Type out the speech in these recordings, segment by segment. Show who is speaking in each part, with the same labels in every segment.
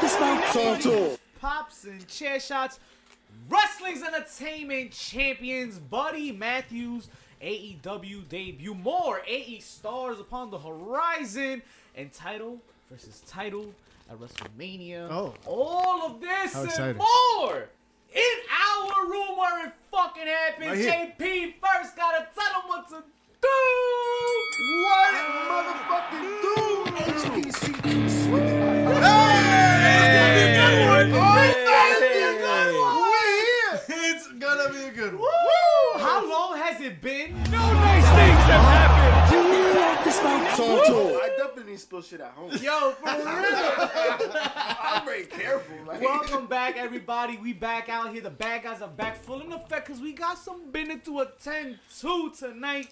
Speaker 1: Talk to him.
Speaker 2: pops and chair shots. Wrestling's entertainment champions, Buddy Matthews, AEW debut, more AE stars upon the horizon, and title versus title at WrestleMania.
Speaker 3: Oh.
Speaker 2: all of this
Speaker 3: How
Speaker 2: and
Speaker 3: exciting.
Speaker 2: more in our room where it fucking happened.
Speaker 3: Right here.
Speaker 2: JP first gotta tell him what to do.
Speaker 3: What motherfucking dude? HBCU swinging. We're here. It's gonna be a good one.
Speaker 2: Woo! How long has it been?
Speaker 1: Talk to him.
Speaker 4: I definitely need to spill shit at home.
Speaker 2: Yo, for real.
Speaker 4: I'm very careful. Like,
Speaker 2: Welcome back, everybody. We back out here. The bad guys are back full in effect because we got some business to attend to tonight.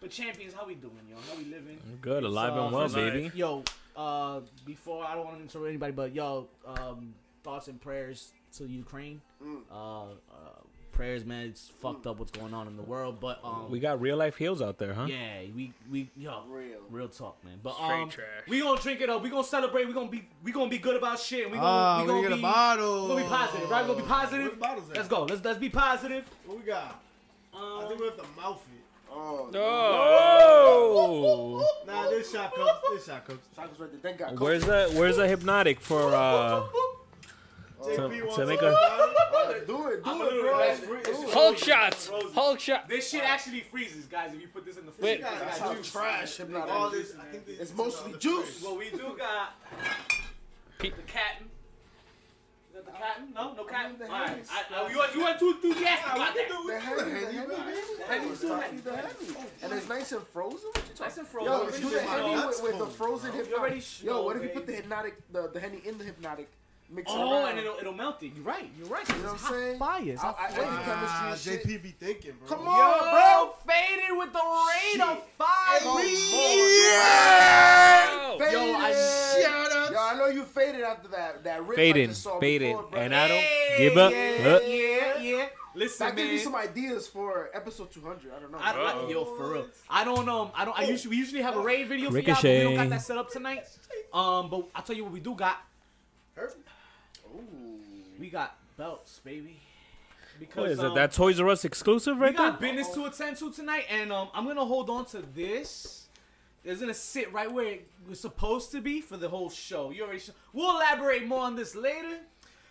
Speaker 2: But champions, how we doing, yo? How we living?
Speaker 5: Good, alive
Speaker 2: Uh,
Speaker 5: and well,
Speaker 2: first-
Speaker 5: baby.
Speaker 2: Yo, uh, before I don't want to interrupt anybody, but yo, um, thoughts and prayers to Ukraine. Uh, uh, prayers, man. It's fucked up what's going on in the world, but um,
Speaker 5: We got real life heels out there, huh?
Speaker 2: yeah, we we yo,
Speaker 4: Real.
Speaker 2: real talk, man. But
Speaker 6: Straight
Speaker 2: um,
Speaker 6: trash.
Speaker 2: we gonna drink it up. We gonna celebrate. We gonna be we gonna be good about shit. and We
Speaker 3: Ah,
Speaker 2: gonna
Speaker 3: we
Speaker 2: we gonna
Speaker 3: gonna get a
Speaker 2: be
Speaker 3: bottle.
Speaker 2: We gonna be positive, right? We gonna be
Speaker 3: Where the
Speaker 2: positive.
Speaker 3: bottles at?
Speaker 2: Let's go. Let's let's be positive.
Speaker 3: What we got? I think we have to mouth it.
Speaker 4: Oh,
Speaker 5: Oh!
Speaker 3: Nah, this shot cups. This shot cups.
Speaker 4: Tacos right there. Thank God.
Speaker 5: Where's the Where's the hypnotic for uh
Speaker 3: JP wants
Speaker 5: to make
Speaker 3: some.
Speaker 5: a-
Speaker 4: Do it. Do it, bro.
Speaker 2: relax.
Speaker 4: Do it.
Speaker 6: Hulk shots. Hulk shots.
Speaker 2: This shit actually freezes, guys. If you put this in the freezer,
Speaker 6: Wait.
Speaker 2: guys,
Speaker 4: That's
Speaker 2: got
Speaker 4: how
Speaker 2: juice.
Speaker 4: trash. I'm not
Speaker 3: All
Speaker 4: on
Speaker 3: this,
Speaker 4: this.
Speaker 3: I think
Speaker 4: It's mostly juice.
Speaker 2: Well, we do got the captain. Is that the captain? No, no captain.
Speaker 4: the
Speaker 2: All right.
Speaker 4: Hennys.
Speaker 2: I, I, you, are- you went too enthusiastic about that.
Speaker 4: The Henny, the Henny, baby.
Speaker 2: Henny,
Speaker 4: It's
Speaker 2: too,
Speaker 4: not-
Speaker 2: Henny.
Speaker 4: the Henny. And it's nice and frozen. What you
Speaker 2: Nice
Speaker 4: talking
Speaker 2: and frozen.
Speaker 4: Yo,
Speaker 2: Already
Speaker 4: do the
Speaker 2: shit,
Speaker 4: Henny
Speaker 2: bro.
Speaker 4: with, with the frozen
Speaker 2: already
Speaker 4: hypnotic.
Speaker 2: sh-
Speaker 4: Yo, what if
Speaker 2: no,
Speaker 4: you put the
Speaker 2: babe.
Speaker 4: hypnotic, the, the Henny in the hypnotic? Mix it
Speaker 2: Oh,
Speaker 4: around.
Speaker 2: and it'll, it'll melt it. You're right. You're right.
Speaker 4: You know
Speaker 2: it's
Speaker 4: what
Speaker 2: hot
Speaker 4: I'm saying?
Speaker 2: fire. It's
Speaker 4: I,
Speaker 2: hot
Speaker 4: I, I
Speaker 2: fire.
Speaker 4: do chemistry
Speaker 3: Ah,
Speaker 4: and shit.
Speaker 3: JP be thinking, bro.
Speaker 4: Come
Speaker 2: Yo,
Speaker 4: on, bro.
Speaker 2: faded with the rain of fire.
Speaker 4: Faded.
Speaker 3: Yo, I shut up.
Speaker 4: Yo, I know you faded after that that rip I
Speaker 5: faded,
Speaker 4: just saw
Speaker 5: faded,
Speaker 4: before, bro.
Speaker 5: and I don't give up.
Speaker 2: Yeah,
Speaker 5: Look.
Speaker 2: yeah, yeah. Listen,
Speaker 4: that
Speaker 2: man.
Speaker 4: gave me some ideas for episode 200. I don't know.
Speaker 2: I, I, yo, for real. I don't um I don't. I usually we usually have a raid video for y'all, but we
Speaker 5: Ricochet.
Speaker 2: don't got that set up tonight. Um, but I'll tell you what we do got. We got belts, baby. Because
Speaker 5: What is it?
Speaker 2: um,
Speaker 5: That Toys R Us exclusive
Speaker 2: we
Speaker 5: right there?
Speaker 2: got business to attend to tonight, and um I'm gonna hold on to this. It's gonna sit right where it was supposed to be for the whole show. You already. Sh- we'll elaborate more on this later.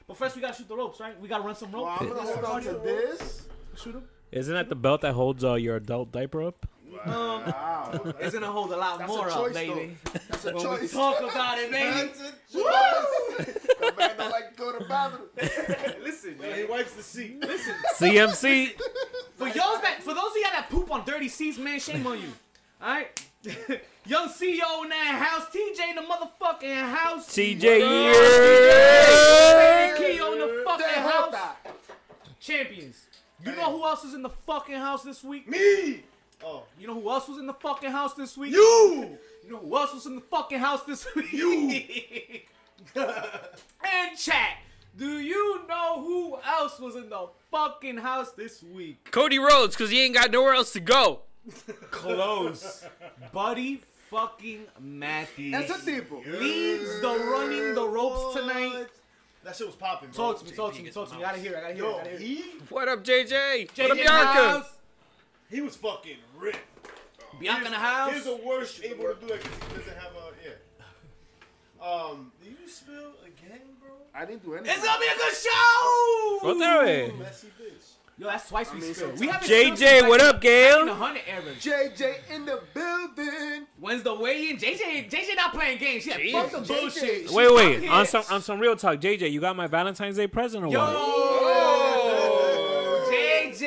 Speaker 2: But first, we gotta shoot the ropes, right? We gotta run some
Speaker 4: Well,
Speaker 2: ropes.
Speaker 4: I'm gonna hold on to this.
Speaker 2: shoot 'em.
Speaker 5: Isn't that the belt that holds uh, your adult diaper up?
Speaker 4: Wow,
Speaker 2: It's gonna hold a lot
Speaker 4: That's a
Speaker 2: more up,
Speaker 4: choice,
Speaker 2: baby.
Speaker 4: that's a
Speaker 2: But we
Speaker 4: choice.
Speaker 2: talk about it, baby.
Speaker 3: That's it.
Speaker 4: The man don't like to go to the bathroom.
Speaker 2: Listen, man.
Speaker 3: He wipes the seat.
Speaker 2: Listen,
Speaker 5: CMC.
Speaker 2: for y'all that for those of y'all that poop on dirty seats, man, shame on you. Alright? Young CEO in that house, TJ in the motherfucking house.
Speaker 5: TJ
Speaker 2: Barry
Speaker 5: yeah.
Speaker 2: Key on the fucking
Speaker 4: Damn,
Speaker 2: house.
Speaker 4: that.
Speaker 2: Champions. You know who else is in the fucking house this week?
Speaker 3: Me. Oh,
Speaker 2: You know who else was in the fucking house this week?
Speaker 3: you.
Speaker 2: You know who else was in the fucking house this week? You. and chat. Do you know who else was in the fucking house this week?
Speaker 6: Cody Rhodes, because he ain't got nowhere else to go.
Speaker 2: close. Buddy fucking Matthews
Speaker 4: That's a deeper.
Speaker 2: leads the running the ropes tonight.
Speaker 3: What? That shit was popping, bro.
Speaker 2: Talk to me, talk to me, talk to me. I gotta hear, it, I gotta hear, it, I
Speaker 3: Yo,
Speaker 2: gotta hear. it.
Speaker 3: he
Speaker 6: What up, JJ? What up,
Speaker 2: JJ
Speaker 6: Bianca?
Speaker 2: Miles,
Speaker 3: he was fucking ripped.
Speaker 2: Bianca in the house.
Speaker 3: He's the worst able to do that because he doesn't have a yeah. Um, did you spill again, bro?
Speaker 4: I didn't do anything.
Speaker 2: It's gonna be a good show.
Speaker 5: What that way?
Speaker 3: Messy bitch.
Speaker 2: Yo, that's twice we spilled. We haven't spilled since,
Speaker 5: JJ,
Speaker 2: like,
Speaker 5: what up,
Speaker 2: In the
Speaker 5: Gail?
Speaker 2: hundred era.
Speaker 4: JJ in the building.
Speaker 2: When's the weigh in? JJ, JJ not playing games. Yeah, fuck the
Speaker 4: JJ.
Speaker 2: bullshit. She
Speaker 5: Wait,
Speaker 2: out
Speaker 5: wait.
Speaker 2: here.
Speaker 5: On some on some real talk, JJ, you got my Valentine's Day present or what?
Speaker 2: Yo, JJ,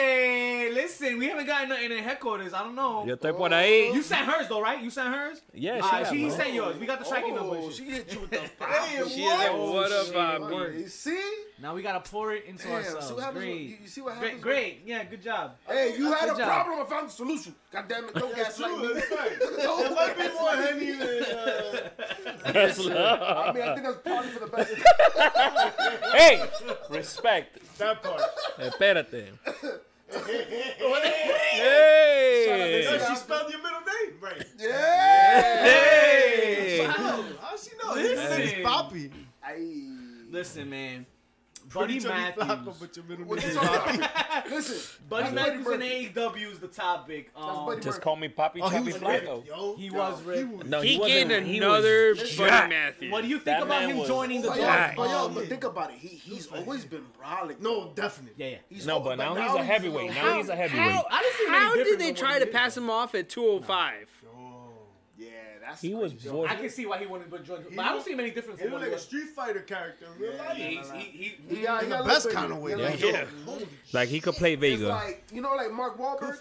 Speaker 2: listen, we haven't gotten nothing in headquarters. I don't know.
Speaker 5: Yo estoy por ahí.
Speaker 2: You sent hers though, right? You sent hers. All
Speaker 5: Yeah,
Speaker 2: right,
Speaker 5: she got
Speaker 2: she
Speaker 5: mine.
Speaker 2: sent yours. We got the tracking number. and
Speaker 4: Oh,
Speaker 2: shit.
Speaker 4: she hit you with the
Speaker 3: Hey,
Speaker 6: She is like,
Speaker 3: what?
Speaker 6: what
Speaker 2: Oh,
Speaker 6: up,
Speaker 4: fire.
Speaker 6: Bobby?
Speaker 4: You see?
Speaker 2: Now we gotta pour it into
Speaker 4: Damn,
Speaker 2: ourselves.
Speaker 4: so what happens when-
Speaker 2: great.
Speaker 4: you, you see what
Speaker 2: great,
Speaker 4: happens?
Speaker 2: great. Yeah, good job.
Speaker 4: when- Hey, you had
Speaker 2: Good
Speaker 4: a
Speaker 2: job.
Speaker 4: problem. I found the solution. God damn it, don't
Speaker 3: That's
Speaker 4: gaslight
Speaker 3: true.
Speaker 4: me.
Speaker 3: That's right. There might be more henny than. Uh,
Speaker 5: That's love.
Speaker 4: I mean, I think that's probably for the best.
Speaker 5: Hey, respect.
Speaker 3: that part.
Speaker 5: Espérate. Hey.
Speaker 3: She spelled your middle name right.
Speaker 4: Yeah.
Speaker 5: Hey.
Speaker 3: How she know? His
Speaker 2: Listen.
Speaker 3: name is Poppy.
Speaker 4: Ay.
Speaker 2: Listen, man. Buddy
Speaker 7: Pretty Johnny
Speaker 2: Matthews.
Speaker 7: Flacco, but your middle
Speaker 4: Well,
Speaker 7: name
Speaker 4: this
Speaker 7: is
Speaker 4: is
Speaker 7: Flacco.
Speaker 4: Listen,
Speaker 2: Buddy
Speaker 4: that's
Speaker 2: Matthews and
Speaker 4: Murphy.
Speaker 2: AEW is the topic. Um,
Speaker 4: Buddy
Speaker 1: Just
Speaker 4: Murphy.
Speaker 1: call me Poppy
Speaker 7: Oh, he
Speaker 1: Choppy
Speaker 7: was ripped,
Speaker 1: Flacco.
Speaker 7: yo.
Speaker 2: he
Speaker 7: Yo,
Speaker 2: was ripped.
Speaker 7: was-
Speaker 1: No,
Speaker 6: He
Speaker 1: wasn't-
Speaker 6: gained
Speaker 1: he was
Speaker 6: another
Speaker 1: jacked.
Speaker 6: Buddy Matthews.
Speaker 2: What do you think
Speaker 1: That
Speaker 2: about
Speaker 1: man
Speaker 2: him
Speaker 1: was-
Speaker 2: joining the
Speaker 4: But
Speaker 2: dog?
Speaker 4: yo,
Speaker 6: Right.
Speaker 4: but yo,
Speaker 2: Um,
Speaker 4: but think about it. He he's always been brolic.
Speaker 7: No, definitely.
Speaker 2: yeah, yeah.
Speaker 4: He's
Speaker 1: No,
Speaker 4: al-
Speaker 1: but now he's a heavyweight. Now he's a heavyweight.
Speaker 6: How,
Speaker 2: I didn't see many
Speaker 6: how did
Speaker 2: different
Speaker 6: they
Speaker 2: than
Speaker 6: try
Speaker 2: what
Speaker 6: to
Speaker 2: he
Speaker 6: pass him off at 205?
Speaker 4: Yeah, that's
Speaker 1: He
Speaker 5: was
Speaker 4: crazy.
Speaker 5: born.
Speaker 2: I can see why he wanted to join. But I
Speaker 7: look-
Speaker 2: don't see many different
Speaker 7: He
Speaker 2: from
Speaker 7: looked
Speaker 2: what
Speaker 7: like
Speaker 2: he
Speaker 7: a
Speaker 2: was.
Speaker 7: Street Fighter character in real life.
Speaker 2: Yeah, he's- he- he-
Speaker 4: He got, he
Speaker 7: In
Speaker 4: got a
Speaker 7: the best
Speaker 4: little
Speaker 7: kind of
Speaker 4: baby.
Speaker 7: way.
Speaker 4: Yeah,
Speaker 7: Like,
Speaker 5: Yeah.
Speaker 7: yo, holy
Speaker 5: Like he could play
Speaker 4: It's
Speaker 5: Vega.
Speaker 4: like you know, like Mark Wahlberg.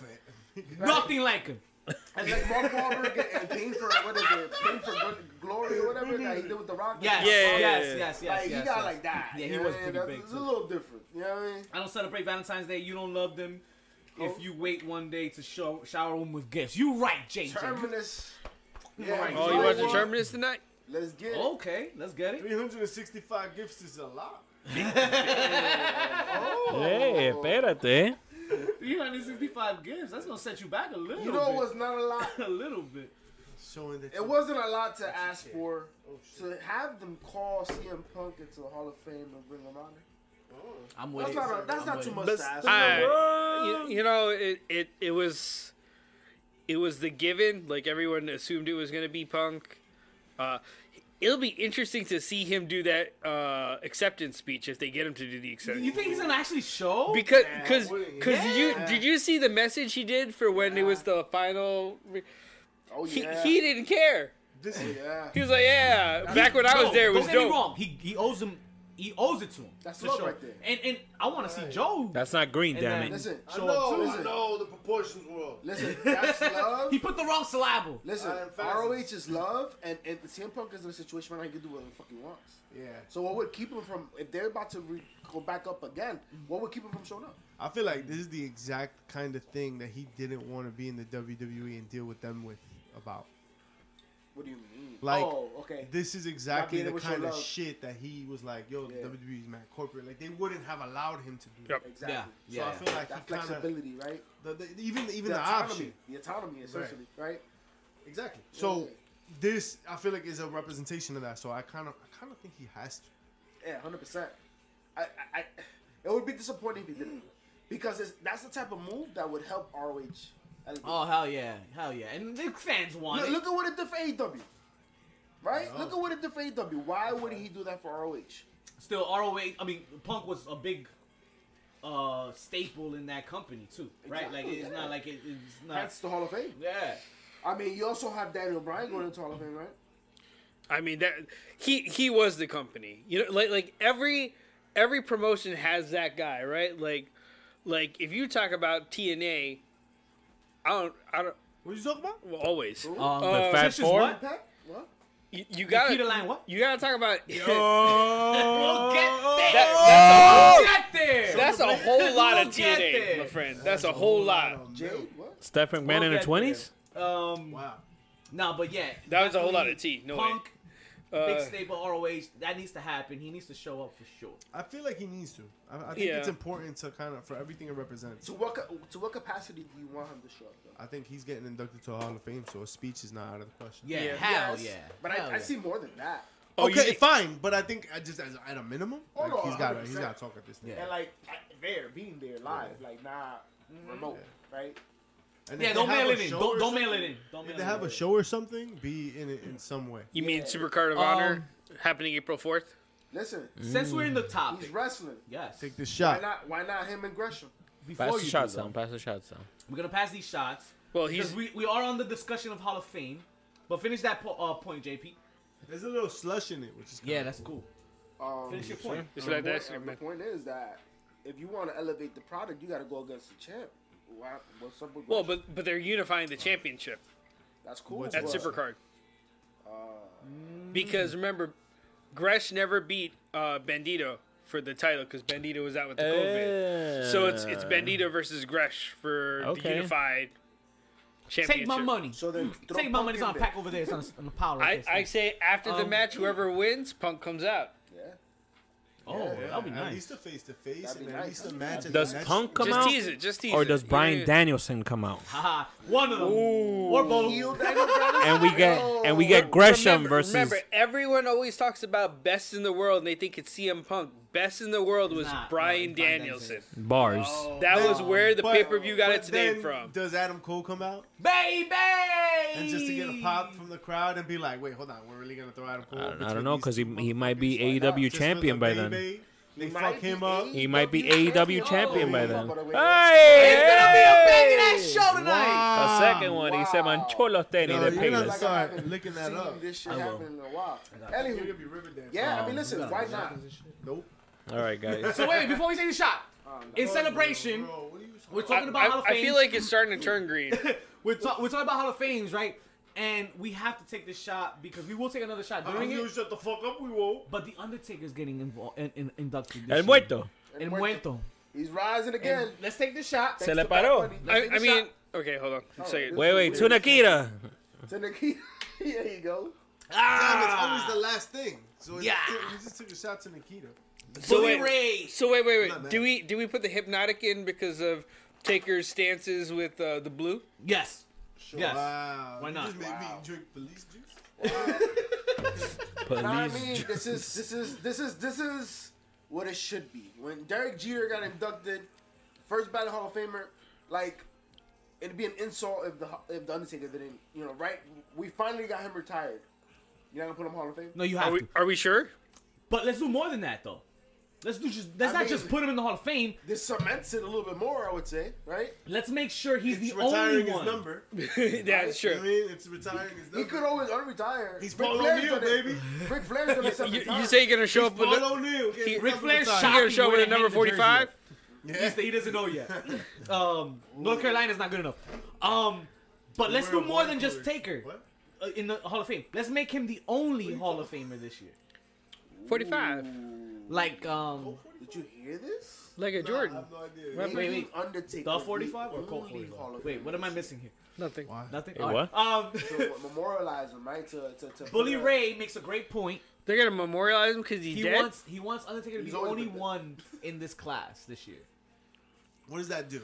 Speaker 2: Nothing like him.
Speaker 4: It's like Mark Wahlberg and Pain for what is it? Pain for Gl- Glory or whatever that he did with the Rock.
Speaker 2: Yes,
Speaker 6: Yeah, yeah,
Speaker 2: yes, yes, yes,
Speaker 6: yeah.
Speaker 4: like
Speaker 2: yes,
Speaker 4: he
Speaker 2: yes.
Speaker 4: got like that.
Speaker 2: Yeah, he
Speaker 4: you know
Speaker 2: was
Speaker 4: what I
Speaker 2: pretty
Speaker 4: mean?
Speaker 2: big,
Speaker 4: That's- It's
Speaker 2: too.
Speaker 4: a little different. You know what I mean?
Speaker 2: I don't celebrate Valentine's Day. You don't love them.
Speaker 4: Oh.
Speaker 2: If you wait one day to show, shower them with gifts, you right, JJ.
Speaker 4: Terminus.
Speaker 2: Right.
Speaker 6: Oh, you
Speaker 2: Right.
Speaker 6: watching Terminus tonight?
Speaker 4: Let's get it.
Speaker 2: Okay, let's get it.
Speaker 7: 365 gifts is a lot.
Speaker 5: Hey, espérate.
Speaker 2: 365 gifts. That's gonna set you back a little.
Speaker 4: You know
Speaker 2: bit.
Speaker 4: what's not a lot?
Speaker 2: a little bit.
Speaker 7: Showing that Oh,
Speaker 4: It wasn't a lot to ask for to have them call CM Punk into the Hall of Fame and bring him out.
Speaker 2: I'm with
Speaker 4: That's
Speaker 2: it.
Speaker 4: not a, that's
Speaker 2: I'm
Speaker 4: not
Speaker 2: with
Speaker 4: too
Speaker 2: it.
Speaker 4: much to ask.
Speaker 6: I-
Speaker 4: for.
Speaker 2: Oh.
Speaker 6: you, you know, it, it it was it was the given. Like everyone assumed it was gonna be Punk. Uh, it'll be interesting to see him do that uh, acceptance speech if they get him to do the acceptance.
Speaker 2: You think he's gonna actually show?
Speaker 6: because because because
Speaker 2: Yeah.
Speaker 6: you did you see the message he did for when it was the final? re-
Speaker 4: Oh
Speaker 6: He
Speaker 4: yeah.
Speaker 6: he didn't care.
Speaker 4: Oh, yeah.
Speaker 6: He was like, yeah, back when I was
Speaker 2: No,
Speaker 6: there, it was
Speaker 2: don't get me
Speaker 6: dope.
Speaker 2: wrong. He he owes him. He owes it to him.
Speaker 4: That's
Speaker 2: to
Speaker 4: love
Speaker 2: show.
Speaker 4: right there.
Speaker 2: And and I want to see Joe.
Speaker 5: That's not green,
Speaker 2: And
Speaker 5: damn
Speaker 2: then-
Speaker 5: it.
Speaker 4: Listen,
Speaker 7: I
Speaker 2: So,
Speaker 7: know,
Speaker 4: listen.
Speaker 7: I know the proportions were off.
Speaker 4: listen, that's love.
Speaker 2: He put the wrong syllable.
Speaker 4: Listen,
Speaker 7: I am fast.
Speaker 4: ROH is love, and, and CM Punk is in a situation where he can do whatever the fuck he wants.
Speaker 7: Yeah.
Speaker 4: So what would keep him from, if they're about to re- go back up again, what would keep him from showing up?
Speaker 7: I feel like this is the exact kind of thing that he didn't want to be in the WWE and deal with them with about.
Speaker 4: What do you mean?
Speaker 7: Like,
Speaker 4: oh, okay.
Speaker 7: This is exactly
Speaker 4: Rocky,
Speaker 7: the
Speaker 4: what's your
Speaker 7: kind of
Speaker 4: love?
Speaker 7: shit that he was like, yo,
Speaker 4: Yeah.
Speaker 7: WWE's mad corporate. Like, they wouldn't have allowed him to do
Speaker 6: Yep.
Speaker 7: that.
Speaker 4: exactly.
Speaker 2: Yeah.
Speaker 7: So I feel like
Speaker 4: That
Speaker 7: he kind
Speaker 4: flexibility, right?
Speaker 7: of, the, the, even even
Speaker 4: the
Speaker 7: the,
Speaker 4: autonomy,
Speaker 7: option,
Speaker 4: the autonomy, essentially, right?
Speaker 7: exactly. So
Speaker 4: Yeah.
Speaker 7: this, I feel like, is a representation of that. So I kind of, I kind of think he has to.
Speaker 4: Yeah, hundred percent. I, I, I, it would be disappointing if he didn't, because it's, that's the type of move that would help ROH. elevate.
Speaker 2: Oh hell yeah, hell yeah. And the fans want
Speaker 4: look,
Speaker 2: it.
Speaker 4: look at what it did for AEW, right?
Speaker 7: Oh.
Speaker 4: Look at what it did for AEW. Why would he do that for ROH?
Speaker 2: Still ROH. I mean, Punk was a big uh staple in that company too, right? Like it's not like it, it's not.
Speaker 4: That's the Hall of Fame.
Speaker 2: Yeah.
Speaker 4: I mean, you also have Daniel Bryan going into Hall of Fame, right?
Speaker 6: I mean that he he was the company. You know, like like every every promotion has that guy, right? Like like if you talk about TNA, I don't I don't
Speaker 7: What you talking about?
Speaker 6: well, always.
Speaker 2: Um,
Speaker 6: Uh,
Speaker 5: Fat
Speaker 2: Tish's
Speaker 5: Four?
Speaker 2: what?
Speaker 4: Pat, what?
Speaker 6: You, you gotta
Speaker 2: Nikita Lang, what?
Speaker 6: you gotta talk about
Speaker 2: We'll get there.
Speaker 6: That-
Speaker 2: we'll get there.
Speaker 6: that's a whole lot of
Speaker 2: We'll get
Speaker 6: TNA,
Speaker 2: there.
Speaker 6: my friend. That's a whole lot.
Speaker 4: Jade, what?
Speaker 5: Steph McMahon
Speaker 2: We'll
Speaker 5: in the
Speaker 2: get
Speaker 5: 20s?
Speaker 2: there. Um,
Speaker 7: Wow.
Speaker 2: nah, but yeah,
Speaker 6: That was a whole lot of
Speaker 2: definitely
Speaker 6: T. No way.
Speaker 2: Punk, big
Speaker 6: Uh,
Speaker 2: staple ROH. That needs to happen. He needs to show up for sure.
Speaker 7: I feel like he needs to. I, I think
Speaker 6: Yeah.
Speaker 7: it's important to kind of for everything it represents.
Speaker 4: To what ca- to what capacity do you want him to show up? Though?
Speaker 7: I think he's getting inducted to a Hall of Fame, so a speech is not out of the question.
Speaker 2: Yeah,
Speaker 6: Yeah.
Speaker 2: hell
Speaker 4: Yes,
Speaker 2: yeah.
Speaker 4: But
Speaker 2: hell
Speaker 4: I,
Speaker 2: yeah.
Speaker 4: I see more than that.
Speaker 6: Oh, you
Speaker 7: okay,
Speaker 6: did-
Speaker 7: fine, but I think I just as at a minimum,
Speaker 4: Oh,
Speaker 7: like,
Speaker 4: no,
Speaker 7: he's got
Speaker 4: 100%.
Speaker 7: he's got to talk at this thing.
Speaker 2: Yeah.
Speaker 4: And like I- there, being there live, like nah, remote, right?
Speaker 7: And if
Speaker 2: Yeah,
Speaker 7: they
Speaker 2: don't
Speaker 7: have
Speaker 2: mail
Speaker 7: a
Speaker 2: it in.
Speaker 7: show
Speaker 2: Don't,
Speaker 7: or
Speaker 2: don't mail it
Speaker 7: something-
Speaker 2: in. Don't mail
Speaker 7: If they
Speaker 2: it
Speaker 7: have
Speaker 2: in.
Speaker 7: a show or something, be in it in some way.
Speaker 6: You mean Supercard of Honor
Speaker 2: Um,
Speaker 6: happening April fourth?
Speaker 4: Listen,
Speaker 2: Since we're in the
Speaker 4: he's
Speaker 2: topic,
Speaker 4: wrestling.
Speaker 2: yes.
Speaker 7: Take this
Speaker 4: Why
Speaker 7: shot.
Speaker 4: not? Why not him and Gresham?
Speaker 2: Before
Speaker 5: Pass
Speaker 2: you
Speaker 5: the
Speaker 2: do,
Speaker 5: shots
Speaker 2: though,
Speaker 5: down. Pass the shots down.
Speaker 2: we're gonna pass these shots
Speaker 6: Well,
Speaker 2: because
Speaker 6: he's
Speaker 2: we, we are on the discussion of Hall of Fame. But finish that po- uh, point, JP.
Speaker 7: There's a little slush in it, which is kinda
Speaker 2: Yeah, that's cool.
Speaker 4: Um,
Speaker 2: Finish your point.
Speaker 6: it's
Speaker 4: the
Speaker 6: like
Speaker 4: point,
Speaker 6: that's
Speaker 4: uh, the point is that if you want to elevate the product, you got to go against the champ. Why, what's up with
Speaker 6: well,
Speaker 4: Gresham?
Speaker 6: but but they're unifying the championship.
Speaker 4: that's cool.
Speaker 7: What's
Speaker 6: at
Speaker 4: but-
Speaker 6: Supercard.
Speaker 5: Uh,
Speaker 6: because remember, Gresh never beat uh, Bandito for the title because Bandito was out with the COVID. So it's it's Bandito versus Gresh for the
Speaker 5: Eh. Okay.
Speaker 6: unified championship.
Speaker 2: Take my money.
Speaker 4: So then throw
Speaker 2: Take my
Speaker 4: Punk
Speaker 2: money. It's
Speaker 4: in
Speaker 2: on a
Speaker 4: there.
Speaker 2: pack over there. It's on, a- on the power.
Speaker 6: I,
Speaker 2: Right
Speaker 6: I
Speaker 2: there.
Speaker 6: say after the
Speaker 2: Um,
Speaker 6: match, whoever wins, Punk comes out.
Speaker 4: Yeah.
Speaker 5: Oh, that'd be
Speaker 3: At
Speaker 5: nice.
Speaker 3: least a face to face,
Speaker 4: That'd
Speaker 3: and
Speaker 4: be
Speaker 3: at
Speaker 4: nice.
Speaker 3: least a match. at
Speaker 5: Does
Speaker 3: the next-
Speaker 5: Punk come
Speaker 6: Just
Speaker 5: out,
Speaker 6: tease it. Just tease it.
Speaker 5: or does
Speaker 6: You
Speaker 5: Brian
Speaker 6: know,
Speaker 5: Danielson come out?
Speaker 2: Haha, one of them. Or both.
Speaker 4: Heel Daniel Bryan?
Speaker 5: And we get and we get Gresham
Speaker 6: remember,
Speaker 5: versus.
Speaker 6: Remember, everyone always talks about best in the world, and they think it's CM Punk. Best in the world was
Speaker 2: Nah,
Speaker 6: Brian
Speaker 2: nah, Brian
Speaker 6: Danielson.
Speaker 5: Bars.
Speaker 2: Oh,
Speaker 6: That
Speaker 3: Then-
Speaker 6: was where the
Speaker 3: but-
Speaker 6: pay per view got
Speaker 3: but
Speaker 6: its name
Speaker 3: then
Speaker 6: from.
Speaker 3: Does Adam Cole come out
Speaker 2: Baby!
Speaker 3: and just to get a pop from the crowd and be like, "Wait, hold on, we're really gonna throw Adam Cole"?
Speaker 5: I don't, I
Speaker 3: between
Speaker 5: don't know
Speaker 3: these
Speaker 5: because he
Speaker 3: two
Speaker 5: he might be
Speaker 3: motherfuckers? Why not?
Speaker 5: AEW
Speaker 3: Just for
Speaker 5: champion
Speaker 3: the
Speaker 5: by
Speaker 3: baby.
Speaker 5: then.
Speaker 3: They
Speaker 4: might
Speaker 3: fuck him
Speaker 4: be E
Speaker 3: up.
Speaker 5: He might be
Speaker 4: AEW
Speaker 5: AEW champion by
Speaker 4: Oh,
Speaker 5: then.
Speaker 4: but wait.
Speaker 5: Hey!
Speaker 2: It's gonna be a big ass show tonight!
Speaker 5: The second one, he said
Speaker 4: Wow.
Speaker 5: Mancholos Tenis
Speaker 3: No,
Speaker 5: de
Speaker 3: you're not
Speaker 5: Pelas.
Speaker 3: like-
Speaker 4: I
Speaker 3: Sorry,
Speaker 4: haven't
Speaker 3: looking that
Speaker 4: seen
Speaker 3: up.
Speaker 4: This shit
Speaker 5: I will.
Speaker 4: happen in a while.
Speaker 3: You're
Speaker 4: Anywho,
Speaker 3: gonna be Riverdance.
Speaker 4: yeah, I mean, listen, why not?
Speaker 3: Nope.
Speaker 5: All right, guys.
Speaker 2: So wait, before we take the shot,
Speaker 4: Oh,
Speaker 2: in celebration,
Speaker 3: Bro, what are you
Speaker 2: we're
Speaker 6: I,
Speaker 2: talking about Hall
Speaker 6: I,
Speaker 2: of
Speaker 6: I
Speaker 2: Fame.
Speaker 6: feel like it's starting to turn green.
Speaker 2: we're, ta- we're talking about Hall of Fames, right? And we have to take this shot because we will take another shot during
Speaker 3: You
Speaker 2: it.
Speaker 3: shut the fuck up. We won't.
Speaker 2: But the Undertaker's getting involved in, in, inducted. This
Speaker 5: El
Speaker 2: year.
Speaker 5: muerto.
Speaker 2: El muerto.
Speaker 4: He's rising again.
Speaker 2: And let's take the shot.
Speaker 5: Se le
Speaker 4: Thanks to Bad
Speaker 5: paró.
Speaker 4: Bunny.
Speaker 6: I,
Speaker 2: take
Speaker 6: I
Speaker 2: a
Speaker 6: mean,
Speaker 2: shot.
Speaker 6: okay, hold on. One second.
Speaker 5: Wait, wait, Tuna Kira.
Speaker 4: To Nikita. Here you go.
Speaker 6: Ah.
Speaker 3: Damn, it's always the last thing. So it's-
Speaker 2: Ah. Yeah.
Speaker 3: we just took a shot to Nikita.
Speaker 6: So
Speaker 2: Bully
Speaker 6: wait,
Speaker 2: Ray.
Speaker 6: so wait, wait,
Speaker 3: Not
Speaker 6: wait.
Speaker 3: bad.
Speaker 6: Do we do we put the hypnotic in because of Taker's stances with uh, the blue?
Speaker 2: Yes. Yes.
Speaker 3: Wow.
Speaker 2: Why
Speaker 3: You
Speaker 2: not?
Speaker 3: just made me
Speaker 4: Wow.
Speaker 3: drink police juice.
Speaker 4: You know what I mean,
Speaker 5: Police.
Speaker 4: this is this is this is this is what it should be. When Derek Jeter got inducted, first battle Hall of Famer, like it'd be an insult if the if the Undertaker didn't, you know, right? We finally got him retired. You're not gonna put him Hall of Fame?
Speaker 2: No, you
Speaker 6: Are
Speaker 2: have
Speaker 6: we
Speaker 2: to.
Speaker 6: are we sure?
Speaker 2: But let's do more than that, though. Let's do just. Let's not
Speaker 4: I mean-
Speaker 2: just put him in the Hall of Fame.
Speaker 4: This cements it a little bit more, I would say, right?
Speaker 2: Let's make sure he's
Speaker 3: It's
Speaker 2: the only
Speaker 3: retiring his
Speaker 2: one.
Speaker 3: number. You know
Speaker 6: That's
Speaker 3: what I
Speaker 6: true.
Speaker 3: mean, it's retiring his number.
Speaker 4: He could always unretire.
Speaker 3: He's
Speaker 4: Ric
Speaker 3: Paul
Speaker 4: Flair's
Speaker 3: O'Neill,
Speaker 4: gonna-
Speaker 3: baby.
Speaker 4: Ric Flair's gonna set
Speaker 6: You,
Speaker 4: the time.
Speaker 6: you say you're gonna show up with
Speaker 3: Paul
Speaker 6: a-
Speaker 3: O'Neill.
Speaker 6: He-
Speaker 2: Ric Flair's
Speaker 6: you
Speaker 2: shot.
Speaker 6: gonna show up with a number forty five?
Speaker 3: Yeah.
Speaker 2: He doesn't know yet. Um, North Carolina's not good enough. Um, but let's do more than just Taker
Speaker 3: What?
Speaker 2: uh, in the Hall of Fame. Let's make him the only Hall of Famer this year.
Speaker 6: Forty five.
Speaker 2: Like um,
Speaker 4: Did you hear this?
Speaker 6: Like a
Speaker 3: I have
Speaker 6: Jordan.
Speaker 3: no idea.
Speaker 2: Wait, wait, wait.
Speaker 4: Undertaker.
Speaker 2: the 45 or
Speaker 4: the
Speaker 2: Colt
Speaker 4: only
Speaker 2: 45?
Speaker 4: of
Speaker 2: Wait, what am I
Speaker 4: Famers.
Speaker 2: missing here?
Speaker 6: Nothing.
Speaker 2: Nothing.
Speaker 5: Wait,
Speaker 2: All right.
Speaker 5: what?
Speaker 2: Um,
Speaker 4: So memorialize him, right? To, to, to
Speaker 2: Bully
Speaker 4: put a-
Speaker 2: Ray makes a great point.
Speaker 6: They're gonna memorialize him because he's
Speaker 2: He
Speaker 6: dead.
Speaker 2: wants he wants Undertaker to be
Speaker 4: He's
Speaker 2: the
Speaker 4: always
Speaker 2: only
Speaker 4: been dead.
Speaker 2: one in this class this year.
Speaker 3: What does that do?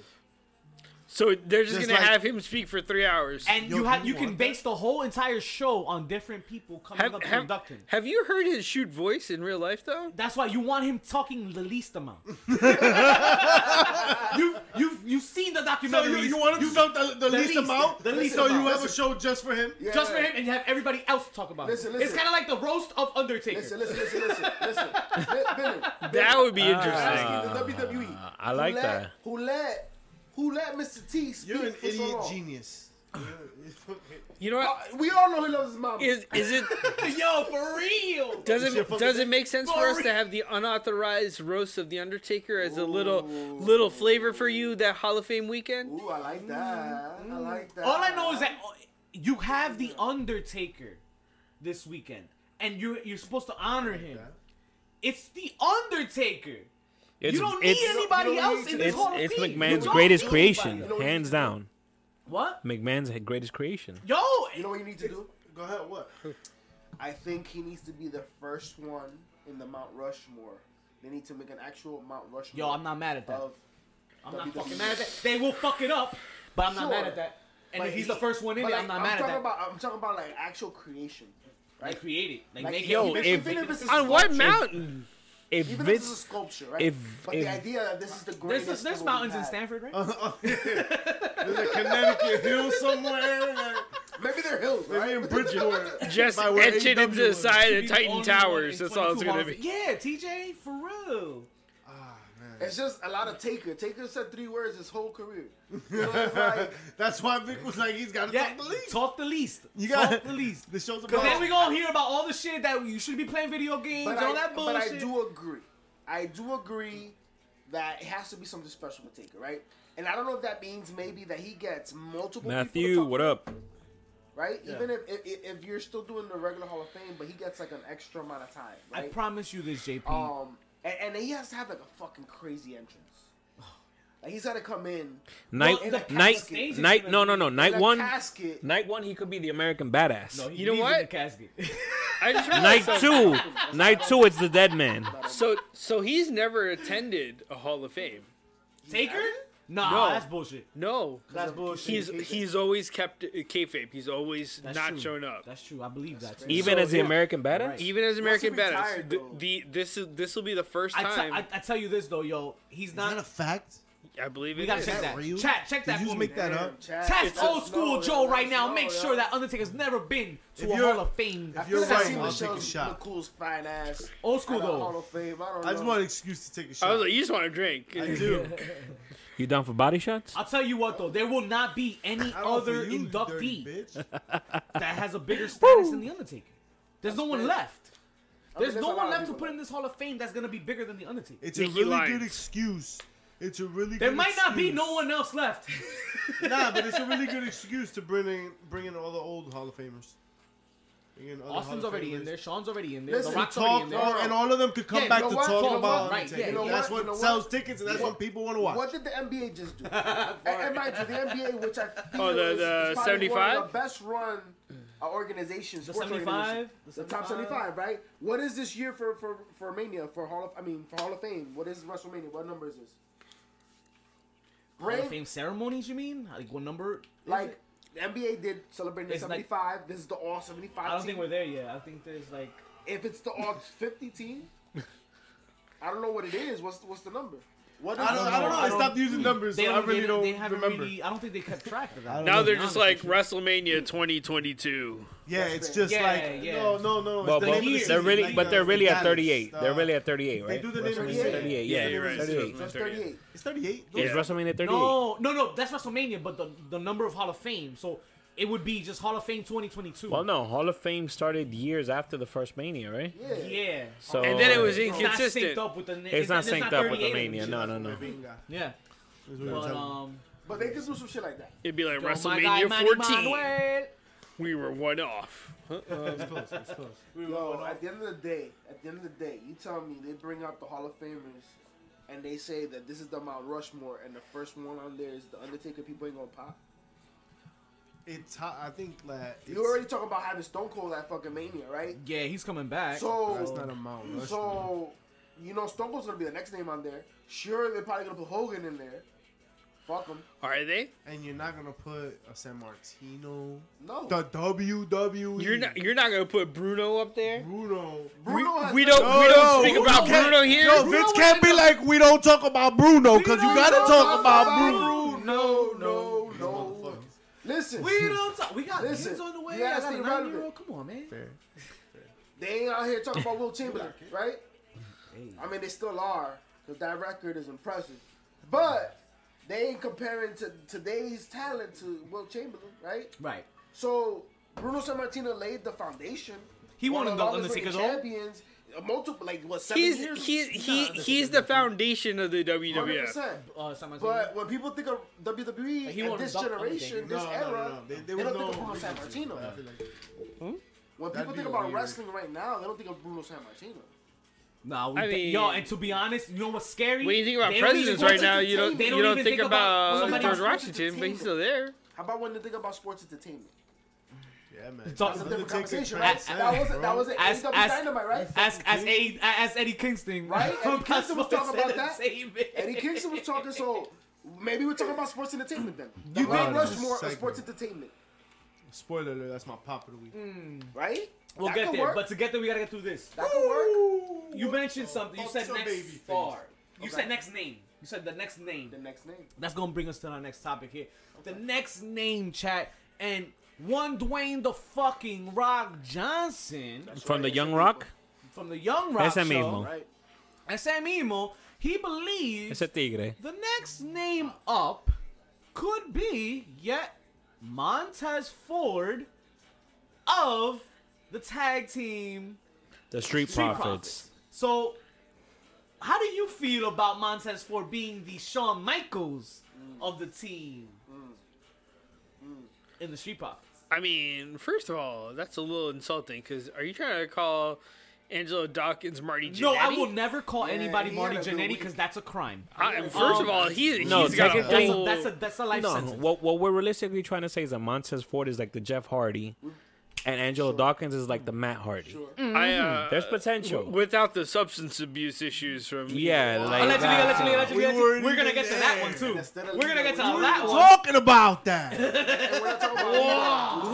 Speaker 6: So they're just,
Speaker 3: Just
Speaker 6: gonna
Speaker 3: like-
Speaker 6: have him speak for three hours.
Speaker 2: And
Speaker 3: Yo,
Speaker 2: you
Speaker 3: do
Speaker 2: have
Speaker 3: you
Speaker 2: you can
Speaker 3: want
Speaker 2: base the whole entire show on different people coming
Speaker 6: have,
Speaker 2: up to
Speaker 6: have,
Speaker 2: induct him.
Speaker 6: have you heard his shoot voice in real life though?
Speaker 2: That's why you want him talking the least amount. you you you've seen the
Speaker 3: So
Speaker 2: documentary.
Speaker 3: you, you want him to dump the, the, least,
Speaker 2: least-
Speaker 3: amount?
Speaker 2: the least
Speaker 3: so you
Speaker 4: amount.
Speaker 3: have a show just for him?
Speaker 4: Yeah.
Speaker 2: just for him, and you have everybody else talk about
Speaker 4: Listen,
Speaker 2: it.
Speaker 4: listen.
Speaker 2: It's kind of like the roast of Undertaker.
Speaker 4: Listen, listen, listen, listen, listen. Bi- Billy,
Speaker 6: That would be
Speaker 2: Ah.
Speaker 6: interesting.
Speaker 4: asking the WWE.
Speaker 5: Uh, I like
Speaker 4: who
Speaker 5: that.
Speaker 4: Let, who let who let Mr. T speak
Speaker 3: You're an
Speaker 4: for so
Speaker 3: idiot
Speaker 4: long?
Speaker 3: genius.
Speaker 6: You know
Speaker 4: Uh,
Speaker 6: what?
Speaker 4: we all know he loves his mom.
Speaker 6: Is is it
Speaker 2: Yo, for real.
Speaker 6: does
Speaker 3: Shit,
Speaker 6: it
Speaker 3: fuck
Speaker 6: does
Speaker 3: it.
Speaker 6: it make sense for us to have the unauthorized roast of the Undertaker as a little little flavor for you that Hall of Fame weekend?
Speaker 4: Ooh, I like that. I like that.
Speaker 2: Mm-hmm. All I know is that uh, you have the Undertaker this weekend, and you you're supposed to honor him. It's the Undertaker.
Speaker 5: It's
Speaker 2: you don't need
Speaker 5: it's
Speaker 2: anybody
Speaker 4: you don't
Speaker 2: else
Speaker 4: need-
Speaker 2: in this
Speaker 5: it's,
Speaker 2: Hall of
Speaker 5: it's
Speaker 2: Fame. You
Speaker 5: McMahon's
Speaker 2: don't
Speaker 5: greatest
Speaker 2: need
Speaker 5: creation,
Speaker 2: anybody.
Speaker 5: hands down.
Speaker 2: What?
Speaker 5: McMahon's greatest creation.
Speaker 2: Yo,
Speaker 4: you know what you need to do.
Speaker 3: Go ahead, what?
Speaker 4: I think he needs to be the first one in the Mount Rushmore. They need to make an actual Mount Rushmore.
Speaker 2: yo, I'm not mad at that.
Speaker 4: Of, E.
Speaker 2: I'm not
Speaker 4: WWE.
Speaker 2: fucking mad at that. They will fuck it up, but I'm not
Speaker 4: Sure.
Speaker 2: mad at that. And
Speaker 4: But
Speaker 2: if he's
Speaker 4: he-
Speaker 2: the first one in
Speaker 4: but
Speaker 2: it,
Speaker 4: like,
Speaker 2: I'm not mad at
Speaker 4: talking
Speaker 2: that.
Speaker 4: About, I'm talking about like actual creation.
Speaker 2: like create it, like,
Speaker 4: Like,
Speaker 2: make
Speaker 4: yo,
Speaker 2: it.
Speaker 4: if-
Speaker 2: make it-
Speaker 4: if it's-
Speaker 6: On what mountain?
Speaker 5: If
Speaker 4: Even if this is a
Speaker 5: it's
Speaker 4: sculpture, right?
Speaker 5: if-
Speaker 4: but
Speaker 5: if-
Speaker 4: the idea that this is the
Speaker 2: there's
Speaker 4: greatest.
Speaker 2: there's,
Speaker 4: ever
Speaker 2: there's
Speaker 4: we
Speaker 2: mountains in
Speaker 4: had.
Speaker 2: Stanford, right?
Speaker 3: There's a Connecticut hill somewhere. Like,
Speaker 4: Maybe they're hills,
Speaker 3: maybe
Speaker 4: right?
Speaker 3: in Bridgeport.
Speaker 6: Just
Speaker 3: By where
Speaker 6: etch it
Speaker 3: AEW
Speaker 6: into the
Speaker 3: was.
Speaker 6: side
Speaker 2: Be
Speaker 6: of
Speaker 2: the
Speaker 6: Titan
Speaker 2: only
Speaker 6: Towers.
Speaker 2: one in
Speaker 6: That's all it's
Speaker 2: 22
Speaker 6: gonna
Speaker 2: halls. Yeah,
Speaker 6: be.
Speaker 2: TJ, for real.
Speaker 3: Ah,
Speaker 4: It's just a lot of Taker. Taker said three words his whole career. So it's like,
Speaker 3: That's why Vic was like, he's got to
Speaker 2: Yeah,
Speaker 3: talk the least.
Speaker 2: talk the least.
Speaker 3: You got
Speaker 2: talk the least.
Speaker 3: The show's about.
Speaker 2: Cause then we gonna hear about all the shit that you should be playing video games,
Speaker 4: but,
Speaker 2: and all
Speaker 4: I,
Speaker 2: that
Speaker 4: but
Speaker 2: bullshit.
Speaker 4: I do agree. I do agree that it has to be something special for Taker, right? And I don't know if that means maybe that he gets multiple. people to
Speaker 5: Matthew,
Speaker 4: talk
Speaker 5: what up?
Speaker 4: right? Even if, if if you're still doing the regular Hall of Fame, but he gets like an extra amount of time,
Speaker 2: I
Speaker 4: right?
Speaker 2: promise you this, JP.
Speaker 4: um, and, and he has to have like a fucking crazy entrance. Like he's got to come in
Speaker 5: Night,
Speaker 2: Well, the
Speaker 5: night,
Speaker 2: casket is
Speaker 5: night.
Speaker 2: gonna
Speaker 5: No, no,
Speaker 2: be-
Speaker 5: no.
Speaker 4: in
Speaker 5: Night
Speaker 4: a
Speaker 5: one,
Speaker 4: casket.
Speaker 5: night one. He could be the American badass.
Speaker 2: No, he
Speaker 6: you know
Speaker 2: leaves in
Speaker 6: what?
Speaker 2: the casket.
Speaker 6: I just realized,
Speaker 5: Night two, night two, it's the dead man.
Speaker 6: so so he's never attended a Hall of Fame.
Speaker 2: Taker? Nah,
Speaker 6: No.
Speaker 2: that's bullshit.
Speaker 6: No,
Speaker 2: That's bullshit.
Speaker 6: he's he's always kept uh, kayfabe. He's always
Speaker 2: That's
Speaker 6: not
Speaker 2: true.
Speaker 6: shown up.
Speaker 2: That's true. I believe that. too.
Speaker 5: Even
Speaker 6: So,
Speaker 5: as the
Speaker 6: yeah.
Speaker 5: American badass.
Speaker 6: Even as American
Speaker 4: Once he
Speaker 6: Badass,
Speaker 4: retired,
Speaker 6: the,
Speaker 4: though.
Speaker 6: the this is this will be the first
Speaker 2: I,
Speaker 6: time.
Speaker 2: t-
Speaker 6: I
Speaker 2: I, I tell you this though, yo, he's
Speaker 7: Is that
Speaker 2: not.
Speaker 7: a fact?
Speaker 6: I believe it
Speaker 2: we gotta
Speaker 6: is.
Speaker 2: check
Speaker 7: that
Speaker 2: that.
Speaker 7: real?
Speaker 2: Chat, check
Speaker 7: Did
Speaker 2: that
Speaker 7: you
Speaker 2: for
Speaker 7: just
Speaker 2: me.
Speaker 7: make that up?
Speaker 4: Chad,
Speaker 2: Test
Speaker 6: It's a-
Speaker 2: old school
Speaker 4: no,
Speaker 2: Joe
Speaker 4: no,
Speaker 2: right now.
Speaker 4: no,
Speaker 2: Make
Speaker 4: no.
Speaker 2: sure that Undertaker's never been to
Speaker 8: If
Speaker 2: a
Speaker 8: you're-
Speaker 2: Hall of Fame.
Speaker 4: I feel
Speaker 8: You're
Speaker 4: like I
Speaker 8: right,
Speaker 4: seen
Speaker 8: I'll
Speaker 4: Michelle's
Speaker 7: take a shot.
Speaker 4: McCool's fine ass.
Speaker 2: Old school
Speaker 4: at the Hall
Speaker 2: though.
Speaker 4: of Fame. I don't know.
Speaker 7: I just want an excuse to take a shot.
Speaker 6: I was like, you just want to drink.
Speaker 7: I do.
Speaker 5: You down for body shots?
Speaker 2: I'll tell you what though, there will not be any
Speaker 7: I don't
Speaker 2: other
Speaker 7: Oh, for you, you dirty
Speaker 2: inductee
Speaker 7: bitch.
Speaker 2: that has a bigger status than the Undertaker. There's no one
Speaker 4: fair.
Speaker 2: left. There's
Speaker 4: there's
Speaker 2: no
Speaker 4: a lot
Speaker 2: one
Speaker 4: of
Speaker 2: left to
Speaker 4: people
Speaker 2: put in this Hall of Fame that's gonna be bigger than the Undertaker.
Speaker 7: It's
Speaker 6: Nikki
Speaker 7: a really
Speaker 6: Lyons.
Speaker 7: good excuse. It's a really
Speaker 2: There
Speaker 7: good
Speaker 2: might not be
Speaker 7: excuse.
Speaker 2: no one else left.
Speaker 7: Nah, but it's a really good excuse to bring in, bring in all the old Hall of Famers. Bring in other
Speaker 2: Austin's
Speaker 7: Hall of
Speaker 2: already in
Speaker 7: Famers.
Speaker 2: there. Sean's already in there.
Speaker 4: Listen,
Speaker 2: the Rock's
Speaker 7: Talk,
Speaker 2: already in
Speaker 7: all-
Speaker 2: there.
Speaker 7: and all of them could come
Speaker 2: Yeah, you
Speaker 7: back
Speaker 2: know
Speaker 7: to
Speaker 2: what?
Speaker 7: talk
Speaker 2: You know
Speaker 7: about.
Speaker 2: what? Right,
Speaker 7: Undertaker.
Speaker 2: yeah, you know
Speaker 7: that's
Speaker 4: what?
Speaker 7: what
Speaker 4: You know what?
Speaker 7: sells tickets, and that's
Speaker 4: What-
Speaker 7: what people want to watch.
Speaker 4: What did the NBA just do? and mind you, the NBA, which I feel
Speaker 6: Oh, the-
Speaker 4: is- is
Speaker 6: the
Speaker 4: probably
Speaker 6: 75?
Speaker 4: one of the best run uh, organization,
Speaker 2: The
Speaker 4: sports
Speaker 2: 75?
Speaker 4: organization. The top seventy-five, right? What is this year for for for Mania for Hall of I mean for Hall of Fame? What is WrestleMania? What number is this?
Speaker 2: Hall of
Speaker 4: Brave,
Speaker 2: Fame ceremonies, you mean? Like what number? is it?
Speaker 4: like the NBA did celebrating the
Speaker 2: It's like-
Speaker 4: seventy-five. this is the all seventy-five.
Speaker 2: I don't
Speaker 4: team.
Speaker 2: think we're there yet. I think there's like
Speaker 4: if it's the all fifty team, I don't know what it is. What's what's the number? What is
Speaker 7: I don't, I don't know. I stopped using numbers, so
Speaker 2: they,
Speaker 7: I
Speaker 2: don't,
Speaker 7: really
Speaker 2: they,
Speaker 7: don't
Speaker 2: they haven't
Speaker 7: remember.
Speaker 2: really. I don't think they kept track of that.
Speaker 7: don't
Speaker 6: Now
Speaker 7: know,
Speaker 6: they're
Speaker 2: to be
Speaker 6: just like
Speaker 2: honest with
Speaker 6: WrestleMania 2022.
Speaker 7: Yeah, it's just
Speaker 2: Yeah,
Speaker 7: like
Speaker 2: yeah.
Speaker 7: no, no, no. It's
Speaker 5: Well,
Speaker 7: the
Speaker 5: but
Speaker 7: name of the
Speaker 5: they're
Speaker 7: season,
Speaker 5: really,
Speaker 7: like
Speaker 5: but
Speaker 7: the-
Speaker 5: they're really
Speaker 7: the
Speaker 5: at 38.
Speaker 7: Dallas,
Speaker 5: They're
Speaker 7: uh,
Speaker 5: really at 38, right?
Speaker 7: They do the name of the
Speaker 5: WrestleMania
Speaker 7: season.
Speaker 5: 38.
Speaker 7: They
Speaker 5: Yeah,
Speaker 7: do the
Speaker 5: you're
Speaker 7: name
Speaker 5: right.
Speaker 7: of the season.
Speaker 5: 38.
Speaker 4: That's thirty-eight.
Speaker 7: It's 38.
Speaker 5: It's WrestleMania 38.
Speaker 2: No, no, no. That's WrestleMania, but the the number of Hall of Fame. So it would be just Hall of Fame 2022.
Speaker 5: Well, no, Hall of Fame started years after the first Mania, right?
Speaker 4: Yeah.
Speaker 2: Yeah.
Speaker 5: So uh,
Speaker 6: And then it was
Speaker 2: It's not synced
Speaker 6: inconsistent.
Speaker 2: up with the. It's,
Speaker 5: It's not
Speaker 2: it's
Speaker 5: synced up
Speaker 2: 38
Speaker 5: with the
Speaker 2: of them
Speaker 5: Mania.
Speaker 2: shit.
Speaker 5: No, no, no.
Speaker 2: Yeah. But um.
Speaker 4: But they could do some shit like that.
Speaker 6: It'd be like
Speaker 2: yo, my guy,
Speaker 6: WrestleMania
Speaker 2: Manny
Speaker 6: 14.
Speaker 2: Manuel.
Speaker 6: We were one off.
Speaker 4: Yo, at the end of the day, at the end of the day, you tell me they bring out the Hall of Famers and they say that this is the Mount Rushmore and the first one on there is the Undertaker, people ain't gonna pop.
Speaker 7: It's hot. I think that
Speaker 4: You already talking about having Stone Cold at fucking Mania, right?
Speaker 2: Yeah, he's coming back.
Speaker 7: That's
Speaker 4: So,
Speaker 7: not a Mount Rushmore.
Speaker 4: so you know Stone Cold's gonna be the next name on there. Sure, they're probably gonna put Hogan in there. Fuck him.
Speaker 6: Are they?
Speaker 7: and you're not gonna put a San Martino.
Speaker 4: No.
Speaker 7: The WWE.
Speaker 6: You're not. You're not gonna put Bruno up there.
Speaker 7: Bruno.
Speaker 6: We,
Speaker 4: Bruno has Oh,
Speaker 6: we
Speaker 4: no-
Speaker 6: don't.
Speaker 7: No,
Speaker 6: we don't
Speaker 7: no,
Speaker 6: speak about
Speaker 7: Bruno
Speaker 6: Bruno here.
Speaker 7: Yo,
Speaker 2: Bruno
Speaker 7: Vince
Speaker 2: was
Speaker 7: can't be
Speaker 2: in the-
Speaker 7: like we don't talk about Bruno because you
Speaker 2: don't
Speaker 7: gotta
Speaker 2: talk
Speaker 7: talk
Speaker 4: about
Speaker 7: about Bruno.
Speaker 4: No, no, no. Listen,
Speaker 2: We don't talk. We got
Speaker 4: Listen,
Speaker 2: kids on the way.
Speaker 4: you gotta
Speaker 2: I got
Speaker 4: stay
Speaker 2: a nine
Speaker 4: relevant.
Speaker 2: year old. Come on, man.
Speaker 4: they ain't out here talking about Will Chamberlain, right? I mean, they still are because that record is impressive, but they ain't comparing to today's talent to Will Chamberlain, right?
Speaker 2: Right.
Speaker 4: So Bruno Sammartino laid the foundation.
Speaker 2: He
Speaker 4: One
Speaker 2: won
Speaker 4: of
Speaker 2: the
Speaker 4: longest
Speaker 2: Undertaker's
Speaker 4: reigning
Speaker 2: all.
Speaker 4: champions, uh, multiple like what seven
Speaker 6: He's
Speaker 4: years?
Speaker 6: he, he,
Speaker 4: Nah,
Speaker 6: he's the foundation of the WWF.
Speaker 4: 100%.
Speaker 7: E.
Speaker 2: Uh, Simon
Speaker 4: But when people think of WWE
Speaker 2: Like, he
Speaker 4: and
Speaker 2: won
Speaker 4: this
Speaker 2: the
Speaker 4: generation,
Speaker 2: Undertaker.
Speaker 4: this
Speaker 7: No, no,
Speaker 4: era,
Speaker 7: no, no. They- they
Speaker 4: They,
Speaker 7: would
Speaker 4: don't
Speaker 7: know
Speaker 4: think of Bruno
Speaker 7: who he was.
Speaker 4: Sammartino.
Speaker 7: I feel like
Speaker 4: When
Speaker 7: That'd
Speaker 4: people
Speaker 7: be
Speaker 4: think about
Speaker 7: weird.
Speaker 4: wrestling right now, they don't think of Bruno Sammartino.
Speaker 2: Nah, we
Speaker 6: I
Speaker 2: think-
Speaker 6: mean-
Speaker 2: yo, and to be honest, you know what's scary?
Speaker 6: When you think about
Speaker 2: They don't even
Speaker 6: presidents
Speaker 2: go
Speaker 6: right
Speaker 2: to
Speaker 6: now,
Speaker 2: the
Speaker 6: you
Speaker 2: team.
Speaker 6: don't
Speaker 2: They
Speaker 6: you don't
Speaker 2: even
Speaker 6: think about uh,
Speaker 2: somebody
Speaker 6: George
Speaker 2: else.
Speaker 6: Washington, but he's still there.
Speaker 4: How about when they think about sports entertainment?
Speaker 7: Yeah, man.
Speaker 2: all-
Speaker 4: That's a
Speaker 2: Undertaker
Speaker 4: different conversation, right?
Speaker 7: transcends,
Speaker 4: That wasn't that
Speaker 7: bro.
Speaker 4: wasn't
Speaker 2: Ask-
Speaker 4: AEW
Speaker 2: ask-
Speaker 4: Dynamite, right?
Speaker 2: Ask, ask, Eddie, ask Eddie Kingston.
Speaker 4: Right?
Speaker 2: from
Speaker 4: Eddie Kingston was
Speaker 2: Sports
Speaker 4: talking about that.
Speaker 2: Entertainment.
Speaker 4: Eddie Kingston was talking, so maybe we're talking about sports entertainment then. The
Speaker 7: You
Speaker 4: Mount
Speaker 7: think- Wow,
Speaker 4: Rushmore of
Speaker 7: segment.
Speaker 4: sports entertainment,
Speaker 7: Spoiler alert, that's my pop of the week.
Speaker 4: Mm. right?
Speaker 2: We'll
Speaker 4: That
Speaker 2: get
Speaker 4: could
Speaker 2: there,
Speaker 4: work.
Speaker 2: but to get there, we gotta get through this.
Speaker 4: that could work.
Speaker 2: You mentioned something. You
Speaker 7: fuck
Speaker 2: said
Speaker 7: some
Speaker 2: next
Speaker 7: baby
Speaker 2: star. You
Speaker 4: Okay.
Speaker 2: said next name. You said the next name.
Speaker 4: The next name.
Speaker 2: That's gonna bring us to our next topic here. The next name chat and one Dwayne the fucking Rock Johnson
Speaker 5: From the Young Rock?
Speaker 2: from the Young Rock
Speaker 5: Ese
Speaker 2: show.
Speaker 5: mismo.
Speaker 4: Right.
Speaker 2: Ese mismo. He believes
Speaker 5: Ese tigre.
Speaker 2: the next name up could be yet Montez Ford of the tag team
Speaker 5: The Street
Speaker 2: Street
Speaker 5: Profits.
Speaker 2: Profits. So, how do you feel about Montez Ford being the Shawn Michaels of the team in the Street Profits?
Speaker 6: I mean, first of all, that's a little insulting because are you trying to call Angelo Dawkins Marty Jannetty?
Speaker 2: No, I will never call anybody
Speaker 4: he
Speaker 2: Marty
Speaker 4: had a good
Speaker 2: Jannetty
Speaker 4: week.
Speaker 2: because that's a crime.
Speaker 6: I- first
Speaker 2: Um,
Speaker 6: of all, he,
Speaker 5: No,
Speaker 6: he's got a
Speaker 5: technically-
Speaker 2: That's a,
Speaker 6: whole.
Speaker 2: that's a that's a life
Speaker 5: No,
Speaker 2: sentence.
Speaker 5: what, what we're realistically trying to say is that Montez Ford is like the Jeff Hardy and Angelo Dawkins is like the Matt Hardy.
Speaker 6: I, uh,
Speaker 5: There's potential.
Speaker 6: without the substance abuse issues from
Speaker 5: yeah, like uh,
Speaker 2: Allegedly,
Speaker 5: that.
Speaker 2: allegedly, allegedly,
Speaker 7: We
Speaker 2: allegedly.
Speaker 7: weren't
Speaker 2: We're gonna
Speaker 7: even
Speaker 2: get to that one too.
Speaker 4: Instead of-
Speaker 2: We're gonna get to
Speaker 4: We weren't
Speaker 2: that one.
Speaker 7: Talking about that.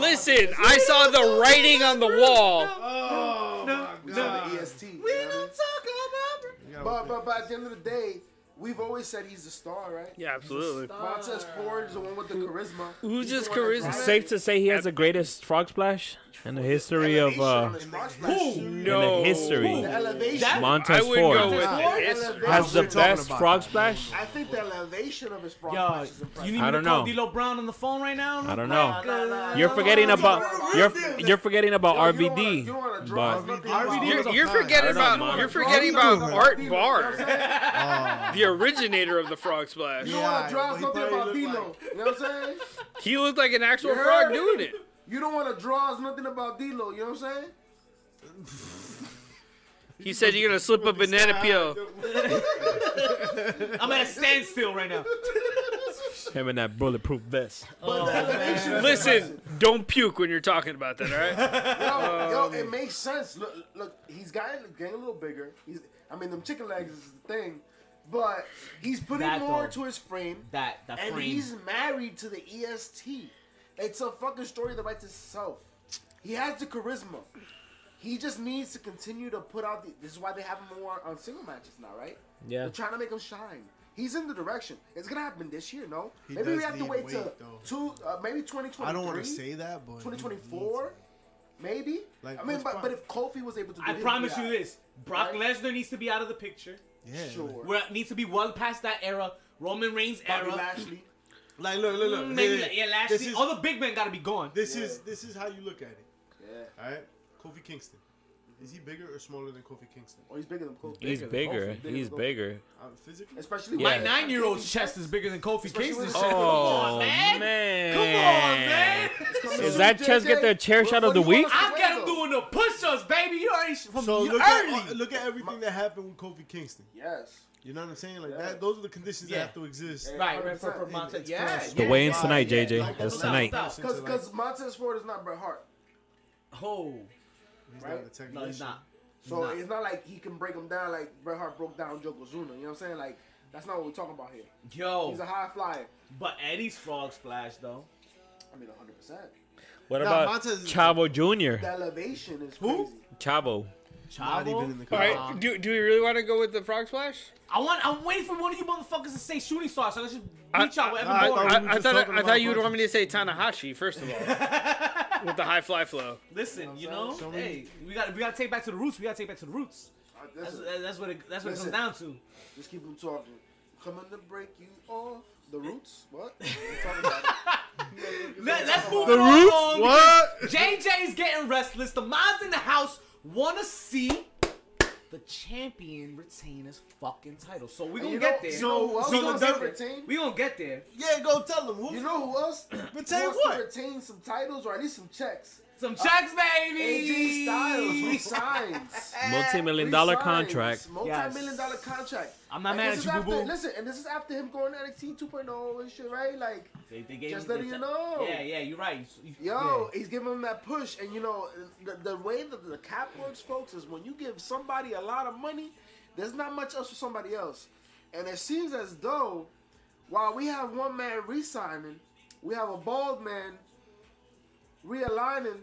Speaker 6: Listen, I saw the writing on the wall.
Speaker 7: oh,
Speaker 2: No,
Speaker 7: my
Speaker 2: no.
Speaker 7: God.
Speaker 4: EST. E you
Speaker 2: We
Speaker 4: know what I
Speaker 2: don't
Speaker 4: mean?
Speaker 2: talk about. it.
Speaker 4: But, but but at the end of the day, we've always said he's the star, right?
Speaker 6: Yeah, absolutely.
Speaker 4: Montez Ford is the one with the charisma.
Speaker 6: Who's
Speaker 4: He's
Speaker 6: his
Speaker 4: the one that
Speaker 6: charisma?
Speaker 4: drives
Speaker 5: Safe to say he has the greatest frog splash in the history
Speaker 4: elevation
Speaker 5: of uh,
Speaker 4: on his frog splash.
Speaker 5: in
Speaker 6: No.
Speaker 5: the history.
Speaker 4: The elevation.
Speaker 2: That-
Speaker 6: I
Speaker 5: Montez
Speaker 6: would
Speaker 5: Ford
Speaker 6: go with
Speaker 4: Ford?
Speaker 6: the history.
Speaker 5: has the
Speaker 7: We're talking
Speaker 5: best
Speaker 7: about
Speaker 5: frog
Speaker 7: that.
Speaker 5: splash.
Speaker 4: I think the elevation of his frog
Speaker 2: Yo,
Speaker 4: splash is
Speaker 2: you
Speaker 4: impressive.
Speaker 2: need
Speaker 5: I
Speaker 2: me to
Speaker 5: don't
Speaker 2: call
Speaker 5: know.
Speaker 2: D'Lo Brown on the phone right now?
Speaker 5: I don't know.
Speaker 4: Nah, nah, nah,
Speaker 5: You're
Speaker 4: nah,
Speaker 5: forgetting
Speaker 4: nah,
Speaker 5: about
Speaker 4: nah, nah,
Speaker 5: you're
Speaker 4: nah, nah, nah.
Speaker 5: you're forgetting about
Speaker 4: Yo, you don't wanna-
Speaker 5: RVD,
Speaker 4: you don't wanna drop
Speaker 5: but
Speaker 4: nothing
Speaker 7: RVD
Speaker 4: about-
Speaker 7: was
Speaker 6: You're, you're
Speaker 7: Fine.
Speaker 6: forgetting
Speaker 5: I don't know,
Speaker 6: about
Speaker 5: Mom.
Speaker 6: you're forgetting
Speaker 4: Frog
Speaker 6: about
Speaker 4: Splash.
Speaker 6: Art
Speaker 4: You know what I'm
Speaker 6: Barr,
Speaker 4: saying?
Speaker 6: the originator of the frog splash.
Speaker 4: You don't want
Speaker 7: Yeah,
Speaker 4: to draw
Speaker 7: but he
Speaker 4: something
Speaker 7: probably
Speaker 4: about
Speaker 7: looked
Speaker 4: D'Lo. You know what I'm saying?
Speaker 6: He looked like an actual
Speaker 4: Yeah.
Speaker 6: frog doing it.
Speaker 4: You don't want to draw us nothing about D'Lo. You know what I'm saying?
Speaker 6: He said you're gonna slip a banana peel.
Speaker 2: I'm at a standstill right now.
Speaker 5: him in that bulletproof vest.
Speaker 7: Oh,
Speaker 6: Listen, don't puke when you're talking about that, all
Speaker 4: Yo,
Speaker 6: right?
Speaker 4: yo, it makes sense. Look, look, he's gotten getting a little bigger. He's, I mean, them chicken legs is the thing, but he's putting
Speaker 2: That,
Speaker 4: more
Speaker 2: though.
Speaker 4: to his frame,
Speaker 2: That that
Speaker 4: and
Speaker 2: frame.
Speaker 4: he's married to the EST. It's a fucking story that writes itself. He has the charisma. He just needs to continue to put out. The, this is why they have him more on single matches now, right?
Speaker 5: Yeah.
Speaker 4: They're trying to make him shine. He's in the direction. It's gonna happen this year, no?
Speaker 7: He
Speaker 4: maybe we
Speaker 7: does
Speaker 4: have to
Speaker 7: need
Speaker 4: wait
Speaker 7: weight,
Speaker 4: till
Speaker 7: though.
Speaker 4: two, uh, maybe twenty twenty.
Speaker 7: I don't want to say that, but
Speaker 4: 2024, maybe.
Speaker 7: Like,
Speaker 4: I mean,
Speaker 7: what's
Speaker 4: but,
Speaker 7: pro-
Speaker 4: but if Kofi was able to, do
Speaker 2: I
Speaker 4: this,
Speaker 2: promise
Speaker 4: yeah.
Speaker 2: you this: Brock
Speaker 4: Right?
Speaker 2: Lesnar needs to be out of the picture.
Speaker 7: Yeah.
Speaker 4: Sure.
Speaker 7: Like,
Speaker 2: We needs to be well past that era. Roman Reigns
Speaker 4: Bobby
Speaker 2: era.
Speaker 4: Lashley.
Speaker 7: like, look, look, look.
Speaker 2: Mm, Maybe
Speaker 7: Hey,
Speaker 2: like, yeah,
Speaker 7: This
Speaker 2: Lashley.
Speaker 7: is,
Speaker 2: All the big men gotta be gone.
Speaker 7: this, is, this is how you look at it.
Speaker 4: Yeah.
Speaker 7: All right? Kofi Kingston. Is he bigger or smaller than Kofi Kingston?
Speaker 4: Oh, he's bigger than Kofi.
Speaker 5: He's bigger. He's bigger.
Speaker 7: Uh, physically?
Speaker 4: Especially
Speaker 2: My
Speaker 5: Yeah.
Speaker 2: nine-year-old's chest is bigger than Kofi
Speaker 4: Especially
Speaker 2: Kingston's
Speaker 4: with-
Speaker 2: chest. Come on,
Speaker 5: Oh,
Speaker 2: man.
Speaker 5: man.
Speaker 2: Come on, man.
Speaker 5: Does that chest get their chair shot of the week?
Speaker 2: I got him doing the push-ups, baby. You already from
Speaker 7: So
Speaker 2: you
Speaker 7: look
Speaker 2: early.
Speaker 7: at, uh, look at everything that happened with Kofi Kingston.
Speaker 4: Yes.
Speaker 7: You know what I'm saying? Like
Speaker 4: Yeah.
Speaker 7: that. Those are the conditions
Speaker 2: Yeah.
Speaker 7: that have to exist.
Speaker 2: right, right, for,
Speaker 4: 100%.
Speaker 2: for Montez.
Speaker 7: It's
Speaker 2: Yeah,
Speaker 7: fresh.
Speaker 5: The
Speaker 2: yeah,
Speaker 5: weigh-in's
Speaker 2: yeah,
Speaker 5: tonight,
Speaker 2: yeah.
Speaker 5: JJ.
Speaker 2: Like,
Speaker 5: That's
Speaker 2: without a
Speaker 5: tonight.
Speaker 2: doubt.
Speaker 7: Since,
Speaker 4: Because
Speaker 7: like,
Speaker 4: because Montez Ford is not Bret Hart,
Speaker 2: Oh,
Speaker 7: he's not
Speaker 4: right?
Speaker 7: a technician.
Speaker 2: no, he's not.
Speaker 4: so
Speaker 2: Nah.
Speaker 4: it's not like he can break him down like Bret Hart broke down Yokozuna. You know what I'm saying? Like that's not what we're talking about here.
Speaker 2: Yo,
Speaker 4: He's a high flyer.
Speaker 2: but Eddie's frog splash though.
Speaker 4: I mean, 100. percent
Speaker 5: What
Speaker 7: Nah,
Speaker 5: about
Speaker 7: Montez is-
Speaker 5: Chavo Jr.?
Speaker 4: The elevation is
Speaker 2: Who?
Speaker 4: crazy.
Speaker 5: Chavo.
Speaker 7: Not
Speaker 2: Chavo.
Speaker 7: even in the
Speaker 6: All
Speaker 7: car.
Speaker 6: right, do, do we really want to go with the frog splash?
Speaker 2: I want. I'm waiting for one of you motherfuckers to say shooting star, so let's just
Speaker 6: I,
Speaker 2: reach out with
Speaker 7: I-
Speaker 2: Evan
Speaker 7: I-
Speaker 2: Bourne.
Speaker 7: we were
Speaker 6: I, I
Speaker 7: just
Speaker 6: thought
Speaker 7: talking
Speaker 6: I
Speaker 7: about
Speaker 6: thought you would want me to say Tanahashi first of all, with the high fly flow.
Speaker 2: Listen, you know,
Speaker 7: Show me-
Speaker 2: hey, we got we got to take back to the roots. We got to take back to the roots.
Speaker 4: Uh,
Speaker 2: That's
Speaker 4: listen,
Speaker 2: that's what it, that's what it comes
Speaker 4: Listen.
Speaker 2: down to.
Speaker 4: Just keep them talking. Coming to break you off. The roots? What? We're talking about it.
Speaker 2: Let, us move the on. along because JJ's getting restless. The mods in the house want to see the champion retain his fucking title. So we gonna
Speaker 4: Uh, You
Speaker 2: get
Speaker 4: know-
Speaker 2: there.
Speaker 4: You know who else
Speaker 7: So
Speaker 4: wants
Speaker 7: the
Speaker 4: to
Speaker 7: double-
Speaker 4: retain?
Speaker 2: we gonna get there.
Speaker 7: Yeah, go tell him. Who?
Speaker 4: You know who else
Speaker 7: Retain
Speaker 4: wants
Speaker 7: what?
Speaker 4: to retain some titles or at least some checks?
Speaker 2: Some checks, baby.
Speaker 4: AJ Styles signs.
Speaker 2: Eh,
Speaker 5: Multi-million dollar
Speaker 4: Resigns.
Speaker 5: contract.
Speaker 4: Multi-million
Speaker 2: Yes.
Speaker 4: dollar contract.
Speaker 2: I'm not
Speaker 4: And
Speaker 2: mad
Speaker 4: this
Speaker 2: at
Speaker 4: is
Speaker 2: you,
Speaker 4: after-
Speaker 2: boo-boo.
Speaker 4: Listen, and this is after him going to NXT 2.0 and shit, right? Like,
Speaker 2: They, they gave
Speaker 4: Just
Speaker 2: him-
Speaker 4: letting
Speaker 2: they said-
Speaker 4: you know.
Speaker 2: Yeah, yeah, you're right. You- you-
Speaker 4: yo, he's giving him that push. And, you know, the, the way that the cap works, folks, is when you give somebody a lot of money, there's not much else for somebody else. And it seems as though, while we have one man resigning, we have a bald man realigning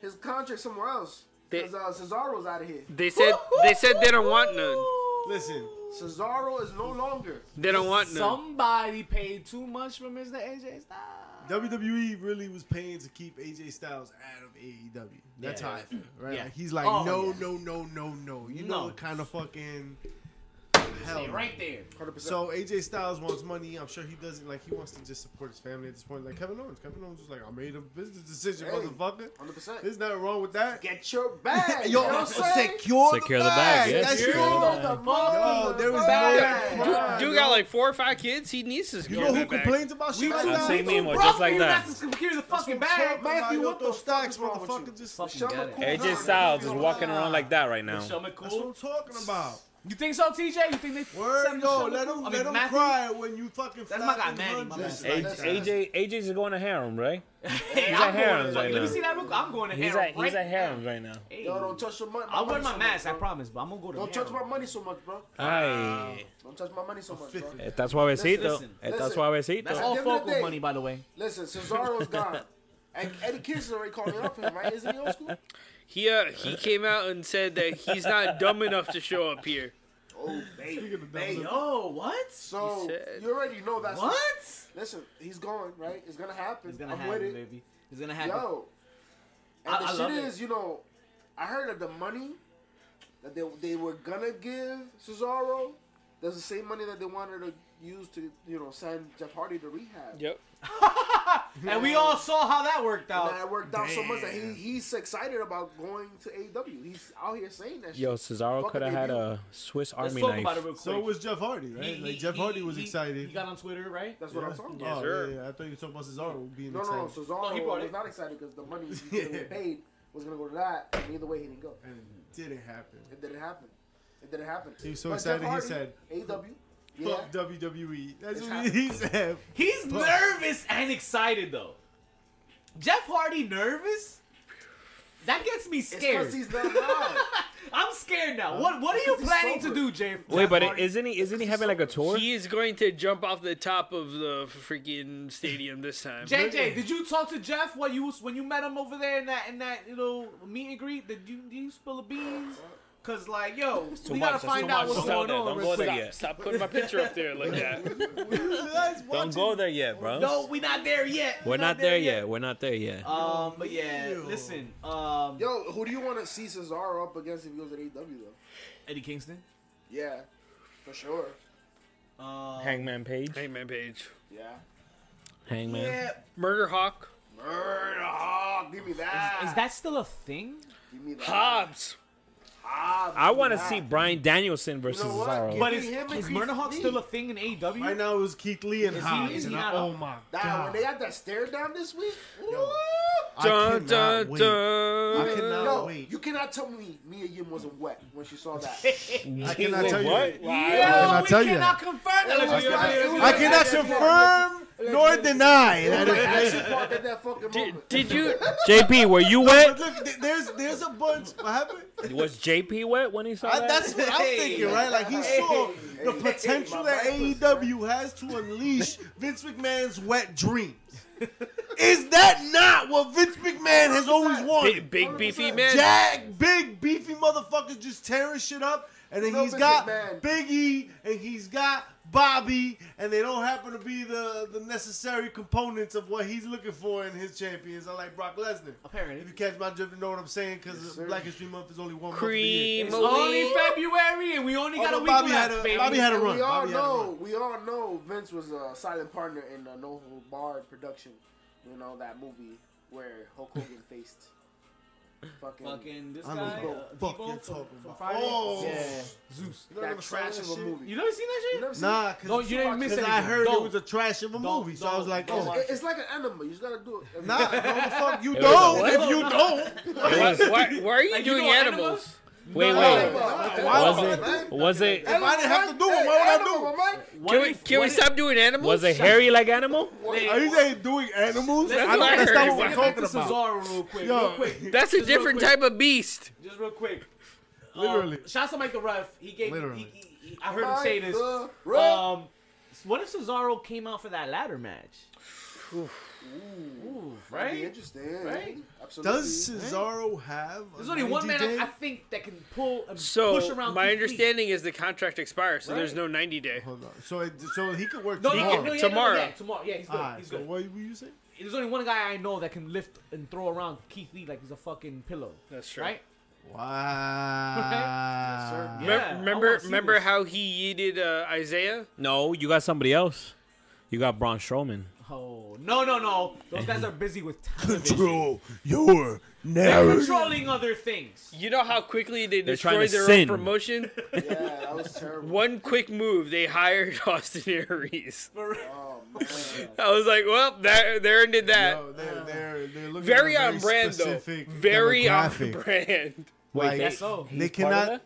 Speaker 4: his contract somewhere else.
Speaker 6: They-
Speaker 4: Because uh, Cesaro's out of here.
Speaker 6: They said they said they don't want none.
Speaker 7: Listen,
Speaker 4: Cesaro is no longer.
Speaker 6: They don't want none.
Speaker 2: Somebody paid too much for Mr. AJ Styles.
Speaker 7: WWE E really was paying to keep AJ Styles out of AEW. That's
Speaker 2: Yeah.
Speaker 7: how I feel, right?
Speaker 2: Yeah.
Speaker 7: Like, he's like,
Speaker 2: Oh,
Speaker 7: no,
Speaker 2: yeah.
Speaker 7: no, no, no, no. You
Speaker 2: No.
Speaker 7: know, kind of fucking. Hell,
Speaker 2: Hey, right there.
Speaker 4: 100%.
Speaker 7: So AJ Styles wants money. I'm sure he doesn't like. He wants to just support his family at this point. Like Kevin Owens. Kevin Owens was like, I made a business decision,
Speaker 4: Hey.
Speaker 7: motherfucker.
Speaker 4: 100%.
Speaker 7: There's nothing wrong with that.
Speaker 4: Get your bag.
Speaker 7: Yo,
Speaker 4: you know what I'm saying?
Speaker 7: secure,
Speaker 5: Secure the bag, yes,
Speaker 7: That's
Speaker 5: secure
Speaker 7: your-
Speaker 5: the bag.
Speaker 4: The
Speaker 7: Yo, there was
Speaker 4: bag.
Speaker 7: no-
Speaker 6: Dude, dude got like four or five kids. He needs to.
Speaker 7: You know who complains about shit like
Speaker 5: I'm
Speaker 7: that?
Speaker 5: saying me and
Speaker 2: Bro,
Speaker 5: one, just like
Speaker 2: you not
Speaker 5: that.
Speaker 2: to secure the fucking
Speaker 7: That's what I'm
Speaker 2: bag.
Speaker 7: talking
Speaker 4: Matthew,
Speaker 7: about.
Speaker 4: what
Speaker 7: Yo,
Speaker 4: the fuck
Speaker 7: those stocks,
Speaker 4: is wrong with you?
Speaker 7: motherfucker? Just
Speaker 2: Fucking
Speaker 7: shove
Speaker 2: got
Speaker 7: a
Speaker 2: it.
Speaker 7: cool
Speaker 5: AJ
Speaker 7: down.
Speaker 5: Styles is walking around like that right now.
Speaker 2: Show me
Speaker 7: That's what
Speaker 2: cool.
Speaker 7: I'm talking about.
Speaker 2: You think so, TJ? You think they
Speaker 7: Word,
Speaker 2: setting the
Speaker 7: yo,
Speaker 2: show
Speaker 7: let
Speaker 2: up?
Speaker 7: him,
Speaker 2: I mean,
Speaker 7: let him
Speaker 2: Matthew?
Speaker 7: cry when you fucking
Speaker 2: That's my
Speaker 7: flap
Speaker 2: guy,
Speaker 7: him
Speaker 2: Manny, my
Speaker 7: hundreds.
Speaker 2: man.
Speaker 7: Like,
Speaker 4: That's
Speaker 7: that.
Speaker 5: AJ AJ's going to harem, right?
Speaker 2: Hey,
Speaker 5: He's
Speaker 2: I'm
Speaker 5: at
Speaker 2: going
Speaker 5: harems
Speaker 2: to-
Speaker 5: right
Speaker 2: Let me
Speaker 5: now.
Speaker 2: see that real quick. I'm going to
Speaker 5: He's
Speaker 2: harem
Speaker 5: at he's
Speaker 2: right
Speaker 5: at harems right now.
Speaker 2: Hey.
Speaker 4: Yo, don't touch your money.
Speaker 2: I'll wear my
Speaker 4: money so
Speaker 2: mask, I
Speaker 4: much, bro.
Speaker 2: promise, but I'm gonna go to
Speaker 4: Don't
Speaker 2: harem.
Speaker 4: touch my money so much, bro.
Speaker 5: Ay,
Speaker 4: Don't touch my money so much, bro.
Speaker 7: fifth.
Speaker 5: estás
Speaker 2: Listen,
Speaker 5: suavecito. Estás
Speaker 4: listen.
Speaker 2: That's
Speaker 5: suavecito.
Speaker 2: all
Speaker 4: the end of the
Speaker 2: focal
Speaker 4: day-
Speaker 2: money, by the way.
Speaker 4: Listen, Cesaro's gone. And Eddie Kingston already called me up for him, right? Isn't he old school?
Speaker 6: He uh, he came out and said that he's not dumb enough to show up here.
Speaker 4: Oh, baby.
Speaker 7: of
Speaker 4: Hey,
Speaker 7: dumb-
Speaker 2: Yo, what?
Speaker 4: So,
Speaker 6: He said-
Speaker 4: you already know that's
Speaker 2: What?
Speaker 4: Listen, he's going, right? It's going to happen.
Speaker 2: It's gonna
Speaker 4: I'm
Speaker 2: happen,
Speaker 4: with it.
Speaker 2: baby. It's gonna happen.
Speaker 4: Yo. And
Speaker 2: I-
Speaker 4: the
Speaker 2: I
Speaker 4: shit
Speaker 2: love it.
Speaker 4: is, you know, I heard that the money that they, they were gonna give Cesaro, that's the same money that they wanted to use to, you know, send Jeff Hardy to rehab.
Speaker 6: Yep.
Speaker 2: And we all saw how that worked
Speaker 4: And
Speaker 2: out.
Speaker 4: that worked out so much that he, he's excited about going to AEW. He's out here saying that shit.
Speaker 5: Yo, Cesaro
Speaker 4: Fuck
Speaker 5: could have
Speaker 4: they
Speaker 5: had
Speaker 4: do.
Speaker 5: a Swiss
Speaker 2: Let's
Speaker 5: Army
Speaker 2: talk about
Speaker 5: knife.
Speaker 2: it real quick.
Speaker 7: So was Jeff Hardy, right?
Speaker 2: He-
Speaker 7: like
Speaker 2: he-
Speaker 7: Jeff Hardy
Speaker 2: he-
Speaker 7: was
Speaker 2: he-
Speaker 7: excited.
Speaker 2: He got on Twitter, right?
Speaker 4: That's
Speaker 7: Yeah.
Speaker 4: what I'm talking
Speaker 7: Oh,
Speaker 4: about.
Speaker 6: sir.
Speaker 7: yeah, yeah, I thought you were talking about Cesaro being
Speaker 4: No, no,
Speaker 7: excited.
Speaker 4: no. Cesaro
Speaker 2: No, he brought
Speaker 4: was
Speaker 2: it.
Speaker 4: not excited because the money he was
Speaker 7: Yeah.
Speaker 4: getting paid was gonna go to that, and either way he didn't go.
Speaker 7: and it didn't happen.
Speaker 4: It didn't happen. It didn't happen.
Speaker 7: He was so
Speaker 4: But Jeff
Speaker 7: excited, he
Speaker 4: Hardy,
Speaker 7: said,
Speaker 4: AEW. Yeah.
Speaker 7: Fuck WWE.
Speaker 4: It's
Speaker 7: That's what
Speaker 4: happening.
Speaker 7: he said.
Speaker 2: He's nervous and excited though. Jeff Hardy nervous? That gets me
Speaker 4: It's 'cause
Speaker 2: scared.
Speaker 4: he's not loud.
Speaker 2: I'm scared now. What What are you
Speaker 4: Because he's
Speaker 2: planning to
Speaker 4: sober.
Speaker 2: do, Jeff?
Speaker 5: Wait, but
Speaker 2: Jeff Hardy?
Speaker 5: isn't he isn't he having like a tour?
Speaker 6: He is going to jump off the top of the freaking stadium this time.
Speaker 2: JJ, did you talk to Jeff when you was, when you met him over there in that in that little meet and greet? Did you did you spill the beans? Cause like yo, we gotta
Speaker 5: much, that's
Speaker 2: find
Speaker 5: too
Speaker 2: out
Speaker 5: much.
Speaker 2: what's
Speaker 5: Don't go
Speaker 2: going
Speaker 5: there,
Speaker 2: on.
Speaker 5: don't
Speaker 2: real
Speaker 5: go
Speaker 2: quick.
Speaker 5: there yet.
Speaker 6: Stop putting my picture up there like that.
Speaker 5: Don't go there yet, bro.
Speaker 2: No, we're not there yet.
Speaker 5: We're not there yet. We're not there yet.
Speaker 2: Um, but yeah,
Speaker 7: Ew.
Speaker 2: listen. Um,
Speaker 4: Yo, who do you want to see Cesaro up against if he goes at AEW though?
Speaker 2: Eddie Kingston.
Speaker 4: Yeah, for sure.
Speaker 2: Um,
Speaker 5: Hangman Page.
Speaker 6: Hangman Page.
Speaker 4: Yeah.
Speaker 5: Hangman.
Speaker 2: yeah.
Speaker 6: Murder Hawk.
Speaker 4: Murder Hawk, give me that.
Speaker 2: Is that still a thing?
Speaker 4: Give me that.
Speaker 6: Hobbs.
Speaker 4: Hobbs,
Speaker 5: I
Speaker 4: give me
Speaker 5: want to
Speaker 4: that.
Speaker 5: see Brian Danielson versus
Speaker 4: know what?
Speaker 5: Cesaro.
Speaker 4: Give
Speaker 2: But
Speaker 4: me
Speaker 2: is,
Speaker 4: him and
Speaker 2: is
Speaker 4: Keith
Speaker 2: Murder Hawk
Speaker 4: Lee.
Speaker 2: still a E thing in AEW?
Speaker 7: Right now it was Keith Lee and
Speaker 2: Is he-
Speaker 7: Hobbs.
Speaker 2: is he
Speaker 7: and I,
Speaker 2: not
Speaker 7: oh
Speaker 2: up?
Speaker 7: my
Speaker 4: That,
Speaker 7: god.
Speaker 4: When they got that stare down this week,
Speaker 7: Yo. I
Speaker 6: Dun,
Speaker 7: cannot
Speaker 6: dun,
Speaker 7: wait.
Speaker 6: dun.
Speaker 7: I cannot
Speaker 4: yo,
Speaker 7: wait.
Speaker 4: you cannot tell me Mia Yim wasn't wet when she saw that.
Speaker 7: I cannot tell you.
Speaker 5: what?
Speaker 2: Yo,
Speaker 7: I
Speaker 2: we
Speaker 7: tell you.
Speaker 2: cannot confirm that.
Speaker 4: It was like- it was
Speaker 7: I
Speaker 4: like-
Speaker 7: cannot confirm nor deny that
Speaker 4: It was like
Speaker 7: it's
Speaker 4: action part at that fucking moment.
Speaker 6: Did, did you?
Speaker 5: JP, were you wet?
Speaker 7: But look, th- there's there's a bunch. What happened?
Speaker 5: Was JP wet when he saw
Speaker 7: I,
Speaker 5: that?
Speaker 7: that's what I'm thinking, right? Like he saw the
Speaker 4: hey,
Speaker 7: potential
Speaker 4: my
Speaker 7: that
Speaker 4: back was
Speaker 7: AEW has to unleash Vince McMahon's wet dreams. Is that not what Vince McMahon has always
Speaker 6: Big,
Speaker 7: wanted?
Speaker 6: big beefy man.
Speaker 7: Jack, big beefy motherfuckers just tearing shit up, and then
Speaker 4: No
Speaker 7: he's
Speaker 4: Vince
Speaker 7: got
Speaker 4: McMahon.
Speaker 7: Biggie, and he's got Bobby, and they don't happen to be the the necessary components of what he's looking for in his champions. I like Brock Lesnar. If
Speaker 2: Apparently.
Speaker 7: you catch my drift, you know what I'm saying? Because Black History Month is only one month. of the year.
Speaker 6: Cream.
Speaker 2: It's only February and we only got a
Speaker 7: Although
Speaker 2: week
Speaker 7: Bobby
Speaker 2: left,
Speaker 7: had a-
Speaker 2: baby.
Speaker 7: Bobby had a
Speaker 4: And
Speaker 7: run.
Speaker 4: We all
Speaker 7: Bobby had a
Speaker 4: know,
Speaker 7: run.
Speaker 4: we all know Vince was a silent partner in the No Hold Barred production. You know that movie where Hulk Hogan faced fucking,
Speaker 2: fucking this
Speaker 7: I
Speaker 2: guy,
Speaker 7: know what
Speaker 2: uh,
Speaker 7: the fuck
Speaker 2: Debo
Speaker 7: you're
Speaker 2: from-
Speaker 7: talking
Speaker 2: from
Speaker 7: about.
Speaker 2: Friday.
Speaker 7: Oh.
Speaker 2: Yeah. Zeus.
Speaker 7: You know what
Speaker 4: that
Speaker 7: I'm
Speaker 4: trash
Speaker 7: saying?
Speaker 4: of a
Speaker 7: Shit.
Speaker 4: movie.
Speaker 2: You never seen that
Speaker 4: You
Speaker 2: shit?
Speaker 4: never seen
Speaker 7: Nah,
Speaker 2: No,
Speaker 7: because
Speaker 2: you didn't miss anything.
Speaker 7: I heard
Speaker 2: Don't.
Speaker 7: it was a trash of a
Speaker 2: Don't,
Speaker 7: movie, so I was
Speaker 2: don't,
Speaker 7: like,
Speaker 2: don't
Speaker 7: oh,
Speaker 2: watch.
Speaker 4: it? It's like an animal. You just gotta do it.
Speaker 7: nah, no, the fuck, you
Speaker 5: It was
Speaker 7: don't.
Speaker 5: a what?
Speaker 7: If you don't,
Speaker 6: Why, why, why are you
Speaker 2: Like, you
Speaker 6: doing
Speaker 2: know
Speaker 6: animals?
Speaker 5: wait,
Speaker 7: No,
Speaker 5: wait.
Speaker 7: no, no,
Speaker 5: Was
Speaker 7: no,
Speaker 5: it-
Speaker 7: no.
Speaker 5: Was it
Speaker 7: If I didn't have to do it, why would I do
Speaker 6: Can we, can we stop doing animals?
Speaker 5: was it hairy like animal?
Speaker 7: it? Are Oh, you saying doing animals?
Speaker 2: Let's
Speaker 7: I
Speaker 6: what
Speaker 7: don't,
Speaker 6: I
Speaker 7: that's
Speaker 6: heard.
Speaker 7: not what
Speaker 2: Let's
Speaker 7: we're
Speaker 2: get back
Speaker 7: talking
Speaker 2: to
Speaker 7: about.
Speaker 2: Cesaro real quick,
Speaker 7: Yo.
Speaker 2: real quick.
Speaker 6: That's a
Speaker 2: Just real
Speaker 6: different
Speaker 2: quick.
Speaker 6: type of beast.
Speaker 2: Just real quick. Um,
Speaker 7: Literally.
Speaker 2: Shouts to Mike the Ref. He gave.
Speaker 7: Literally.
Speaker 2: He, he, he, I heard him say this.
Speaker 4: Bro,
Speaker 2: Um, what if Cesaro came out for that ladder match? Ooh,
Speaker 4: right?
Speaker 2: right?
Speaker 4: Interesting.
Speaker 2: Right?
Speaker 4: Absolutely.
Speaker 7: Does Cesaro have a
Speaker 2: There's only one
Speaker 7: 90
Speaker 2: man I, I
Speaker 7: day?
Speaker 2: think that can pull and push
Speaker 6: So
Speaker 2: around. Keith
Speaker 6: my
Speaker 2: Lee.
Speaker 6: understanding is the contract expires, so there's
Speaker 2: Right.
Speaker 6: no 90 day.
Speaker 7: Hold on. So, it, so he could work
Speaker 2: No, no,
Speaker 7: tomorrow.
Speaker 2: no, yeah,
Speaker 6: Tomorrow.
Speaker 2: No, yeah, tomorrow. Yeah, he's good.
Speaker 7: Alright,
Speaker 2: he's
Speaker 7: so
Speaker 2: good.
Speaker 7: what were you saying?
Speaker 2: There's only one guy I know that can lift and throw around Keith Lee like he's a fucking pillow.
Speaker 6: That's true.
Speaker 2: Right?
Speaker 7: Wow.
Speaker 2: Yeah,
Speaker 6: Mem-
Speaker 2: I
Speaker 6: remember
Speaker 2: wanna see
Speaker 6: remember
Speaker 2: this.
Speaker 6: how he yeeted uh, Isaiah?
Speaker 5: No, you got somebody else. You got Braun Strowman.
Speaker 2: Oh no no no! Those guys are busy with television.
Speaker 7: Control your narrative.
Speaker 2: controlling other things.
Speaker 6: You know how quickly they
Speaker 5: trying to
Speaker 6: destroyed their
Speaker 5: sin.
Speaker 6: own promotion?
Speaker 4: Yeah, that was terrible.
Speaker 6: One quick move, they hired Austin Aries.
Speaker 2: For-
Speaker 4: Oh, man.
Speaker 6: I was like, well, that, there ended that.
Speaker 7: Yo, they're, they're, they're looking
Speaker 6: very
Speaker 7: at a
Speaker 6: on brand, though.
Speaker 7: specific
Speaker 6: Very on
Speaker 7: demographic.
Speaker 6: brand.
Speaker 5: Wait,
Speaker 7: Like,
Speaker 5: they,
Speaker 2: so.
Speaker 7: They
Speaker 5: part of
Speaker 7: cannot.
Speaker 5: that?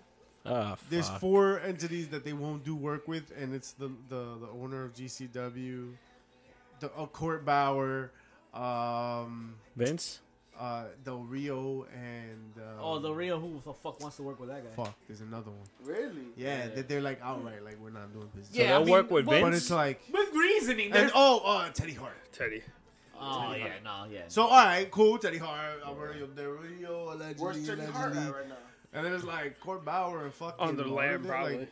Speaker 5: Ah,
Speaker 7: There's
Speaker 5: fuck.
Speaker 7: four entities that they won't do work with, and it's the the, the owner of GCW, the uh, Court Bauer, um,
Speaker 5: Vince.
Speaker 7: uh, Del Rio, and um,
Speaker 2: Oh, the real who the fuck wants to work with that guy?
Speaker 7: fuck. There's another one.
Speaker 4: Really?
Speaker 7: Yeah, That they're like outright like we're not doing business.
Speaker 5: So
Speaker 2: Yeah, I
Speaker 5: they'll
Speaker 2: mean,
Speaker 5: work with
Speaker 2: what-
Speaker 5: Vince.
Speaker 7: but it's like
Speaker 2: With reasoning,
Speaker 7: and
Speaker 2: there's.
Speaker 7: oh uh, Teddy Hart.
Speaker 6: Teddy.
Speaker 2: oh yeah, no, yeah.
Speaker 7: So all right, cool. Teddy Hart, Alberto Del Rio, allegedly,
Speaker 4: Where's Teddy
Speaker 7: allegedly.
Speaker 4: Hart at right now?
Speaker 7: and then it's like Court Bauer and fucking
Speaker 6: On the land,
Speaker 7: Like,
Speaker 6: probably.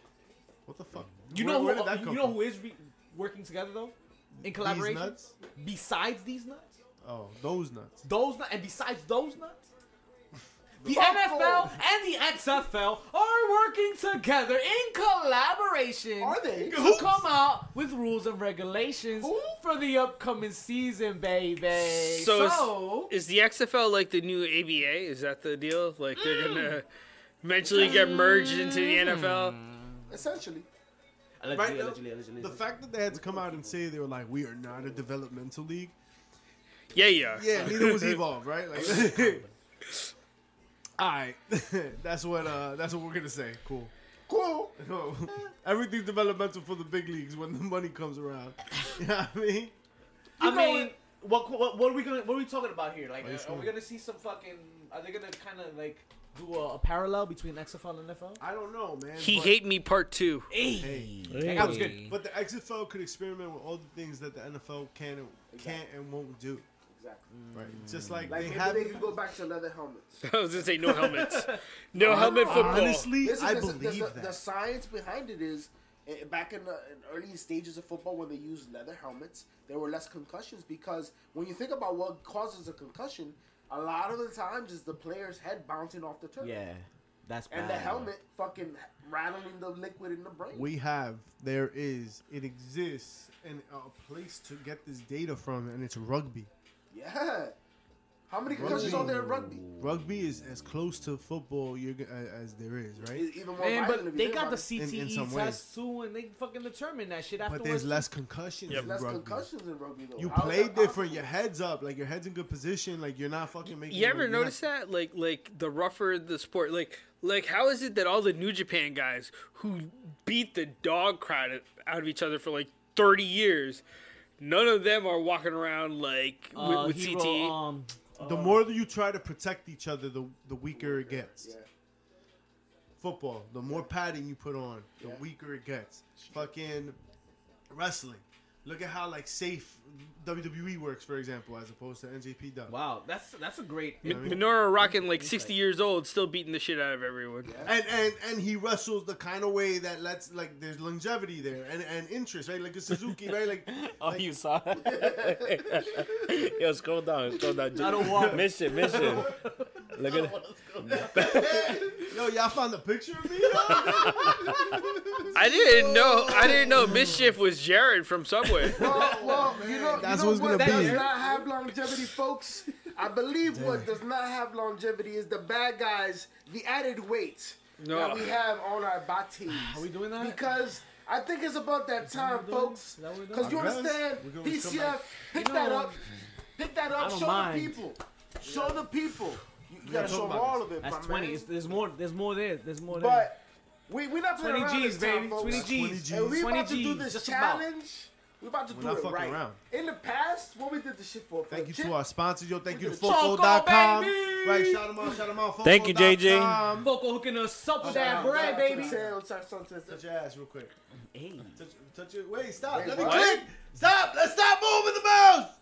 Speaker 7: what the fuck?
Speaker 2: you
Speaker 7: Where-
Speaker 2: know
Speaker 7: where
Speaker 2: who?
Speaker 7: did that
Speaker 2: You
Speaker 7: come
Speaker 2: know
Speaker 7: from?
Speaker 2: who is re- working together though, in
Speaker 7: These
Speaker 2: collaboration.
Speaker 7: nuts?
Speaker 2: Besides these nuts,
Speaker 7: Oh, those nuts.
Speaker 2: those nuts, and besides those nuts. The NFL and the XFL are working together in collaboration
Speaker 4: Are they?
Speaker 2: to come out with rules and regulations
Speaker 4: Who?
Speaker 2: for the upcoming season, baby.
Speaker 6: So
Speaker 2: So,
Speaker 6: is- Is the XFL like the new ABA? Is that the deal? Like they're gonna eventually get merged into the NFL?
Speaker 4: Essentially.
Speaker 7: Right now, the fact that they had to come out and say they were like, we are not a developmental league.
Speaker 6: Yeah, yeah.
Speaker 7: Yeah, neither was Evolve, right? Like, all right, that's what uh, that's what we're gonna say. Cool.
Speaker 4: Cool.
Speaker 7: Everything's developmental for the big leagues when the money comes around. You know what I mean?
Speaker 2: I mean, what, what what are we gonna what are we talking about here? Like,
Speaker 7: Are you
Speaker 2: are,
Speaker 7: sure?
Speaker 2: we gonna see some fucking? Are they gonna kind of like do a, a parallel between XFL and NFL?
Speaker 7: I don't know, man.
Speaker 6: He
Speaker 7: but,
Speaker 6: hate me part two.
Speaker 7: Hey,
Speaker 2: That was good.
Speaker 7: but the XFL could experiment with all the things that the NFL can and can't and won't do.
Speaker 4: Exactly.
Speaker 7: Right? Just like,
Speaker 4: Like
Speaker 7: they
Speaker 4: maybe
Speaker 7: have.
Speaker 4: they could go back to leather helmets.
Speaker 6: I was gonna say no helmets, no helmet football.
Speaker 7: Honestly,
Speaker 4: Listen,
Speaker 7: I
Speaker 4: listen,
Speaker 7: believe
Speaker 4: there's a-
Speaker 7: that.
Speaker 4: The science behind it is eh, back in the in early stages of football when they used leather helmets, there were less concussions because when you think about what causes a concussion, a lot of the times is the player's head bouncing off the turf.
Speaker 2: Yeah, that's
Speaker 4: And the
Speaker 2: bad.
Speaker 4: helmet fucking rattling the liquid in the brain.
Speaker 7: we have there is it exists and a place to get this data from and it's rugby
Speaker 4: Yeah. How many concussions are there in rugby? E,
Speaker 7: rugby is as close to football you're, g- a- as there is right
Speaker 4: It's even more
Speaker 2: Man,
Speaker 4: violent if
Speaker 2: but
Speaker 4: you
Speaker 2: they
Speaker 4: think
Speaker 2: got
Speaker 4: about
Speaker 2: the
Speaker 4: it.
Speaker 2: CTE
Speaker 7: in some
Speaker 2: test too, and they fucking determined that shit afterwards.
Speaker 7: but there's less concussions
Speaker 6: Yep.
Speaker 7: in
Speaker 4: less
Speaker 7: rugby.
Speaker 4: concussions in rugby though.
Speaker 7: you
Speaker 4: How is
Speaker 7: play
Speaker 4: that
Speaker 7: different
Speaker 4: possible?
Speaker 7: your head's up like your head's in good position like you're not fucking making
Speaker 6: You ever notice that? Like, like the rougher the sport, like, like how is it that all the New Japan guys who beat the dog crowd out of each other for like thirty years, none of them are walking around like with,
Speaker 2: Uh,
Speaker 6: with
Speaker 2: he
Speaker 6: CTE?
Speaker 7: E.
Speaker 2: wrote, um,
Speaker 7: the more that you try to protect each other the, the weaker it gets
Speaker 4: Yeah.
Speaker 7: football the more padding you put on the weaker it gets fucking wrestling look at how like safe wwe works for example as opposed to njpw
Speaker 2: wow, that's that's a great.
Speaker 6: Minoru rocking like 60 years old, still beating the shit out of everyone.
Speaker 7: and and and he wrestles the kind of way that lets like there's longevity there and and interest right like a Suzuki right like
Speaker 5: Oh, you saw it? Yo, scroll down, scroll down.
Speaker 2: I don't want it.
Speaker 5: Miss it, miss it. Look at it.
Speaker 7: yo y'all found the picture of me
Speaker 6: I didn't know. I didn't know mischief was Jared from Subway.
Speaker 4: Well, well, you know, you
Speaker 7: That's
Speaker 4: know
Speaker 7: what's
Speaker 4: what
Speaker 7: gonna
Speaker 4: does
Speaker 7: be.
Speaker 4: not have longevity, folks. I believe what does not have longevity is the bad guys, the added weight that
Speaker 6: No.
Speaker 4: we have on our bodies.
Speaker 2: Are we doing that?
Speaker 4: Because I think it's about that time,
Speaker 2: doing?
Speaker 4: folks.
Speaker 2: Is that what we're doing?
Speaker 4: Because you
Speaker 7: I guess.
Speaker 4: understand,
Speaker 7: We're gonna come
Speaker 4: PCF,
Speaker 7: back.
Speaker 4: pick that up, pick that up.
Speaker 2: don't
Speaker 4: Show
Speaker 2: mind.
Speaker 4: the people, show the people. You, you gotta
Speaker 7: talk
Speaker 4: show them
Speaker 7: about
Speaker 4: all of it.
Speaker 2: that's
Speaker 4: my
Speaker 2: twenty.
Speaker 4: man.
Speaker 2: It's, there's more. There's more there. There's more there.
Speaker 4: But we we not playing
Speaker 2: 20
Speaker 4: around
Speaker 2: G's,
Speaker 4: this time,
Speaker 2: baby.
Speaker 4: folks.
Speaker 2: 20 G's.
Speaker 4: And we
Speaker 2: 20
Speaker 4: about to do
Speaker 2: G's,
Speaker 4: this
Speaker 2: just about.
Speaker 4: challenge. We about to do
Speaker 7: not
Speaker 4: it
Speaker 7: fucking
Speaker 4: right.
Speaker 7: around.
Speaker 4: In the past, when we did the shit for, for
Speaker 7: thank you
Speaker 4: chip,
Speaker 7: to our sponsors yo thank you to
Speaker 2: Choco,
Speaker 7: Foco.com
Speaker 2: baby!
Speaker 7: right shout them out shout them out
Speaker 5: Thank you, JJ.
Speaker 7: Foco.com.
Speaker 2: Foco hooking us up with
Speaker 7: Shout
Speaker 2: that
Speaker 7: out,
Speaker 2: bread,
Speaker 7: shout out to
Speaker 2: baby.
Speaker 7: the sales.
Speaker 4: Sound, sound, sound, sound, sound.
Speaker 7: touch your ass real quick
Speaker 2: Hey.
Speaker 7: touch, touch your wait stop
Speaker 4: Wait,
Speaker 7: let me
Speaker 4: what?
Speaker 7: click stop let's stop moving the mouse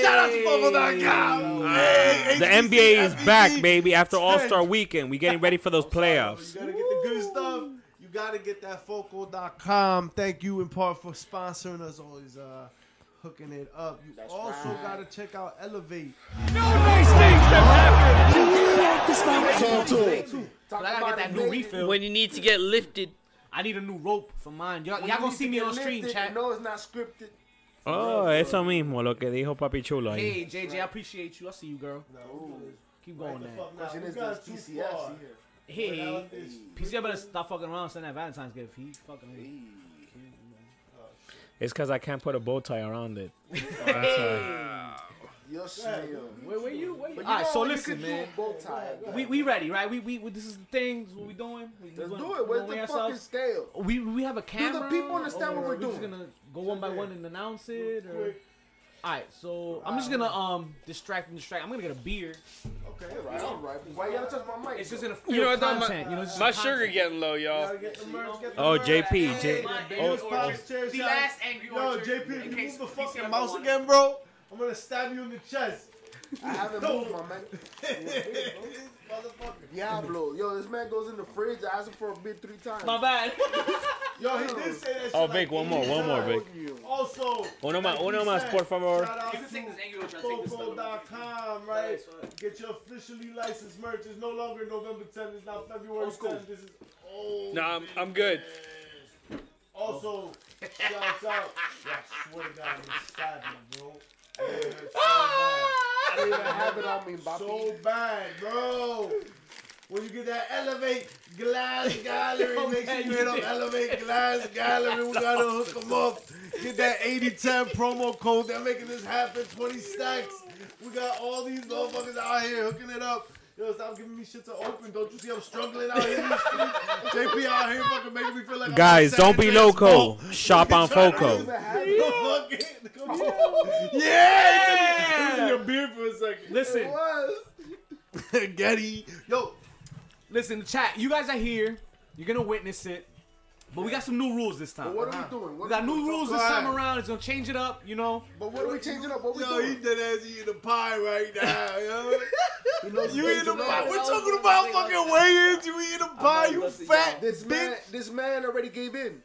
Speaker 7: shout out to Foco.com hey,
Speaker 5: The
Speaker 7: HBC,
Speaker 5: NBA is back,
Speaker 7: FBC.
Speaker 5: baby. After All Star Weekend, we getting ready for those
Speaker 7: You
Speaker 5: playoffs.
Speaker 7: gotta get the good stuff. You gotta get that focal.com. Thank you in part for sponsoring us, always uh, hooking it up. You also gotta check out Elevate.
Speaker 4: Sound, sound, sound.
Speaker 2: But I gotta
Speaker 4: Talk
Speaker 2: get that
Speaker 4: about
Speaker 2: new
Speaker 4: it,
Speaker 2: refill.
Speaker 6: When you need to get lifted,
Speaker 2: I need a new rope for mine. Y'all,
Speaker 4: baby.
Speaker 2: y'all
Speaker 4: You
Speaker 2: gonna
Speaker 4: need
Speaker 2: see
Speaker 4: to
Speaker 2: me
Speaker 4: get
Speaker 2: on stream,
Speaker 4: lifted.
Speaker 2: chat.
Speaker 4: No, it's not scripted.
Speaker 5: Oh, eso mismo, lo que dijo Papi Chulo. ahí.
Speaker 2: Hey, JJ, I appreciate you. I see you, girl. Keep going, man.
Speaker 4: Question is, does PCF see here?
Speaker 2: Hey, PC, I better stop fucking around and send that Valentine's gift. He fucking.
Speaker 5: It's because I can't put a bow tie around it.
Speaker 4: Your smell.
Speaker 2: Where, where you? Where you?
Speaker 4: But you
Speaker 2: All right,
Speaker 4: know
Speaker 2: so
Speaker 4: what? You
Speaker 2: listen,
Speaker 4: could do
Speaker 2: man.
Speaker 4: a Bow tie.
Speaker 2: We, we ready, right? We, we, we this is the thing. This is what we doing? We, we
Speaker 4: Let's
Speaker 2: gonna-
Speaker 4: do it.
Speaker 2: we
Speaker 4: Where's
Speaker 2: gonna
Speaker 4: the
Speaker 2: weigh
Speaker 4: fucking
Speaker 2: ourselves?
Speaker 4: scale?
Speaker 2: We we have a camera.
Speaker 4: people understand what
Speaker 2: or
Speaker 4: we're
Speaker 2: we Just
Speaker 4: doing?
Speaker 2: gonna go one by one and announce it. Or... All right, so I'm just gonna um distract and distract. I'm gonna get a beer.
Speaker 4: Okay, all right, all right. Why y'all touch my mic?
Speaker 2: It's just
Speaker 4: though?
Speaker 2: gonna feel
Speaker 6: You know what though?
Speaker 2: content.
Speaker 6: My,
Speaker 2: you know, it's just
Speaker 6: my
Speaker 2: content.
Speaker 6: sugar getting low, y'all.
Speaker 5: Oh, JP, J-
Speaker 2: oh,
Speaker 7: the
Speaker 2: The last angry
Speaker 7: Yo,
Speaker 2: orchard.
Speaker 7: JP,
Speaker 2: in
Speaker 7: if you
Speaker 2: case
Speaker 7: move the
Speaker 2: we see
Speaker 7: fucking
Speaker 2: another
Speaker 7: mouse
Speaker 2: one.
Speaker 7: again, bro, I'm gonna stab you in the chest.
Speaker 4: I haven't moved my man.
Speaker 7: Motherfucker.
Speaker 4: Diablo. Yo, this man goes in the fridge, asks him for a beer three times.
Speaker 2: My bad.
Speaker 7: Yo, he did say that shit.
Speaker 5: Oh,
Speaker 7: like
Speaker 5: Vic, one more,
Speaker 7: 80
Speaker 5: one more,
Speaker 7: times.
Speaker 5: Vic.
Speaker 4: You.
Speaker 7: Also,
Speaker 5: Uno más,
Speaker 7: like
Speaker 5: uno
Speaker 7: he
Speaker 5: más,
Speaker 7: said,
Speaker 5: por favor.
Speaker 7: shout out
Speaker 2: You can take this
Speaker 7: to
Speaker 2: angle, try to take this other one.
Speaker 7: Coco.com, right? Get your officially licensed merch. It's no longer November 10th. It's now February
Speaker 2: Old school.
Speaker 7: 10th. This is old.
Speaker 6: Nah, I'm, I'm good.
Speaker 7: Also, shouts out. Yeah, I swear to God, I'm gonna stab you, bro. Yeah, it's so bad.
Speaker 4: I don't even have it on me, Bobby.
Speaker 7: So bad, bro. When you get that elevate glass gallery,
Speaker 2: Yo,
Speaker 7: make sure
Speaker 2: man,
Speaker 7: you
Speaker 2: you
Speaker 7: hit up
Speaker 2: did.
Speaker 7: elevate glass gallery. We gotta hook them up. Get that 8010 promo code. They're making this happen. 20 stacks. We got all these motherfuckers out here hooking it up. Yo, stop giving me shit to open. Don't you see I'm struggling out here? in the street? JP out here fucking making me feel like I'm
Speaker 5: Guys,
Speaker 7: a
Speaker 5: don't be
Speaker 7: Saturday
Speaker 5: loco.
Speaker 7: smoke.
Speaker 5: Shop on
Speaker 7: Trying to
Speaker 5: Foco.
Speaker 7: use the habit. Fucking- Yeah! Losing your beer for a second.
Speaker 2: Listen,
Speaker 4: was.
Speaker 7: Getty. Yo,
Speaker 2: listen, chat. You guys are here. You're gonna witness it. But we got some new rules this time.
Speaker 4: What
Speaker 6: Uh-huh.
Speaker 4: are we doing? What
Speaker 2: We got
Speaker 4: are we
Speaker 2: new
Speaker 4: doing?
Speaker 2: rules this time around. It's gonna change it up, you know.
Speaker 4: But what are we changing up? What are we
Speaker 7: yo, he
Speaker 4: doing?
Speaker 7: dead ass eating the pie right now, yo. you eating the
Speaker 4: Listen,
Speaker 7: pie.
Speaker 4: man.
Speaker 7: We're talking about fucking weigh-ins. You eating the pie, you fat
Speaker 4: This man,
Speaker 7: bitch.
Speaker 4: this man already gave in.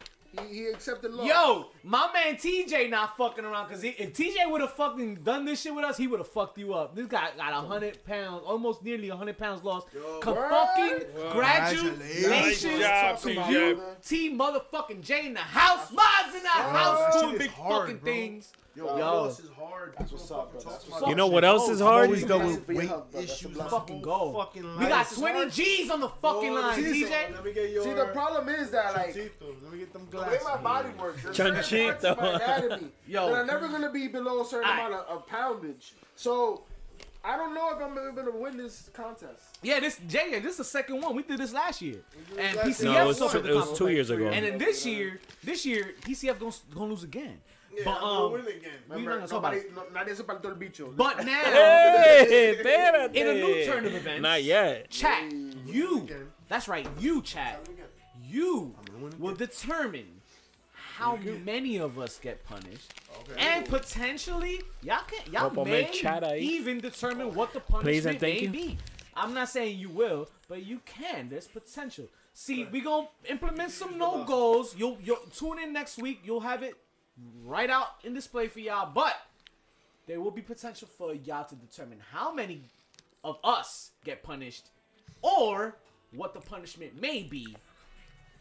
Speaker 4: He, he accepted love.
Speaker 2: Yo, my man TJ not fucking around because if TJ would have fucking done this shit with us, he would have fucked you up. This guy got a hundred pounds, almost nearly a hundred pounds lost. Con-
Speaker 4: Word.
Speaker 2: fucking
Speaker 7: Congratulations.
Speaker 2: congratulations
Speaker 6: Nice
Speaker 2: to
Speaker 6: job,
Speaker 4: Talking
Speaker 2: you,
Speaker 4: about it, man.
Speaker 2: T motherfucking J in the house, Mods in the
Speaker 7: that
Speaker 2: house,
Speaker 7: shit
Speaker 2: two
Speaker 7: is
Speaker 2: big
Speaker 7: hard,
Speaker 2: fucking
Speaker 7: bro.
Speaker 2: things.
Speaker 7: Yo,
Speaker 2: Yo.
Speaker 7: this is hard. That's
Speaker 4: what's up, bro. That's what's
Speaker 5: You know what else is hard?
Speaker 7: Oh, Always
Speaker 4: done
Speaker 7: done
Speaker 4: with
Speaker 7: with
Speaker 4: weight
Speaker 7: weight
Speaker 4: issues
Speaker 7: issues.
Speaker 4: my
Speaker 2: Fucking go.
Speaker 7: Fucking
Speaker 2: We
Speaker 7: life.
Speaker 2: got
Speaker 7: This is
Speaker 2: 20
Speaker 7: hard.
Speaker 2: G's on the fucking
Speaker 7: Yo,
Speaker 2: line,
Speaker 7: Jesus.
Speaker 2: TJ.
Speaker 7: Let me get your
Speaker 4: See, the problem is that like the
Speaker 7: Chantito, Let me get them
Speaker 4: way
Speaker 7: glasses.
Speaker 4: my body works, there's certain parts
Speaker 5: Chanchito.
Speaker 4: of my anatomy
Speaker 2: Yo.
Speaker 4: that are never gonna be below a certain
Speaker 2: Aight.
Speaker 4: amount of, of poundage. So I don't know if I'm ever gonna win this contest.
Speaker 2: Yeah, this Jay, this is the second one. We did this last year, and
Speaker 7: last
Speaker 2: PCF
Speaker 7: year.
Speaker 5: No, it was,
Speaker 2: won
Speaker 5: two,
Speaker 2: the
Speaker 5: it was two
Speaker 2: conference.
Speaker 5: years ago.
Speaker 2: And then this year, this year PCF gonna gonna lose again. but um,
Speaker 7: win again.
Speaker 2: we not
Speaker 4: Remember,
Speaker 2: gonna talk about
Speaker 4: nobody-
Speaker 2: it.
Speaker 4: no- nadie se pactó el bicho.
Speaker 2: But now,
Speaker 5: Hey, espérate.
Speaker 2: In a new turn of events.
Speaker 5: Not yet.
Speaker 2: chat, you. That's right, you chat. You will determine how many of us get punished, and potentially y'all can y'all
Speaker 5: Hope I
Speaker 2: may
Speaker 5: make chat eye.
Speaker 2: even determine what the
Speaker 5: Please
Speaker 2: punishment
Speaker 5: and thank
Speaker 2: may
Speaker 5: you.
Speaker 2: be. I'm not saying you will, but you can. There's potential. See, we gonna implement some no goals. You'll you'll tune in next week. You'll have it right out in display for y'all. But there will be potential for y'all to determine how many of us get punished, or what the punishment may be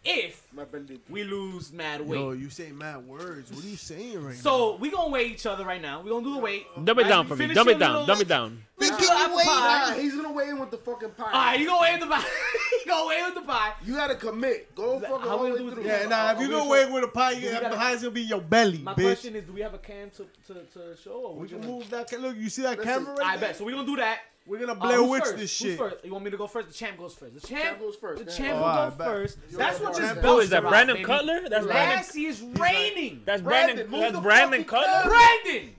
Speaker 2: if
Speaker 4: My bandit.
Speaker 2: we lose mad weight.
Speaker 7: Yo, you say mad words. What are you saying right now?
Speaker 2: So we gonna weigh each other right now. We gonna do a weight.
Speaker 5: Dumb it
Speaker 2: Right,
Speaker 5: down
Speaker 2: you
Speaker 5: for me.
Speaker 2: finish
Speaker 5: Dumb it
Speaker 2: your
Speaker 5: down.
Speaker 2: little-
Speaker 5: Dumb it down.
Speaker 2: Nah, apple
Speaker 4: Nah,
Speaker 2: pie.
Speaker 4: he's gonna weigh in with the fucking pie.
Speaker 2: All right, you gonna weigh in the pie. you gonna weigh in the pie.
Speaker 4: You gotta commit. Go
Speaker 2: Like,
Speaker 4: fucking
Speaker 2: how
Speaker 4: all
Speaker 2: we
Speaker 4: the way
Speaker 2: do
Speaker 4: through.
Speaker 2: this?
Speaker 7: Yeah, nah, if you go away with a pie, you
Speaker 2: We gotta-
Speaker 7: behind it's gonna be your belly,
Speaker 2: My
Speaker 7: bitch.
Speaker 2: question is, do we have a cam to to, to show? Or
Speaker 7: we
Speaker 2: we
Speaker 7: can
Speaker 2: gonna...
Speaker 7: move that. ca- Look, you see that
Speaker 4: Listen,
Speaker 7: camera
Speaker 2: I
Speaker 7: right there?
Speaker 2: bet. So we gonna do that.
Speaker 7: We're gonna
Speaker 2: Uh,
Speaker 7: Blair
Speaker 2: who
Speaker 7: Witch
Speaker 2: first?
Speaker 7: this
Speaker 2: Who
Speaker 7: shit.
Speaker 2: first? You want me to go first? The champ goes first. The champ,
Speaker 4: Champ goes first.
Speaker 2: The
Speaker 4: Yeah.
Speaker 2: champ
Speaker 7: Oh,
Speaker 2: will
Speaker 7: I
Speaker 2: go
Speaker 7: bet.
Speaker 2: first.
Speaker 4: You're
Speaker 2: That's
Speaker 4: right.
Speaker 2: what
Speaker 4: Champ
Speaker 2: this
Speaker 4: goes
Speaker 2: belt
Speaker 5: Who
Speaker 2: is
Speaker 5: is that?
Speaker 2: about,
Speaker 5: Brandon
Speaker 2: baby.
Speaker 5: Cutler? That's Brandon.
Speaker 2: Last year's reigning.
Speaker 5: That's
Speaker 4: Brandon,
Speaker 5: Brandon.
Speaker 4: move
Speaker 5: That's
Speaker 4: the fucking
Speaker 5: Brandon Cutler.
Speaker 2: Brandon.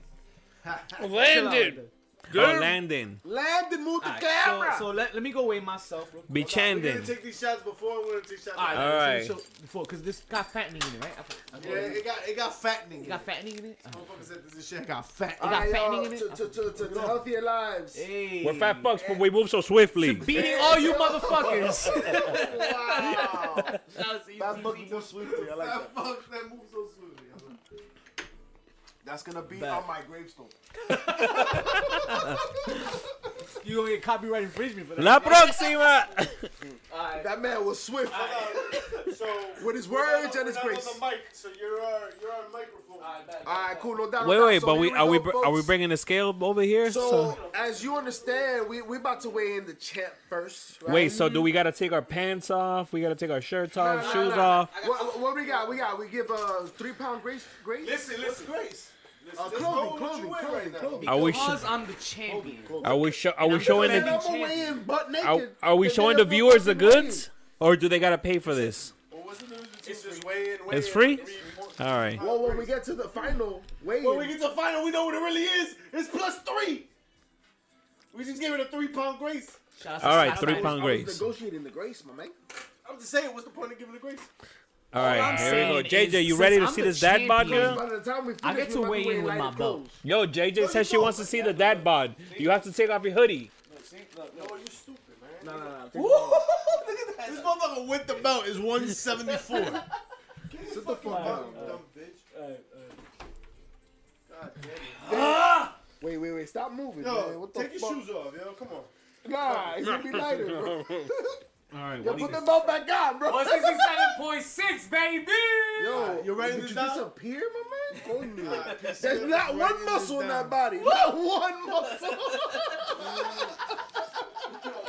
Speaker 6: Landon.
Speaker 5: Oh, Landon.
Speaker 4: Landon, move the
Speaker 2: All right,
Speaker 4: camera.
Speaker 2: So, so let, let me go weigh myself. Real quick.
Speaker 5: Be
Speaker 7: We're gonna
Speaker 5: Chandon.
Speaker 7: take these shots before. We're gonna take shots.
Speaker 2: All right,
Speaker 5: All right.
Speaker 2: So, so before, because this got fattening in it, right? I- I-
Speaker 7: Yeah, it got it got fattening.
Speaker 2: It got fattening in it. Uh-huh.
Speaker 7: Motherfucker said this shit got fat.
Speaker 2: got
Speaker 4: Alright,
Speaker 2: fattening in
Speaker 4: y'all,
Speaker 2: it?
Speaker 4: To, to, to, to, to healthier lives.
Speaker 2: Hey.
Speaker 5: We're fat fucks, but we move so swiftly.
Speaker 2: Beating all you motherfuckers.
Speaker 7: Wow.
Speaker 4: That fucking moves swiftly. I like that.
Speaker 7: that fuck that moves so smoothly.
Speaker 4: That's gonna be
Speaker 2: Bet.
Speaker 4: on my gravestone.
Speaker 2: you gonna get copyright infringement for that.
Speaker 5: La próxima.
Speaker 4: That man was swift
Speaker 7: So
Speaker 4: with his words
Speaker 7: we're
Speaker 4: and his
Speaker 7: not
Speaker 4: grace.
Speaker 7: on the mic, so you're our you're our microphone.
Speaker 4: Alright, cool. No doubt. no
Speaker 5: Wait,
Speaker 4: doubt.
Speaker 5: wait,
Speaker 4: So
Speaker 5: but
Speaker 4: here
Speaker 5: we are
Speaker 4: go,
Speaker 5: we br- are we
Speaker 4: folks.
Speaker 5: bringing the scale over here?
Speaker 4: So, as you understand, we we about to weigh in the champ first. Right?
Speaker 5: Wait, so do we gotta take our pants off? We gotta take our shirts off,
Speaker 4: Nah, nah,
Speaker 5: shoes
Speaker 4: nah.
Speaker 5: off.
Speaker 4: What, what we got? We got we give uh three pound grace grace.
Speaker 7: Listen, listen, Grace.
Speaker 4: Uh, clothing, clothing, clothing, clothing.
Speaker 5: Are we
Speaker 2: Because
Speaker 5: sh-
Speaker 2: I'm the champion.
Speaker 5: Are we sho- are we showing
Speaker 4: And
Speaker 5: the
Speaker 4: I'm away in butt naked.
Speaker 5: are, are we
Speaker 4: Then
Speaker 5: showing
Speaker 4: they
Speaker 5: the
Speaker 4: have
Speaker 5: viewers the
Speaker 4: no fucking
Speaker 5: goods or do they gotta pay for this?
Speaker 3: Well, what's the difference between just weigh in, weigh
Speaker 5: It's
Speaker 3: in,
Speaker 5: free?
Speaker 3: and we-
Speaker 5: All right.
Speaker 4: money. Well, when we get to the final, wait.
Speaker 3: When we get to the final, we know what it really is. It's plus three. We just gave it a three pound grace.
Speaker 2: Shots-
Speaker 5: All right,
Speaker 2: shots-
Speaker 5: three pound grace.
Speaker 4: negotiating the grace, my man.
Speaker 3: I'm just saying, what's the point of giving it a grace?
Speaker 5: All
Speaker 2: I'm
Speaker 5: right, here we
Speaker 2: saying
Speaker 5: go. JJ,
Speaker 2: is
Speaker 5: you ready to
Speaker 2: since
Speaker 5: see
Speaker 2: I'm
Speaker 5: this
Speaker 2: the
Speaker 5: dad bod,
Speaker 2: champion-
Speaker 5: girl?
Speaker 4: By the time we
Speaker 2: I
Speaker 4: finish,
Speaker 2: get to
Speaker 4: we're about
Speaker 2: weigh
Speaker 4: weigh
Speaker 2: in with my
Speaker 4: lighter
Speaker 2: belt.
Speaker 4: clothes.
Speaker 5: Yo, JJ says she wants to see the dad bod. You have to take off your hoodie.
Speaker 3: No, you stupid, man.
Speaker 4: No, no, no.
Speaker 2: Woo! Look at that.
Speaker 7: This motherfucker with the belt is 174.
Speaker 4: Sit the fuck down.
Speaker 3: Dumb bitch. God damn it.
Speaker 4: Wait, wait, wait. Stop moving, man.
Speaker 3: Yo,
Speaker 4: What the
Speaker 3: take your
Speaker 4: fuck?
Speaker 3: shoes off, yo. Come on.
Speaker 4: Nah, it's gonna be lighter, bro.
Speaker 2: All right,
Speaker 4: Yo, put the belt back on, bro.
Speaker 2: 167.6, baby.
Speaker 4: Yo,
Speaker 7: You ready
Speaker 4: did
Speaker 7: to
Speaker 4: you
Speaker 7: die?
Speaker 4: disappear, my man? Go in there.
Speaker 7: piece
Speaker 4: Oh, There's
Speaker 7: of
Speaker 4: not
Speaker 7: shit.
Speaker 4: one
Speaker 7: Writing
Speaker 4: muscle
Speaker 7: this
Speaker 4: in that
Speaker 7: down.
Speaker 4: body. Not one muscle.
Speaker 3: Fuck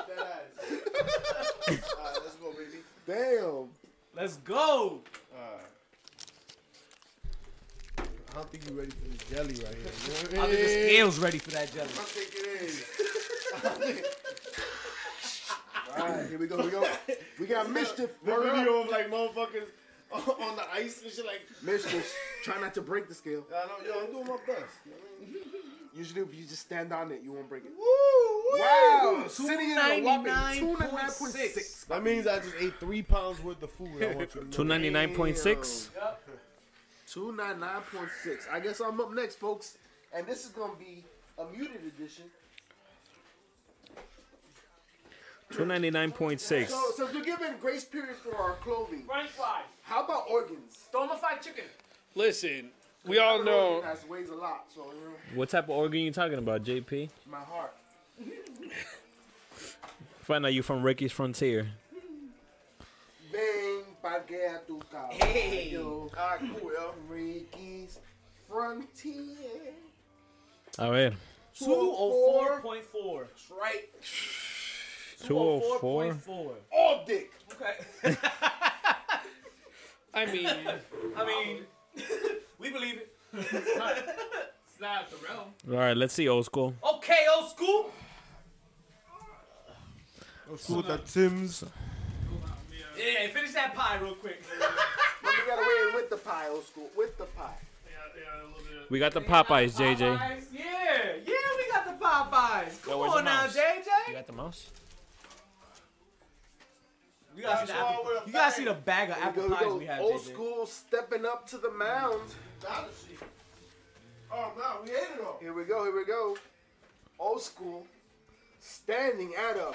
Speaker 3: that ass. Alright, let's go, baby.
Speaker 4: Damn.
Speaker 2: Let's go.
Speaker 3: Alright.
Speaker 7: I don't think you're ready for this jelly right here.
Speaker 2: I think the scale's ready for that jelly.
Speaker 3: I think it is.
Speaker 4: All right, here we go. We go. We got mischief.
Speaker 3: The
Speaker 4: Word up.
Speaker 3: video of like motherfuckers on on the ice and shit like,
Speaker 4: Mischief. Try not to break the scale.
Speaker 3: I don't, yo, I'm doing my best. You know what I mean?
Speaker 4: Usually, if you just stand on it, you won't break it.
Speaker 3: Woo!
Speaker 4: Wow, sitting in a whopping
Speaker 2: 299.6.
Speaker 4: 299.6.
Speaker 7: That means I just ate three pounds worth of food. I want you to know.
Speaker 5: 299.6.
Speaker 4: 299.6. I guess I'm up next, folks. And this is going to be a muted edition.
Speaker 5: 299.6.
Speaker 4: So, since we're giving grace period for our clothing, how about organs?
Speaker 2: chicken.
Speaker 6: Listen, we all know.
Speaker 4: That weighs a lot, so you know,
Speaker 5: What type of organ you talking about, JP?
Speaker 4: my heart.
Speaker 5: Find out you from Ricky's Frontier.
Speaker 4: Bang, paguea tu
Speaker 2: Hey.
Speaker 4: caballo. Ricky's Frontier. oh
Speaker 5: A ver.
Speaker 2: 204.4.
Speaker 4: Right.
Speaker 5: 204.
Speaker 2: 204.4.
Speaker 4: All dick.
Speaker 2: Okay.
Speaker 6: I mean,
Speaker 2: I mean, we believe it.
Speaker 6: it's not the realm.
Speaker 5: All right, let's see old school.
Speaker 2: Okay, old school.
Speaker 7: Let's go with the Tim's.
Speaker 2: Yeah, finish that pie real quick.
Speaker 4: But we gotta weigh in with the pie, old school. With the pie.
Speaker 5: We got the Popeyes, JJ.
Speaker 2: Popeyes, Yeah, yeah, we got the Popeyes. Come
Speaker 5: Yo, where's the
Speaker 2: on now,
Speaker 5: mouse?
Speaker 2: JJ.
Speaker 5: You got the mouse?
Speaker 2: You gotta, see the, apple- you gotta see the bag of
Speaker 4: Here
Speaker 2: apple
Speaker 4: we
Speaker 2: pies
Speaker 4: go,
Speaker 2: we
Speaker 4: we go.
Speaker 2: have,
Speaker 4: Old
Speaker 2: JJ.
Speaker 4: school stepping up to the mound.
Speaker 3: Dollar shit. Oh, no, we ate it all.
Speaker 4: Here we go, here we go. Old school standing at a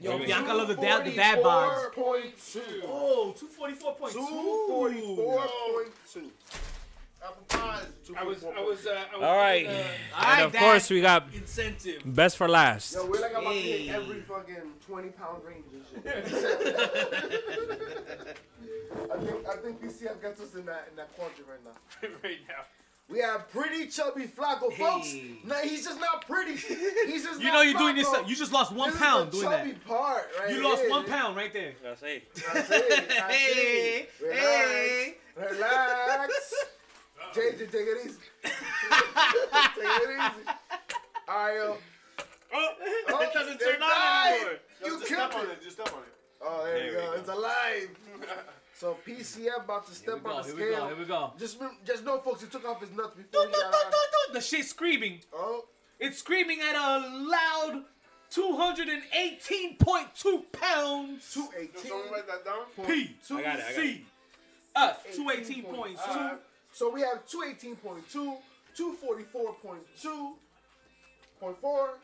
Speaker 2: Yo, Bianca love the dad, the dad box.
Speaker 4: 44.2.
Speaker 2: Oh, 244.2.
Speaker 4: 244.2.
Speaker 3: Apple pies.
Speaker 6: I was, I was, uh, I was
Speaker 5: All right.
Speaker 6: given, uh,
Speaker 5: And of course, we got
Speaker 6: incentive.
Speaker 5: best for last.
Speaker 4: Yo, we're like about to
Speaker 2: Hey.
Speaker 4: hit every fucking 20 pound range and shit. I think I think BCF gets us in that in that quadrant right now.
Speaker 6: right now.
Speaker 4: We have pretty chubby Flacco, folks.
Speaker 2: Hey.
Speaker 4: No, he's just not pretty. He's just
Speaker 2: You
Speaker 4: not
Speaker 2: know you're doing
Speaker 4: Flacco.
Speaker 2: this. You just lost one
Speaker 4: This is
Speaker 2: pound
Speaker 4: the
Speaker 2: doing that.
Speaker 4: chubby part right
Speaker 2: You lost
Speaker 4: here.
Speaker 2: one pound right there.
Speaker 4: I said, I
Speaker 2: Hey,
Speaker 4: said, relax,
Speaker 2: hey.
Speaker 4: relax. JJ, take it easy. take it easy. All right, yo.
Speaker 6: Oh,
Speaker 4: Oh,
Speaker 6: it doesn't
Speaker 4: they're
Speaker 6: turn on
Speaker 4: live.
Speaker 6: anymore.
Speaker 4: You
Speaker 3: just
Speaker 4: killed
Speaker 3: step on
Speaker 4: it.
Speaker 3: it. Just step on it.
Speaker 4: Oh, there, you go. It's alive. So PCF about to
Speaker 2: Here we
Speaker 4: step
Speaker 2: go.
Speaker 4: on the
Speaker 2: Here we go. Here
Speaker 4: scale.
Speaker 2: we go.
Speaker 4: Just, rem- just know, folks, he took off his nuts before
Speaker 2: Do,
Speaker 4: he
Speaker 2: do,
Speaker 4: got
Speaker 2: do,
Speaker 4: on.
Speaker 2: do, do. The shit's screaming.
Speaker 4: Oh,
Speaker 2: It's screaming at a loud 218.2 pounds.
Speaker 4: two
Speaker 3: Just
Speaker 4: eighteen.
Speaker 3: don't write that down.
Speaker 2: P to
Speaker 5: got it, I got
Speaker 2: C. Us 218.2.
Speaker 4: So we have 218.2, 244.2, point four.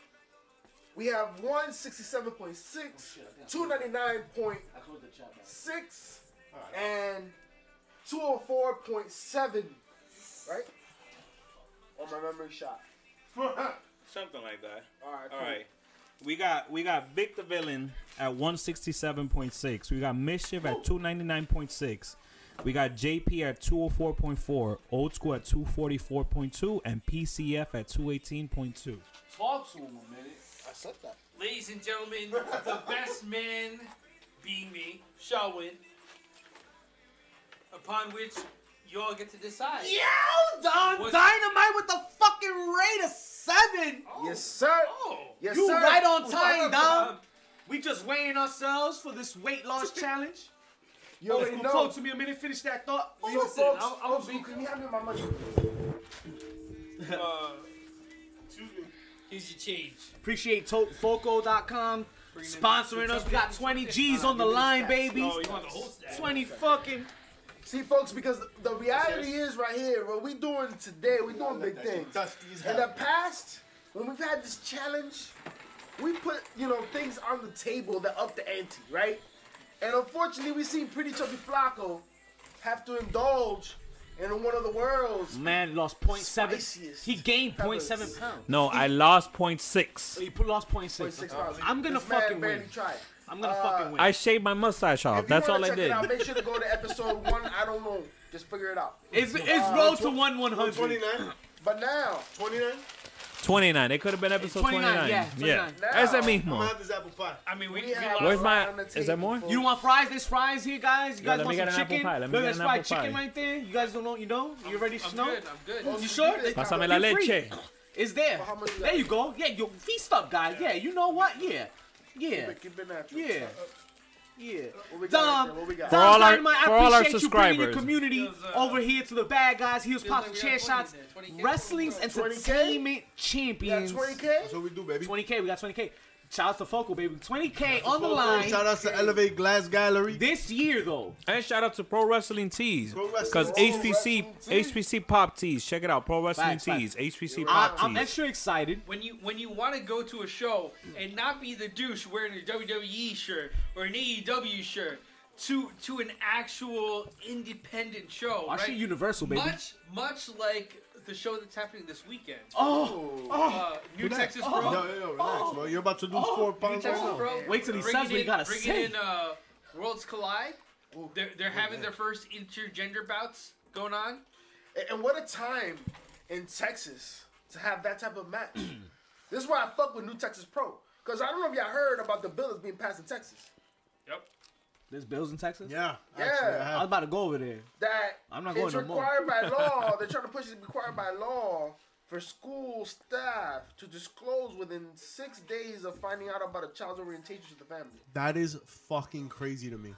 Speaker 4: We have 167.6, 299.6, and 204.7. Right? On my memory shot.
Speaker 5: Something like that.
Speaker 4: All right.
Speaker 5: All right. We got we got Vic the Villain at 167.6. We got Mischief at 299.6. We got JP at 204.4, Old School at 244.2, and PCF at 218.2.
Speaker 2: Talk to him a minute.
Speaker 4: I said that.
Speaker 6: Ladies and gentlemen, the best man being me, Shawin.
Speaker 9: upon which y'all get to decide.
Speaker 2: Yo, Don
Speaker 9: What-
Speaker 2: Dynamite with the fucking rate of seven.
Speaker 4: Yes, sir.
Speaker 9: Oh.
Speaker 4: Yes,
Speaker 2: you
Speaker 4: sir.
Speaker 2: right on time, Don.
Speaker 9: Um,
Speaker 2: We just weighing ourselves for this weight loss challenge.
Speaker 4: You already
Speaker 2: Uncle
Speaker 4: know.
Speaker 2: Toad, to me a minute, finish that thought.
Speaker 4: Yo,
Speaker 9: Listen,
Speaker 4: folks,
Speaker 9: I'll- I'll
Speaker 4: folks,
Speaker 9: be-
Speaker 4: can you hand me my money?
Speaker 9: uh, here's your change.
Speaker 2: Appreciate to- Foco.com sponsoring us. We got 20 G's on the line, baby.
Speaker 9: Oh, you want the whole stack?
Speaker 2: 20 fucking.
Speaker 4: See, folks, because the reality is right here. What we doing today? We doing big things.
Speaker 3: Dusty as
Speaker 4: In the
Speaker 3: hell.
Speaker 4: past, when we've had this challenge, we put you know things on the table that up the ante, right? And unfortunately, we seen Pretty Chubby Flacco have to indulge in one of the world's
Speaker 2: Man lost 0.7.
Speaker 4: Spiciest
Speaker 2: He gained
Speaker 4: peppers.
Speaker 2: 0.7 pounds.
Speaker 5: No, I lost point six.
Speaker 2: He put- lost 0.6.
Speaker 4: 0.6 pounds.
Speaker 2: I'm gonna
Speaker 4: This man
Speaker 2: fucking
Speaker 4: barely
Speaker 2: win.
Speaker 4: Tried.
Speaker 2: I'm gonna
Speaker 4: Uh,
Speaker 2: fucking win.
Speaker 5: I shaved my mustache off.
Speaker 4: If you
Speaker 5: Oh, That's
Speaker 4: wanna
Speaker 5: all I
Speaker 4: check It
Speaker 5: did.
Speaker 4: out, make sure to go to episode one. I don't know. Just figure it out.
Speaker 2: It's, it's road to 1
Speaker 3: Oh,
Speaker 2: 100.
Speaker 3: 29?
Speaker 4: But now,
Speaker 3: 29?
Speaker 5: 29. It could have been episode 29.
Speaker 2: 29, yeah, 29.
Speaker 5: yeah. Ese
Speaker 3: I'm gonna
Speaker 5: mismo.
Speaker 3: have this apple pie.
Speaker 9: I mean, we,
Speaker 4: we
Speaker 9: we
Speaker 4: have
Speaker 9: lost.
Speaker 4: a
Speaker 5: Where's
Speaker 4: lot
Speaker 5: my-
Speaker 4: on the
Speaker 5: is there
Speaker 4: table,
Speaker 5: more?
Speaker 4: folks.
Speaker 2: You want fries? There's fries here, guys. You guys
Speaker 5: let me
Speaker 2: want some
Speaker 5: get an apple
Speaker 2: chicken?
Speaker 5: pie. Let
Speaker 2: Look,
Speaker 5: me get
Speaker 2: there's
Speaker 5: an
Speaker 2: fried
Speaker 5: apple
Speaker 2: chicken
Speaker 5: pie.
Speaker 2: right there. You guys don't know, you know? You ready to
Speaker 9: I'm
Speaker 2: know?
Speaker 9: good. I'm good.
Speaker 2: You sure? They-
Speaker 5: Pásame la
Speaker 2: You're free.
Speaker 5: leche.
Speaker 2: It's there.
Speaker 4: How much is that?
Speaker 2: There you go. Yeah, yo, feast up, guys. Yeah, you know what? Yeah. Yeah.
Speaker 4: Keep it natural.
Speaker 2: Yeah. Yeah.
Speaker 4: What we got
Speaker 2: Dom,
Speaker 4: right there? What we got?
Speaker 2: Dom
Speaker 5: For all our-
Speaker 2: Dynamite, I
Speaker 5: for all our
Speaker 2: appreciate you bringing the
Speaker 5: subscribers.
Speaker 2: community
Speaker 9: Feels, uh,
Speaker 2: over here to the bad guys. He was
Speaker 9: feels like
Speaker 2: popping
Speaker 9: we
Speaker 2: chair
Speaker 9: got 20
Speaker 2: shots.
Speaker 9: there. 20K?
Speaker 2: Wrestling's
Speaker 4: 20K?
Speaker 2: entertainment
Speaker 4: You got
Speaker 2: champions.
Speaker 4: 20k.
Speaker 7: That's what we do, baby.
Speaker 2: 20K, we got 20K. Shout out to Focal, baby. 20K on the
Speaker 7: Oh,
Speaker 2: line.
Speaker 7: Shout out to Elevate Glass Gallery.
Speaker 2: This year, though.
Speaker 5: And shout out to Pro Wrestling Tees.
Speaker 7: Pro Wrestling-
Speaker 5: Because
Speaker 7: Pro
Speaker 5: HPC,
Speaker 4: Wrestling Tees.
Speaker 5: HPC Pop Tees. Check it out. Pro Wrestling
Speaker 2: Facts, facts.
Speaker 5: Tees. HPC
Speaker 2: I,
Speaker 5: Pop
Speaker 2: I'm
Speaker 5: Tees.
Speaker 2: extra excited.
Speaker 9: When you when you want to go to a show and not be the douche wearing a WWE shirt or an AEW shirt to to an actual independent show,
Speaker 2: Why
Speaker 9: right?
Speaker 2: shit Universal, baby?
Speaker 9: Much much like the show that's happening this weekend,
Speaker 2: Oh, oh.
Speaker 9: uh, New Texas Pro.
Speaker 7: Yo, yo, yo, relax, bro. You're about to lose four
Speaker 9: New
Speaker 7: pounds.
Speaker 9: Texas
Speaker 7: right now.
Speaker 9: Pro.
Speaker 2: Wait till he
Speaker 9: bringing
Speaker 2: says what he
Speaker 9: in-
Speaker 2: gotta
Speaker 9: bringing
Speaker 2: say.
Speaker 9: in uh, Worlds Collide. They're they're having their first intergender bouts going on.
Speaker 4: And- And what a time in Texas to have that type of match. this is why I fuck with New Texas Pro. Cause I don't know if y'all heard about the bill that's being passed in Texas.
Speaker 9: Yep.
Speaker 2: There's bills in Texas?
Speaker 7: Yeah,
Speaker 4: Yeah.
Speaker 7: actually, I
Speaker 2: I was
Speaker 7: have.
Speaker 2: about to go over there.
Speaker 4: That
Speaker 2: I'm not going
Speaker 4: it's
Speaker 2: no more.
Speaker 4: required by law. They're trying to push it to be required by law for school staff to disclose within six days of finding out about a child's orientation to the family.
Speaker 7: That is fucking crazy to me.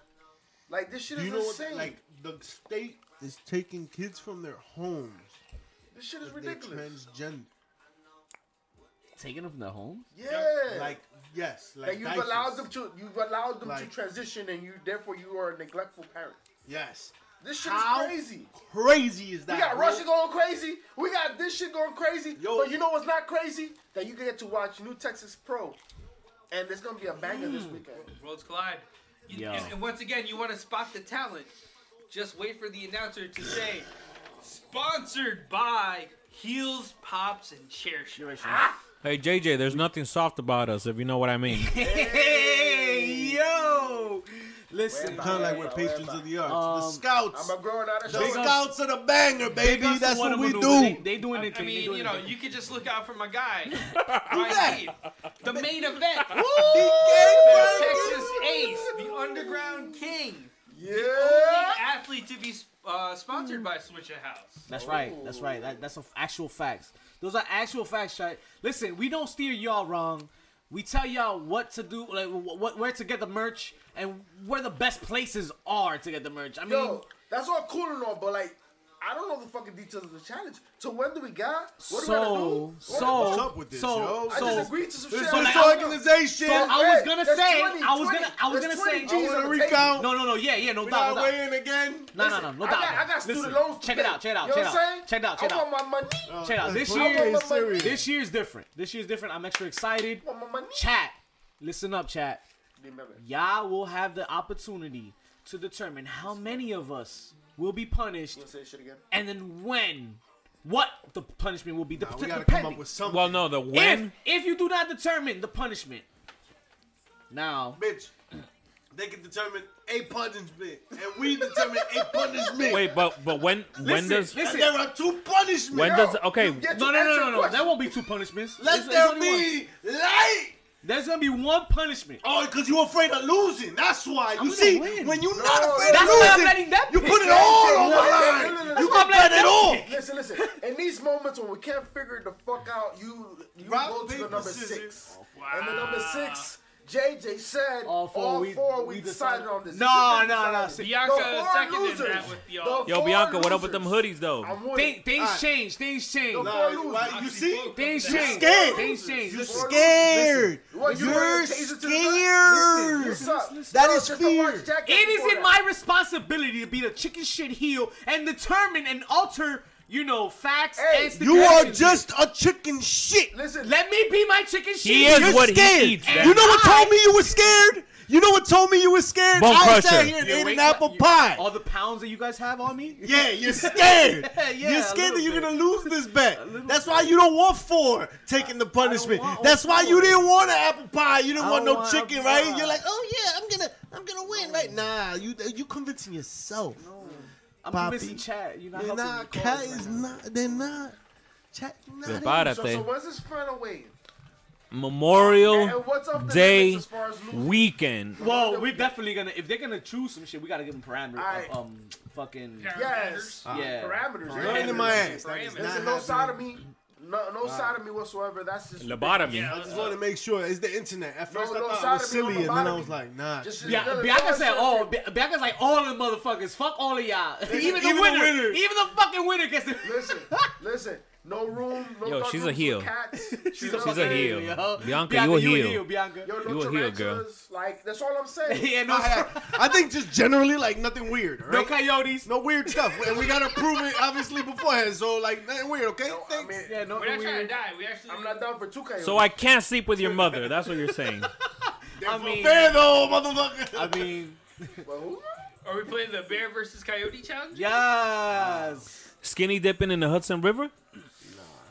Speaker 4: Like this shit
Speaker 7: Do
Speaker 4: is
Speaker 7: you know what?
Speaker 4: insane.
Speaker 7: Like the state is taking kids from their homes.
Speaker 4: this shit is
Speaker 7: if They're
Speaker 4: ridiculous.
Speaker 7: transgender.
Speaker 2: Taking them from their home?
Speaker 4: yeah.
Speaker 7: Like yes, like
Speaker 4: that you've
Speaker 7: diapers.
Speaker 4: allowed them to you've allowed them to
Speaker 7: Like-
Speaker 4: transition and you therefore you are a neglectful parent.
Speaker 7: Yes,
Speaker 4: This shit
Speaker 7: How?
Speaker 4: is crazy.
Speaker 7: crazy is that?
Speaker 4: We got
Speaker 7: bro?
Speaker 4: Russia going crazy. We got this shit going crazy.
Speaker 7: Yo.
Speaker 4: But you know what's not crazy? That you get to watch New Texas Pro. And there's gonna be a banger this weekend.
Speaker 9: Worlds Collide. You-
Speaker 2: Yo.
Speaker 9: and, and once again, you want to spot the talent. Just wait for the announcer to say, "Sponsored by Heels, Pops, and Chair Shots."
Speaker 5: Hey, JJ, there's nothing soft about us, if you know what I mean.
Speaker 2: Hey, yo! Listen,
Speaker 4: Where
Speaker 7: Kind of like we're patrons of the arts, the
Speaker 2: Um,
Speaker 7: scouts.
Speaker 4: I'm a grown out of
Speaker 7: the
Speaker 4: show.
Speaker 7: scouts are the banger, baby.
Speaker 2: Gus
Speaker 7: That's
Speaker 2: one
Speaker 7: what
Speaker 2: of
Speaker 7: we
Speaker 2: them
Speaker 7: do.
Speaker 2: They, they doing it.
Speaker 9: I mean, you know, you could just look out for my guy,
Speaker 7: that?
Speaker 9: Ryan Reed, the main event, Texas Ace, the Underground King, the
Speaker 4: Yeah.
Speaker 9: athlete to be uh, sponsored by Switcher House.
Speaker 2: that's right. That's right. That, that's a f- actual facts. Those are actual facts, right? Listen, we don't steer y'all wrong. We tell y'all what to do, like wh- what where to get the merch and where the best places are to get the merch. I mean,
Speaker 4: Yo, that's all cool and all, but like I don't know the fucking details of the challenge. So when do we got? What do we gotta do?
Speaker 2: so
Speaker 4: What-
Speaker 2: so
Speaker 7: What's up with this,
Speaker 2: so
Speaker 7: yo?
Speaker 4: I
Speaker 2: so
Speaker 4: just agreed to some shit.
Speaker 7: This
Speaker 2: So, like,
Speaker 7: is
Speaker 2: I was-
Speaker 7: organization.
Speaker 2: so I was gonna
Speaker 4: There's
Speaker 2: say,
Speaker 4: 20,
Speaker 2: I was
Speaker 4: 20.
Speaker 2: gonna, I was
Speaker 4: There's
Speaker 2: gonna say,
Speaker 4: 20
Speaker 7: I
Speaker 4: G's
Speaker 7: want
Speaker 4: on
Speaker 7: to
Speaker 4: the table.
Speaker 7: recount.
Speaker 2: no, no, no, yeah, yeah, no
Speaker 7: we
Speaker 2: doubt, no
Speaker 7: not
Speaker 2: doubt.
Speaker 7: weighing again.
Speaker 2: No, no, no, no
Speaker 4: I
Speaker 2: doubt.
Speaker 4: got, I got student
Speaker 2: Listen,
Speaker 4: loans. to
Speaker 2: check it
Speaker 4: pay.
Speaker 2: out, check it out,
Speaker 4: You know
Speaker 2: check it
Speaker 4: what
Speaker 2: out,
Speaker 4: I'm saying?
Speaker 2: check it out, check
Speaker 4: I
Speaker 2: it out.
Speaker 4: want my money.
Speaker 2: Check it out.
Speaker 7: Uh,
Speaker 2: This
Speaker 7: okay,
Speaker 2: year,
Speaker 7: serious.
Speaker 2: this year's different. This year's different. I'm extra excited.
Speaker 4: I want my money.
Speaker 2: Chat, listen up, chat.
Speaker 4: Remember.
Speaker 2: Y'all will have the opportunity to determine how many of us will be punished,
Speaker 4: Say this shit again.
Speaker 2: and then when, what the punishment will be.
Speaker 7: Nah,
Speaker 2: Dep-
Speaker 7: we gotta come
Speaker 2: depending.
Speaker 7: up with something.
Speaker 5: well, no, the
Speaker 2: if,
Speaker 5: when.
Speaker 2: if you do not determine the punishment, now
Speaker 7: bitch. They can determine a punishment, and we determine a punishment.
Speaker 5: Wait, but but when when
Speaker 2: listen,
Speaker 5: does
Speaker 7: and
Speaker 2: listen.
Speaker 7: there are two punishments.
Speaker 5: when does okay
Speaker 4: You get
Speaker 2: No, no,
Speaker 4: to
Speaker 2: no,
Speaker 4: answer
Speaker 2: no,
Speaker 4: a
Speaker 2: no.
Speaker 4: question.
Speaker 2: There won't be two punishments.
Speaker 7: Let
Speaker 2: It's- it's
Speaker 7: there
Speaker 2: only one.
Speaker 7: be light
Speaker 2: There's gonna be one punishment.
Speaker 7: Oh, because you're afraid of losing. That's why. You
Speaker 2: gonna
Speaker 7: see,
Speaker 2: win.
Speaker 7: when you're not
Speaker 4: no,
Speaker 7: afraid
Speaker 2: That's
Speaker 7: of
Speaker 2: why I'm
Speaker 7: losing,
Speaker 2: letting that
Speaker 7: you
Speaker 2: pick.
Speaker 7: put it all on the
Speaker 4: No, no, no,
Speaker 7: line.
Speaker 4: no, no,
Speaker 7: You
Speaker 4: no.
Speaker 7: can bet it all.
Speaker 4: Listen, listen. In these moments when we can't figure the fuck out, you you
Speaker 7: Rock,
Speaker 4: go to the
Speaker 7: paper,
Speaker 4: number
Speaker 7: scissors.
Speaker 4: six.
Speaker 2: Oh,
Speaker 4: And the number six, JJ said all four, we, decided, on this.
Speaker 2: No,
Speaker 4: She
Speaker 2: no, no.
Speaker 4: decided.
Speaker 2: See,
Speaker 4: The
Speaker 9: Bianca
Speaker 4: four
Speaker 9: seconded that
Speaker 4: losers.
Speaker 9: with y'all.
Speaker 4: The
Speaker 8: Yo,
Speaker 4: four
Speaker 8: Bianca, what up with them
Speaker 4: losers.
Speaker 8: hoodies though?
Speaker 4: I'm with
Speaker 2: thi-
Speaker 4: it.
Speaker 2: things
Speaker 7: Alright.
Speaker 2: change. Things change.
Speaker 4: The
Speaker 7: Nah,
Speaker 4: four
Speaker 7: you-
Speaker 4: losers.
Speaker 7: you see?
Speaker 2: Things
Speaker 7: You're
Speaker 2: change.
Speaker 7: scared.
Speaker 2: Things change.
Speaker 7: You're
Speaker 2: Listen,
Speaker 7: scared.
Speaker 4: What, you
Speaker 7: You're
Speaker 4: wearing a taser to the gun?
Speaker 7: scared.
Speaker 4: What's up?
Speaker 7: That
Speaker 4: Yo,
Speaker 7: is
Speaker 4: check the watch
Speaker 7: fear.
Speaker 4: jacket
Speaker 2: It
Speaker 4: before
Speaker 2: is in
Speaker 4: that.
Speaker 2: my responsibility to be the chicken shit heel and determine and alter, you know, facts
Speaker 4: Hey,
Speaker 2: and
Speaker 7: You are
Speaker 2: stipulations.
Speaker 7: just a chicken shit.
Speaker 4: Listen,
Speaker 2: Let me be my chicken shit.
Speaker 8: He is
Speaker 7: You're
Speaker 8: what
Speaker 7: scared.
Speaker 8: he eats.
Speaker 2: And
Speaker 8: man.
Speaker 7: You know what
Speaker 2: I-
Speaker 7: told me you were scared? You know what told me you were scared?
Speaker 8: Bone
Speaker 7: I sat
Speaker 8: crusher.
Speaker 7: here and
Speaker 2: Your
Speaker 7: ate
Speaker 2: weight
Speaker 7: an
Speaker 2: cla-
Speaker 7: apple
Speaker 2: your-
Speaker 7: pie.
Speaker 2: All the pounds that you guys have on me.
Speaker 7: Yeah, you're scared.
Speaker 2: Yeah,
Speaker 7: you're
Speaker 2: a
Speaker 7: scared
Speaker 2: little
Speaker 7: that you're
Speaker 2: bit.
Speaker 7: gonna lose this bet.
Speaker 2: little
Speaker 7: That's why you don't want four taking the punishment.
Speaker 2: want all
Speaker 7: That's why you
Speaker 2: four.
Speaker 7: didn't want an apple pie. You didn't
Speaker 2: I
Speaker 7: want
Speaker 2: don't
Speaker 7: no
Speaker 2: want
Speaker 7: chicken,
Speaker 2: apple
Speaker 7: right?
Speaker 2: pie.
Speaker 7: You're like, oh yeah, I'm gonna, I'm gonna win, right? Nah, you, you convincing yourself.
Speaker 2: I'm
Speaker 7: Poppy.
Speaker 2: missing chat. You're not helping
Speaker 7: they're not.
Speaker 2: the
Speaker 7: Cat
Speaker 2: cause right
Speaker 7: is
Speaker 2: now.
Speaker 7: not. They're not. Chat. Not
Speaker 8: The
Speaker 7: in-
Speaker 8: bottom
Speaker 4: so, so
Speaker 8: thing.
Speaker 4: what's his final win? And
Speaker 8: Memorial
Speaker 4: what's up the
Speaker 8: Day
Speaker 4: limits as far as losing?
Speaker 8: weekend.
Speaker 2: Well, we're definitely gonna. If they're gonna choose some shit, we gotta give them parameter.
Speaker 4: Alright.
Speaker 2: Um, fucking.
Speaker 4: Yes.
Speaker 2: Yeah.
Speaker 4: Parameters.
Speaker 7: Right in
Speaker 4: Parameters.
Speaker 7: my ass. That is
Speaker 9: Parameters.
Speaker 4: Listen,
Speaker 7: not
Speaker 4: no
Speaker 7: happening.
Speaker 4: sodomy. No, no sodomy whatsoever. That's just
Speaker 8: Lobotomy.
Speaker 9: Yeah,
Speaker 7: I just want to make sure. It's the internet. At
Speaker 4: No,
Speaker 7: first,
Speaker 4: no
Speaker 7: I thought it was
Speaker 4: sodomy, no
Speaker 7: silly, and then I was
Speaker 4: lobotomy.
Speaker 7: like, nah.
Speaker 4: Just
Speaker 2: Yeah,
Speaker 4: another
Speaker 2: Bianca
Speaker 4: dollar
Speaker 2: said
Speaker 4: shit.
Speaker 2: all. Bi- Bianca's like all the motherfuckers. Fuck all of y'all. even,
Speaker 7: even
Speaker 2: the
Speaker 7: the
Speaker 2: winner,
Speaker 7: winner.
Speaker 2: Even the fucking winner gets it.
Speaker 4: Listen, listen. No room. No
Speaker 8: Yo,
Speaker 4: dark
Speaker 8: she's a
Speaker 4: rooms for
Speaker 8: heel.
Speaker 4: Cats.
Speaker 2: She's
Speaker 8: She's a heel. Bianca, you a heel.
Speaker 2: Bianca.
Speaker 4: Yo, no
Speaker 8: You a heel, girl.
Speaker 4: tarantulas. Like that's all I'm saying.
Speaker 2: yeah, no,
Speaker 7: I, had- I think just generally like nothing weird, all
Speaker 2: no
Speaker 7: right?
Speaker 2: coyotes.
Speaker 7: No weird stuff, and we gotta prove it obviously beforehand. So like nothing weird, okay?
Speaker 4: No, I
Speaker 7: Thanks.
Speaker 4: mean,
Speaker 2: Yeah, no
Speaker 9: We're not trying to
Speaker 2: weird.
Speaker 9: die. We actually.
Speaker 4: I'm not down for two coyotes.
Speaker 8: So I can't sleep with your mother. That's what you're saying.
Speaker 2: I mean,
Speaker 7: Fair though,
Speaker 2: I
Speaker 7: motherfucker.
Speaker 2: mean,
Speaker 4: Well, who?
Speaker 9: Are we playing the bear versus coyote challenge?
Speaker 2: yes.
Speaker 8: Skinny dipping in the Hudson River?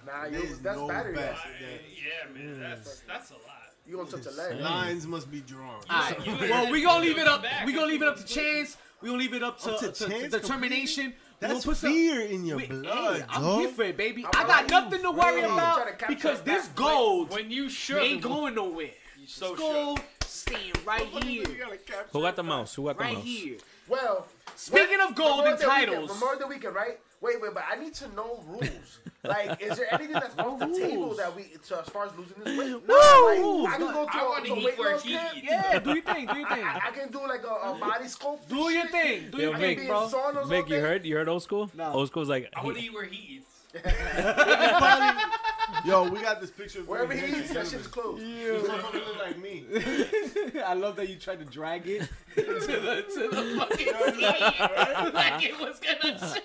Speaker 4: Nah, yo,
Speaker 7: There's
Speaker 4: that's
Speaker 7: no
Speaker 4: battery.
Speaker 7: bet.
Speaker 4: acid.
Speaker 9: Yeah, man. That's that's a lot.
Speaker 4: You gonna touch a leg?
Speaker 7: Lines must be drawn.
Speaker 2: Alright.
Speaker 9: You ain't
Speaker 2: Well, we gonna leave it up.
Speaker 9: back.
Speaker 2: We gonna leave it up to chance. We gonna leave it up to, uh,
Speaker 7: Up to
Speaker 2: to- to
Speaker 7: chance
Speaker 2: determination. We gonna
Speaker 7: That's
Speaker 2: put some-
Speaker 7: fear in your
Speaker 2: we-
Speaker 7: blood,
Speaker 2: hey, I'm
Speaker 7: dog.
Speaker 2: here for it, baby.
Speaker 4: I'm
Speaker 2: I got
Speaker 4: like you,
Speaker 2: nothing to worry
Speaker 4: bro. Try to
Speaker 2: about
Speaker 4: capture
Speaker 2: because
Speaker 4: it
Speaker 2: this
Speaker 4: back.
Speaker 2: gold
Speaker 9: When you shook,
Speaker 2: ain't going nowhere.
Speaker 9: so
Speaker 2: Gold
Speaker 9: shook.
Speaker 2: staying right here,
Speaker 8: Who got the mouse? Who got the
Speaker 2: right
Speaker 8: mouse?
Speaker 2: here.
Speaker 4: Well,
Speaker 2: Speaking
Speaker 4: what-
Speaker 2: of golden
Speaker 4: Memorial Day
Speaker 2: titles.
Speaker 4: weekend, Memorial Day weekend, right? Wait, wait, but I need to know rules. like, is there anything that's off the table that we, so as far as losing this weight? No,
Speaker 2: rules,
Speaker 4: I can go
Speaker 9: I want
Speaker 4: to
Speaker 9: to
Speaker 4: a, to a
Speaker 9: eat
Speaker 4: weight
Speaker 9: where
Speaker 4: loss
Speaker 9: he
Speaker 4: camp.
Speaker 9: eats.
Speaker 2: Yeah, do your thing, do your thing.
Speaker 4: I, I can do like a, a body sculpt.
Speaker 2: Do your thing, do
Speaker 8: Yo,
Speaker 2: your
Speaker 4: I
Speaker 2: thing,
Speaker 4: can be
Speaker 8: Vic,
Speaker 4: in
Speaker 2: bro.
Speaker 4: saunas all
Speaker 8: Vic, you
Speaker 4: day.
Speaker 8: heard? You heard old school?
Speaker 2: No.
Speaker 8: Old school's like,
Speaker 9: I
Speaker 8: he-
Speaker 9: want to eat where he eats.
Speaker 7: Yo, we got this picture of
Speaker 4: Wherever
Speaker 7: him.
Speaker 4: he eats, that shit's closed.
Speaker 7: This motherfucker look like me.
Speaker 2: I love that you tried to drag it to the to the fucking like it was gonna. Show.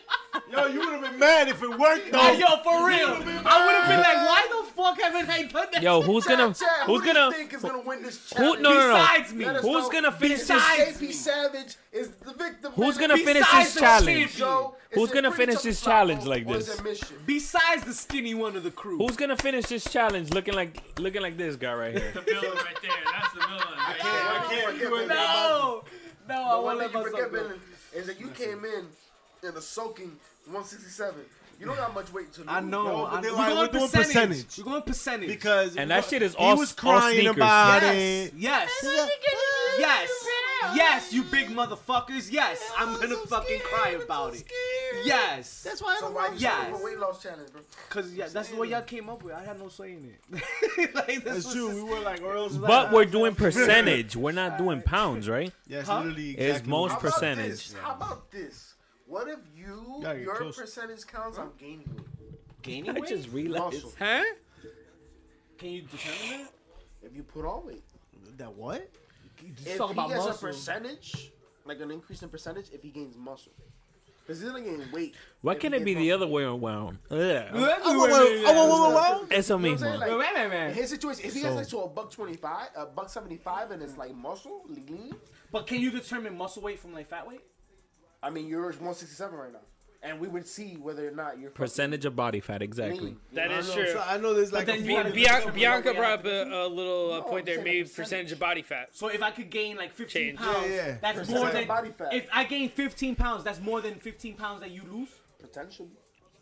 Speaker 7: Yo, you would have been mad if it worked though.
Speaker 2: Yo, for real, I would have been like, why the fuck haven't I done that?
Speaker 8: yo, who's gonna,
Speaker 4: Chat, chat,
Speaker 8: who's
Speaker 4: who do you
Speaker 8: gonna,
Speaker 4: think is gonna win this
Speaker 8: who,
Speaker 4: challenge?
Speaker 8: no, no, no.
Speaker 2: Besides me,
Speaker 4: Let us
Speaker 8: Who's
Speaker 4: know.
Speaker 8: gonna finish this-
Speaker 4: Besides me, Savage is the victim.
Speaker 8: Who's
Speaker 4: winner.
Speaker 8: gonna finish
Speaker 2: Besides
Speaker 8: this
Speaker 2: the
Speaker 8: challenge?
Speaker 2: champion.
Speaker 4: Yo, is
Speaker 8: Who's
Speaker 4: it
Speaker 8: gonna
Speaker 4: pretty
Speaker 8: finish
Speaker 4: tough
Speaker 8: this
Speaker 4: to follow,
Speaker 8: challenge like
Speaker 4: or is
Speaker 8: this?
Speaker 4: it mission?
Speaker 2: besides the skinny one of the crew.
Speaker 8: Who's gonna finish this challenge looking like, looking like this guy right here?
Speaker 9: The villain right there. That's the villain. Right there.
Speaker 7: I can't. You ain't
Speaker 2: no, no, I
Speaker 4: The one
Speaker 2: won't let
Speaker 4: thing
Speaker 2: myself
Speaker 4: you forget,
Speaker 2: go.
Speaker 4: Villain, is that you came in in a soaking 167. You don't got much weight to lose.
Speaker 2: I know.
Speaker 7: Yo, but
Speaker 2: I
Speaker 7: they
Speaker 2: know. We're
Speaker 7: like, we're
Speaker 2: going
Speaker 7: doing
Speaker 2: percentage.
Speaker 7: percentage.
Speaker 2: We're going percentage.
Speaker 7: because
Speaker 8: And that shit is
Speaker 7: he
Speaker 8: all-
Speaker 7: was
Speaker 8: all
Speaker 7: crying
Speaker 8: sneakers.
Speaker 7: about
Speaker 2: yes,
Speaker 7: it.
Speaker 2: yes, yes, yes, you big motherfuckers. Yes, I'm gonna fucking cry about it. Yes.
Speaker 7: That's why I
Speaker 4: So
Speaker 7: don't
Speaker 4: why
Speaker 7: want
Speaker 4: you
Speaker 2: Yes.
Speaker 4: started with weight loss challenge, bro?
Speaker 2: Cause yeah, that's the way y'all came up with. I had no say in it. like, this
Speaker 7: That's
Speaker 2: was
Speaker 7: true.
Speaker 2: just-
Speaker 7: We were like, or else.
Speaker 8: But we're doing percentage. We're not doing pounds, right?
Speaker 7: Yes,
Speaker 2: Huh?
Speaker 7: literally.
Speaker 8: It's
Speaker 7: Exactly what
Speaker 8: most
Speaker 4: How
Speaker 7: we-
Speaker 4: about
Speaker 8: percentage.
Speaker 4: this? How about this? What if you
Speaker 7: Gotta get
Speaker 4: your
Speaker 7: close.
Speaker 4: percentage counts on gaining weight?
Speaker 2: gaining
Speaker 8: I
Speaker 2: weight.
Speaker 8: just realized.
Speaker 4: Muscle.
Speaker 6: Huh?
Speaker 2: Can you determine
Speaker 4: If you put on weight.
Speaker 7: That what?
Speaker 2: that?
Speaker 4: If
Speaker 2: Just talk
Speaker 4: he
Speaker 2: about
Speaker 4: gets a
Speaker 2: muscle.
Speaker 4: percentage, like an increase in percentage, if he gains muscle. Because he's gonna gain weight.
Speaker 8: Why
Speaker 4: if he
Speaker 8: can't it
Speaker 4: gains
Speaker 8: be the
Speaker 4: muscle.
Speaker 8: other way around? Ugh.
Speaker 7: Oh, whoa, whoa, whoa, whoa, whoa,
Speaker 8: Eso
Speaker 4: You know
Speaker 7: whoa.
Speaker 4: what I'm saying?
Speaker 8: mismo.
Speaker 4: Like,
Speaker 2: Wait, wait, wait.
Speaker 4: In his situation, if he gets like to a buck twenty five, a buck seventy five, and it's like muscle lean,
Speaker 2: But can you determine muscle weight from like fat weight?
Speaker 4: I mean you're one sixty seven right now, and we would see whether or not you're
Speaker 8: Percentage of body fat,
Speaker 4: fucking
Speaker 8: exactly.
Speaker 4: lean.
Speaker 6: That
Speaker 7: I
Speaker 6: is
Speaker 7: know,
Speaker 6: true.
Speaker 7: so I know there's like
Speaker 2: then
Speaker 7: a
Speaker 2: you
Speaker 7: forty-
Speaker 2: gotta be-
Speaker 6: Bianca,
Speaker 2: Something
Speaker 6: Bianca
Speaker 2: like that.
Speaker 6: brought up a, a little uh,
Speaker 4: No,
Speaker 6: point
Speaker 4: I'm
Speaker 6: there,
Speaker 4: saying
Speaker 6: maybe
Speaker 4: like percentage.
Speaker 6: percentage of body fat.
Speaker 2: So if I could gain like 15
Speaker 6: Change.
Speaker 2: pounds,
Speaker 7: Yeah, yeah.
Speaker 2: that's
Speaker 4: Percentage
Speaker 2: more
Speaker 4: of
Speaker 2: than
Speaker 4: body fat.
Speaker 2: If I gain 15 pounds, that's more than 15 pounds that you lose.
Speaker 4: potentially